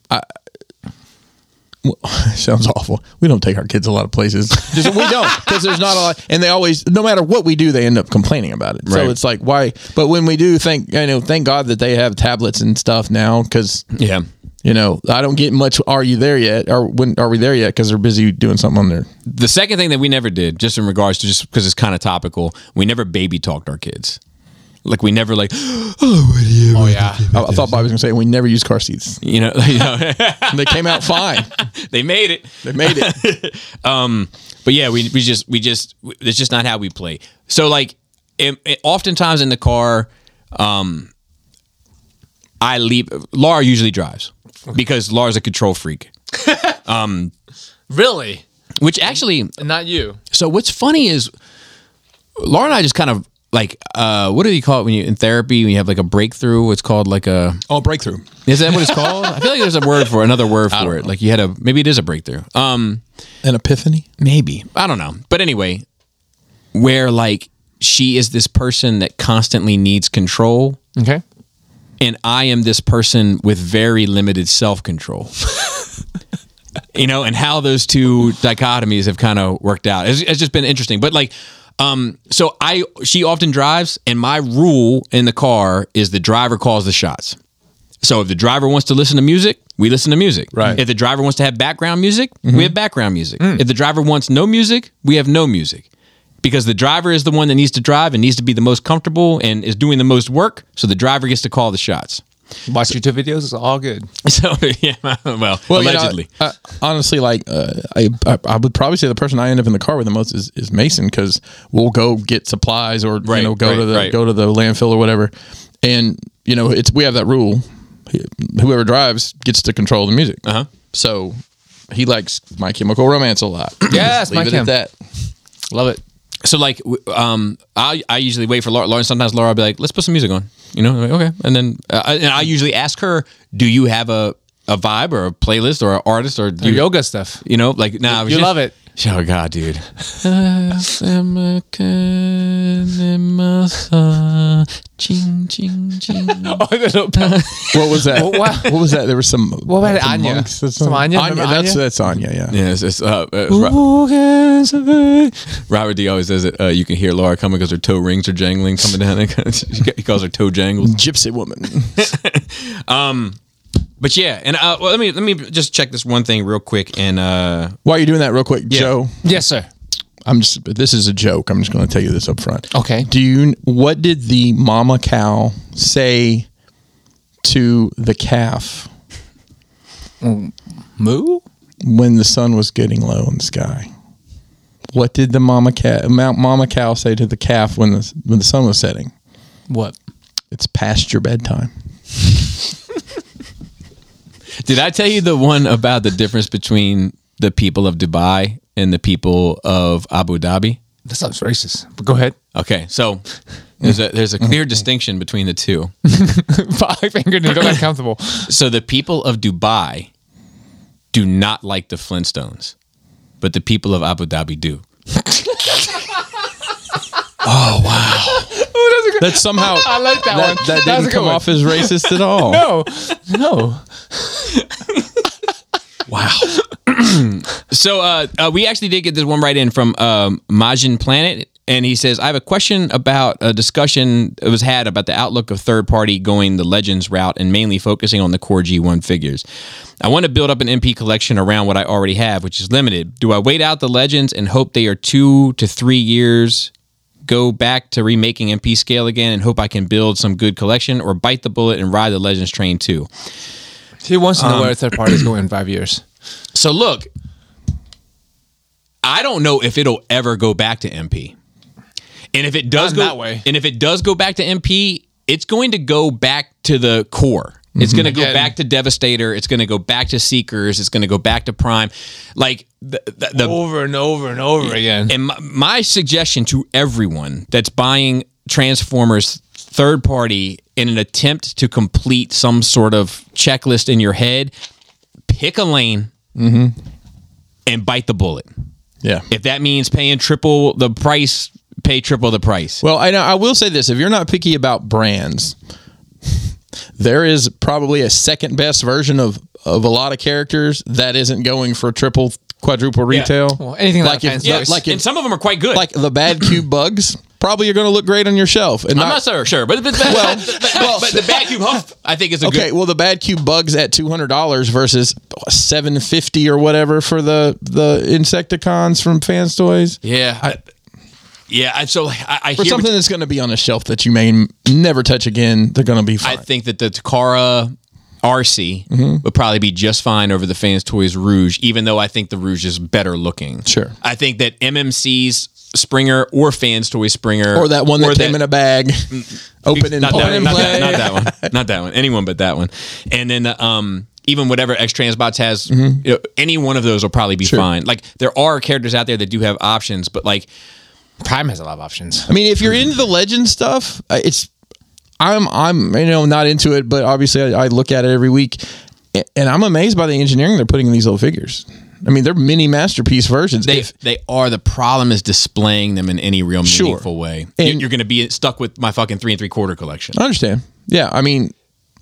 [SPEAKER 1] <laughs> Sounds awful. We don't take our kids a lot of places. Just- we don't because there's not a lot, and they always, no matter what we do, they end up complaining about it.
[SPEAKER 2] Right.
[SPEAKER 1] So it's like why? But when we do, thank you know, thank God that they have tablets and stuff now because
[SPEAKER 2] yeah.
[SPEAKER 1] you know I don't get much. Are you there yet? Or when are we there yet? Because they're busy doing something on their
[SPEAKER 2] The second thing that we never did, just in regards to just because it's kind of topical, we never baby talked our kids. Like we never like <gasps>
[SPEAKER 3] Oh yeah.
[SPEAKER 1] I, I thought Bob was going to say we never use car seats.
[SPEAKER 2] you know, <laughs> you know
[SPEAKER 1] And they came out fine.
[SPEAKER 2] they made it.
[SPEAKER 1] They made <laughs> it.
[SPEAKER 2] But yeah, we, we just we just it's just not how we play. So like, it, it- oftentimes in the car, um, I leave. Laura usually drives because Laura's a control freak.
[SPEAKER 3] Really?
[SPEAKER 2] Which actually,
[SPEAKER 3] Not you.
[SPEAKER 2] so what's funny is Laura and I just kind of like uh, what do you call it when you in therapy when you have like a breakthrough? It's called like a
[SPEAKER 1] Oh, breakthrough.
[SPEAKER 2] is that what it's called? I feel like there's a word for it, another word for it. Like you had a maybe it is a breakthrough. Um,
[SPEAKER 1] An epiphany.
[SPEAKER 2] maybe i don't know but anyway where like she is this person that constantly needs control
[SPEAKER 3] Okay.
[SPEAKER 2] and i am this person with very limited self-control <laughs> you know and how those two dichotomies have kind of worked out it's, it's just been interesting but like um so i she often drives and my rule in the car is the driver calls the shots so if the driver wants to listen to music, we listen to music. Right. If the driver wants to have background music, we have background music. If the driver wants no music, we have no music. Because the driver is the one that needs to drive and needs to be the most comfortable and is doing the most work, so the driver gets to call the shots. <laughs>
[SPEAKER 3] Watch YouTube videos. It's all good.
[SPEAKER 2] So yeah, well,
[SPEAKER 1] you know,
[SPEAKER 2] allegedly.
[SPEAKER 1] I- I- honestly, like uh, I, I, I would probably say the person I end up in the car with the most is, is Mason because we'll go get supplies or
[SPEAKER 2] Right,
[SPEAKER 1] you know go
[SPEAKER 2] right,
[SPEAKER 1] to the
[SPEAKER 2] right.
[SPEAKER 1] go to the landfill or whatever, and you know it's we have that rule. Whoever drives gets to control the music.
[SPEAKER 2] Uh-huh.
[SPEAKER 1] So he likes My Chemical Romance a lot.
[SPEAKER 3] Yes,
[SPEAKER 1] Leave
[SPEAKER 3] My
[SPEAKER 1] it
[SPEAKER 3] Chem.
[SPEAKER 1] at that.
[SPEAKER 3] Love it.
[SPEAKER 2] so like w- um I I usually wait for Laura, Laura sometimes Laura will be like let's put some music on you know I'm like, okay and then uh, I- and I usually ask her do you have a a vibe or a playlist or an artist or do
[SPEAKER 3] Your
[SPEAKER 2] you,
[SPEAKER 3] yoga stuff.
[SPEAKER 2] you know like now nah,
[SPEAKER 3] You love it.
[SPEAKER 2] oh god dude
[SPEAKER 3] Oh, I don't know.
[SPEAKER 1] What was that?
[SPEAKER 3] What-
[SPEAKER 1] what,
[SPEAKER 3] what-
[SPEAKER 1] was that? There was some.
[SPEAKER 3] What about
[SPEAKER 1] some
[SPEAKER 3] Anya?
[SPEAKER 1] monks that's
[SPEAKER 3] Some
[SPEAKER 1] on-
[SPEAKER 3] Anya? Remember
[SPEAKER 1] That's
[SPEAKER 3] Anya?
[SPEAKER 1] that's Anya. Yeah.
[SPEAKER 2] yeah it's, it's, uh, uh, Ro- Robert D always says it uh, you can hear Laura coming because her toe rings are jangling coming down <laughs> he calls her toe jangles
[SPEAKER 1] Gypsy woman. <laughs>
[SPEAKER 2] but yeah and uh, well, let me let me just check this one thing real quick and uh
[SPEAKER 1] While you're doing that, real quick, Joe.
[SPEAKER 3] yes, sir.
[SPEAKER 1] I'm just. This is a joke. I'm just going to tell you this up front.
[SPEAKER 3] Okay.
[SPEAKER 1] Do you? What did the mama cow say to the calf
[SPEAKER 3] Moo.
[SPEAKER 1] when the sun was getting low in the sky? What did the mama cat, Mount Mama Cow, say to the calf when the when the sun was setting?
[SPEAKER 3] What?
[SPEAKER 1] It's past your bedtime.
[SPEAKER 2] Did I tell you the one about the difference between the people of Dubai and the people of Abu Dhabi?
[SPEAKER 3] That sounds racist. But go ahead.
[SPEAKER 2] Okay, so there's a there's a clear distinction between the two.
[SPEAKER 3] <laughs> Five finger didn't got comfortable.
[SPEAKER 2] So the people of Dubai do not like the Flintstones, but the people of Abu Dhabi do.
[SPEAKER 1] That somehow
[SPEAKER 3] I like <laughs>
[SPEAKER 1] that,
[SPEAKER 3] that, one.
[SPEAKER 1] that
[SPEAKER 3] was a
[SPEAKER 1] didn't
[SPEAKER 3] good
[SPEAKER 1] come
[SPEAKER 3] one.
[SPEAKER 1] off as racist at all.
[SPEAKER 3] <laughs> No, no.
[SPEAKER 2] So uh, uh, we actually did get this one right in from um, Majin Planet, and he says, "I have a question about a discussion that was had about the outlook of third party going the Legends route and mainly focusing on the core G1 figures. I want to build up an MP collection around what I already have, which is limited. Do I wait out the Legends and hope they are two to three years?" Go back to remaking MP scale again and hope I can build some good collection or bite the bullet and ride the Legends train too.
[SPEAKER 3] He wants to know where third parties go in five <clears throat> years.
[SPEAKER 2] So look, I don't know if it'll ever go back to MP. And if it does
[SPEAKER 3] Not in
[SPEAKER 2] go
[SPEAKER 3] that way.
[SPEAKER 2] and if it does go back to MP, it's going to go back to the core. It's going to go
[SPEAKER 3] Mm-hmm. Again.
[SPEAKER 2] back to Devastator. It's going to go back to Seekers. It's going to go back to Prime. Like the, the, the
[SPEAKER 3] Over and over and over again.
[SPEAKER 2] and my, my suggestion to everyone that's buying Transformers third party in an attempt to complete some sort of checklist in your head, pick a lane
[SPEAKER 3] Mm-hmm.
[SPEAKER 2] and bite the bullet.
[SPEAKER 1] Yeah.
[SPEAKER 2] If that means paying triple the price, pay triple the price.
[SPEAKER 1] Well, I know I will say this: if you're not picky about brands, there is probably a second best version of of a lot of characters that isn't going for triple, quadruple retail.
[SPEAKER 3] Well, anything that
[SPEAKER 1] like if,
[SPEAKER 3] offends us.
[SPEAKER 1] like
[SPEAKER 2] and
[SPEAKER 1] if,
[SPEAKER 2] some of them are quite good.
[SPEAKER 1] like the bad cube bugs probably are going to look great on your shelf. And
[SPEAKER 2] I'm not so sure, but, but, but-
[SPEAKER 1] Well,
[SPEAKER 2] <laughs> but- but the bad cube hump, I think is a
[SPEAKER 1] okay.
[SPEAKER 2] good.
[SPEAKER 1] Well, the bad cube bugs at two hundred dollars versus seven fifty or whatever for the the insecticons from Fans Toys.
[SPEAKER 2] Yeah, I, yeah. I, so I, I
[SPEAKER 1] For
[SPEAKER 2] hear
[SPEAKER 1] something that's going to be on a shelf that you may m- never touch again, they're going to be
[SPEAKER 2] I
[SPEAKER 1] fine.
[SPEAKER 2] think that the Takara RC
[SPEAKER 1] Mm-hmm.
[SPEAKER 2] would probably be just fine over the Fans Toys Rouge, even though I think the Rouge is better looking.
[SPEAKER 1] Sure.
[SPEAKER 2] I think that MMC's Springer or Fans Toys Springer
[SPEAKER 1] or that one that came in a bag, open and,
[SPEAKER 2] Mm-hmm. not
[SPEAKER 1] open
[SPEAKER 2] that,
[SPEAKER 1] and
[SPEAKER 2] not,
[SPEAKER 1] play.
[SPEAKER 2] that, not
[SPEAKER 1] <laughs>
[SPEAKER 2] that one, not that one. Anyone but that one. And then the, um, even whatever X Transbots has,
[SPEAKER 1] Mm-hmm.
[SPEAKER 2] you know, any one of those will probably be fine. Like there are characters out there that do have options, but like
[SPEAKER 3] Prime has a lot of options.
[SPEAKER 1] I mean, if you're into the legend stuff, uh, it's I'm I'm you know not into it, but obviously I, I look at it every week, a- and I'm amazed by the engineering they're putting in these little figures. I mean, they're mini masterpiece versions.
[SPEAKER 2] they
[SPEAKER 1] If-
[SPEAKER 2] they are the problem is displaying them in any real
[SPEAKER 1] Sure.
[SPEAKER 2] meaningful way.
[SPEAKER 1] And-
[SPEAKER 2] you, are going to be stuck with my fucking three and three quarter collection.
[SPEAKER 1] I understand. Yeah, I mean,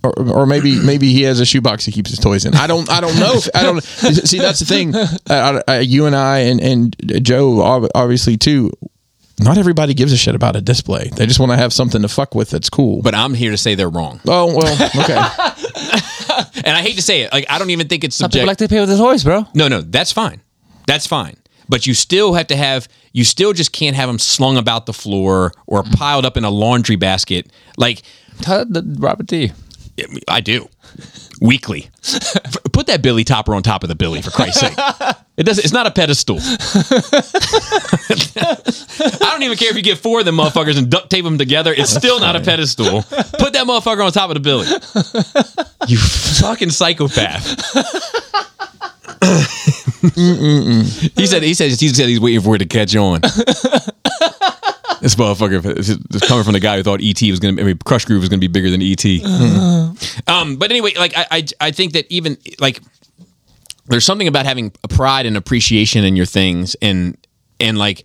[SPEAKER 1] or, or maybe maybe he has a shoebox he keeps his toys in. I don't I don't
[SPEAKER 3] <laughs>
[SPEAKER 1] know. If, I don't see. That's the thing. I, I, you and I and and Joe ob- obviously too. Not everybody gives a shit about a display. They just want to have something to fuck with that's cool.
[SPEAKER 2] But I'm here to say they're wrong,
[SPEAKER 1] oh well,
[SPEAKER 3] <laughs>
[SPEAKER 1] okay.
[SPEAKER 2] and I hate to say it. Like I don't even think it's
[SPEAKER 3] People
[SPEAKER 2] subjective.
[SPEAKER 3] like to pay with the toys, bro.
[SPEAKER 2] no, no, that's fine. That's fine. But you still have to have. You still just can't have them slung about the floor or
[SPEAKER 3] Mm-hmm.
[SPEAKER 2] piled up in a laundry basket. Like
[SPEAKER 3] Tell the Robert D.
[SPEAKER 2] I do weekly. F- <laughs> Put that Billy topper on top of the Billy for Christ's sake. It doesn't. It's not a pedestal. <laughs> I don't even care if you get four of them motherfuckers and duct tape them together. It's still not a pedestal. Put that motherfucker on top of the Billy. You fucking <laughs> psychopath. he said. He said. He said he's waiting for it to catch <laughs> on. This motherfucker if it's- it's coming from the guy who thought ET was going to, I mean, Crush Groove was going to be bigger than E ET. um, but anyway, like I, I, I think that even like there's something about having a pride and appreciation in your things, and and like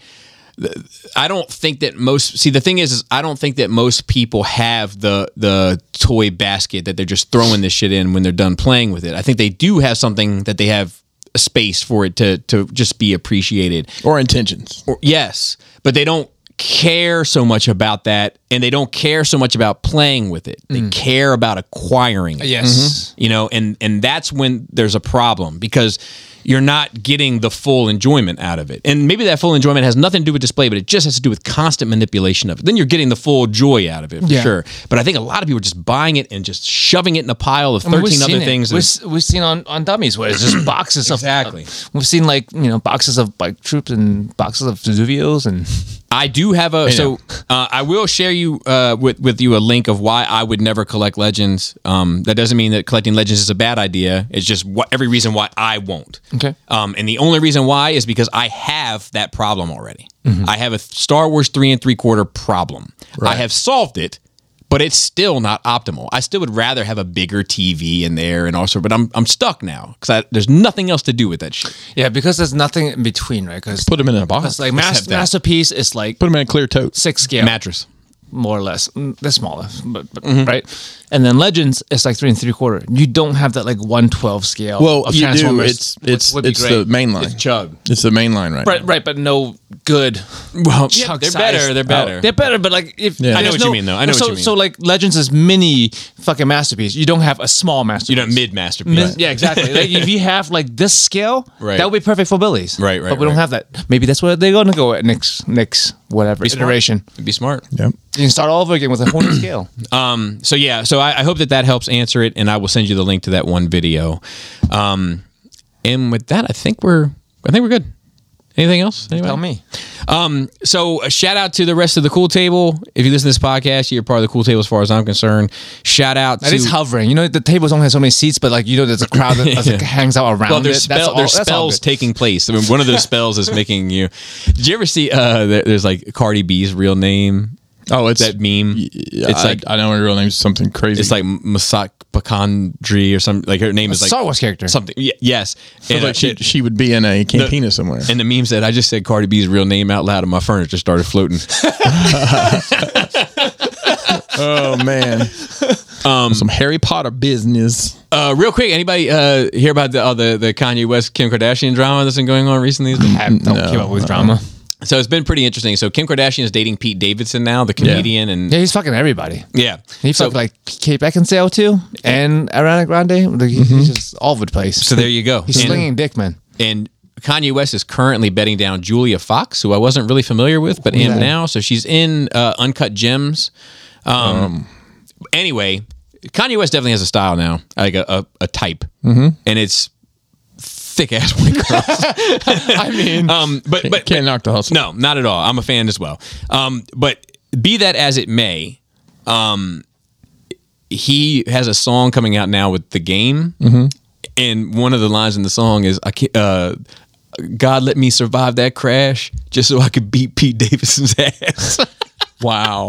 [SPEAKER 2] th- I don't think that most see the thing is, is I don't think that most people have the the toy basket that they're just throwing this shit in when they're done playing with it. I think they do have something that they have a space for it to to just be appreciated
[SPEAKER 1] or intentions.
[SPEAKER 2] or- yes, but they don't care so much about that and they don't care so much about playing with it. They care about acquiring it.
[SPEAKER 3] Mm.
[SPEAKER 2] Mm-hmm.
[SPEAKER 3] Yes.
[SPEAKER 2] You know, and and that's when there's a problem because you're not getting the full enjoyment out of it. And maybe that full enjoyment has nothing to do with display, but it just has to do with constant manipulation of it. Then you're getting the full joy out of it for
[SPEAKER 3] Yeah.
[SPEAKER 2] sure. But I think a lot of people are just buying it and just shoving it in a pile of 13
[SPEAKER 3] We've seen
[SPEAKER 2] other
[SPEAKER 3] it.
[SPEAKER 2] things.
[SPEAKER 3] We've,
[SPEAKER 2] and-
[SPEAKER 3] s- we've seen on, on dummies where it's <clears throat> just boxes
[SPEAKER 2] Exactly.
[SPEAKER 3] of We've seen like you know boxes of bike troops and boxes of Vesuvios and
[SPEAKER 2] I do have a so uh, I will share you uh, with with you a link of why I would never collect legends. Um, that doesn't mean that collecting legends is a bad idea. It's just what every reason why I won't.
[SPEAKER 3] Okay.
[SPEAKER 2] Um, and the only reason why is because I have that problem already.
[SPEAKER 3] Mm-hmm.
[SPEAKER 2] I have a Star Wars three and three quarter problem. I have solved it, but it's still not optimal. I still would rather have a bigger TV in there and also, but I'm I'm stuck now because there's nothing else to do with that shit.
[SPEAKER 3] yeah, because there's nothing in between, right? Because
[SPEAKER 1] Put them in a box.
[SPEAKER 3] <laughs> like
[SPEAKER 2] Let's
[SPEAKER 3] mas-
[SPEAKER 2] have that.
[SPEAKER 3] masterpiece is like
[SPEAKER 1] Put them in a clear tote.
[SPEAKER 3] six scale
[SPEAKER 2] Mattress.
[SPEAKER 3] more or less. Mm, They're smaller, but, but right. And then legends is like three and three quarter. You don't have that like one twelve scale.
[SPEAKER 1] Well,
[SPEAKER 3] of
[SPEAKER 1] you do.
[SPEAKER 3] Transformers,
[SPEAKER 1] It's
[SPEAKER 3] which
[SPEAKER 1] it's
[SPEAKER 3] would be
[SPEAKER 1] it's
[SPEAKER 3] great.
[SPEAKER 1] the main line.
[SPEAKER 2] Chug.
[SPEAKER 1] It's the main line right.
[SPEAKER 3] Right, right, but no good.
[SPEAKER 2] Well,
[SPEAKER 3] chunk
[SPEAKER 2] yeah, they're
[SPEAKER 3] size. Oh,
[SPEAKER 2] better. They're better.
[SPEAKER 3] They're better, but like if
[SPEAKER 1] I know
[SPEAKER 3] there's
[SPEAKER 2] what you
[SPEAKER 3] no-
[SPEAKER 2] mean, though. I know
[SPEAKER 3] so,
[SPEAKER 2] what you mean.
[SPEAKER 3] So like Legends is mini fucking masterpiece. You don't have a small masterpiece.
[SPEAKER 2] You know, mid masterpiece.
[SPEAKER 3] Min- Yeah, exactly. like if you have like this scale,
[SPEAKER 2] Right.
[SPEAKER 3] that would be perfect for Billy's.
[SPEAKER 2] Right, right,
[SPEAKER 3] But we don't
[SPEAKER 2] right.
[SPEAKER 3] have that. Maybe that's where they're gonna go at next next whatever iteration.
[SPEAKER 2] It'd be smart.
[SPEAKER 1] Yep.
[SPEAKER 3] You can start all over again with a whole new
[SPEAKER 2] <clears throat>
[SPEAKER 3] scale.
[SPEAKER 2] Um, so yeah, so I, I hope that that helps answer it, and I will send you the link to that one video. Um, and with that, I think we're I think we're good. Anything else? Anybody?
[SPEAKER 3] Tell me.
[SPEAKER 2] Um, so a shout out to the rest of the Cool Table. If you listen to this podcast, you're part of the Cool Table as far as I'm concerned. Shout out
[SPEAKER 3] It
[SPEAKER 2] to
[SPEAKER 3] is hovering. You know the tables only have so many seats, but like you know there's a
[SPEAKER 2] <laughs>
[SPEAKER 3] crowd that that hangs out around
[SPEAKER 2] well,
[SPEAKER 3] it.
[SPEAKER 2] there's,
[SPEAKER 3] That's
[SPEAKER 2] spell,
[SPEAKER 3] all-
[SPEAKER 2] there's
[SPEAKER 3] that's all
[SPEAKER 2] spells
[SPEAKER 3] good.
[SPEAKER 2] taking place. I mean,
[SPEAKER 3] <laughs>
[SPEAKER 2] one of those spells is making you. Did you ever see? Uh, there- there's like Cardi B's real name
[SPEAKER 1] Oh, it's
[SPEAKER 2] That meme.
[SPEAKER 1] it's
[SPEAKER 2] it's like
[SPEAKER 1] I, know her real name's something crazy.
[SPEAKER 2] it's like Masak Pakandri or something. Like her name is like
[SPEAKER 3] Star Wars character.
[SPEAKER 2] Something. Yeah,
[SPEAKER 3] <laughs>
[SPEAKER 2] yes.
[SPEAKER 1] Sounds
[SPEAKER 2] And, uh,
[SPEAKER 1] like she she would be in a cantina somewhere.
[SPEAKER 2] and the meme said, "I just said Cardi B's real name out loud, and my furniture started
[SPEAKER 3] <laughs>
[SPEAKER 2] floating."
[SPEAKER 1] oh
[SPEAKER 2] <laughs>
[SPEAKER 1] man,
[SPEAKER 2] Um,
[SPEAKER 1] some Harry Potter business.
[SPEAKER 2] Uh, real quick, anybody uh, hear about the, uh, the the Kanye West Kim Kardashian drama that's been going on
[SPEAKER 3] <laughs>
[SPEAKER 2] recently?
[SPEAKER 3] I don't keep up with drama.
[SPEAKER 2] so it's been pretty interesting. So Kim Kardashian is dating Pete Davidson now, the comedian, and
[SPEAKER 3] Yeah, he's fucking everybody.
[SPEAKER 2] yeah,
[SPEAKER 3] He
[SPEAKER 2] so,
[SPEAKER 3] fucked like Kate Beckinsale too, and Ariana Grande. Like, He's just all over the place.
[SPEAKER 2] Mm-hmm. so there you go.
[SPEAKER 3] He's
[SPEAKER 2] and,
[SPEAKER 3] slinging dick, man.
[SPEAKER 2] and Kanye West is currently betting down Julia Fox, who I wasn't really familiar with, but am now. So she's in uh, Uncut Gems. Um, Anyway, Kanye West definitely has a style now, like a, a, a type, mm-hmm. and it's thick ass white girls.
[SPEAKER 3] I mean,
[SPEAKER 2] um, but but
[SPEAKER 1] Can't knock the hustle.
[SPEAKER 2] No, not at all. I'm a fan as well. Um, but be that as it may, um, he has a song coming out now with the game, and one of the lines in the song is, "I can't, uh, God let me survive that crash just so I could beat Pete Davidson's <laughs> ass,"
[SPEAKER 1] Wow.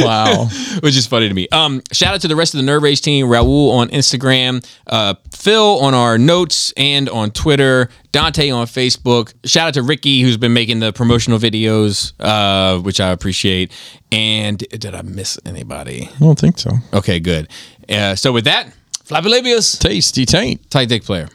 [SPEAKER 1] wow.
[SPEAKER 2] <laughs> which is funny to me. Um, shout out to the rest of the Nerve Rage team: Raul on Instagram, uh, Phil on our notes and on Twitter, Dante on Facebook. Shout out to Ricky who's been making the promotional videos, uh, which I appreciate. And did I miss anybody?
[SPEAKER 1] I don't think so.
[SPEAKER 2] Okay, good. Uh, so with that, Flappy Labius,
[SPEAKER 1] Tasty taint.
[SPEAKER 2] tight dick player.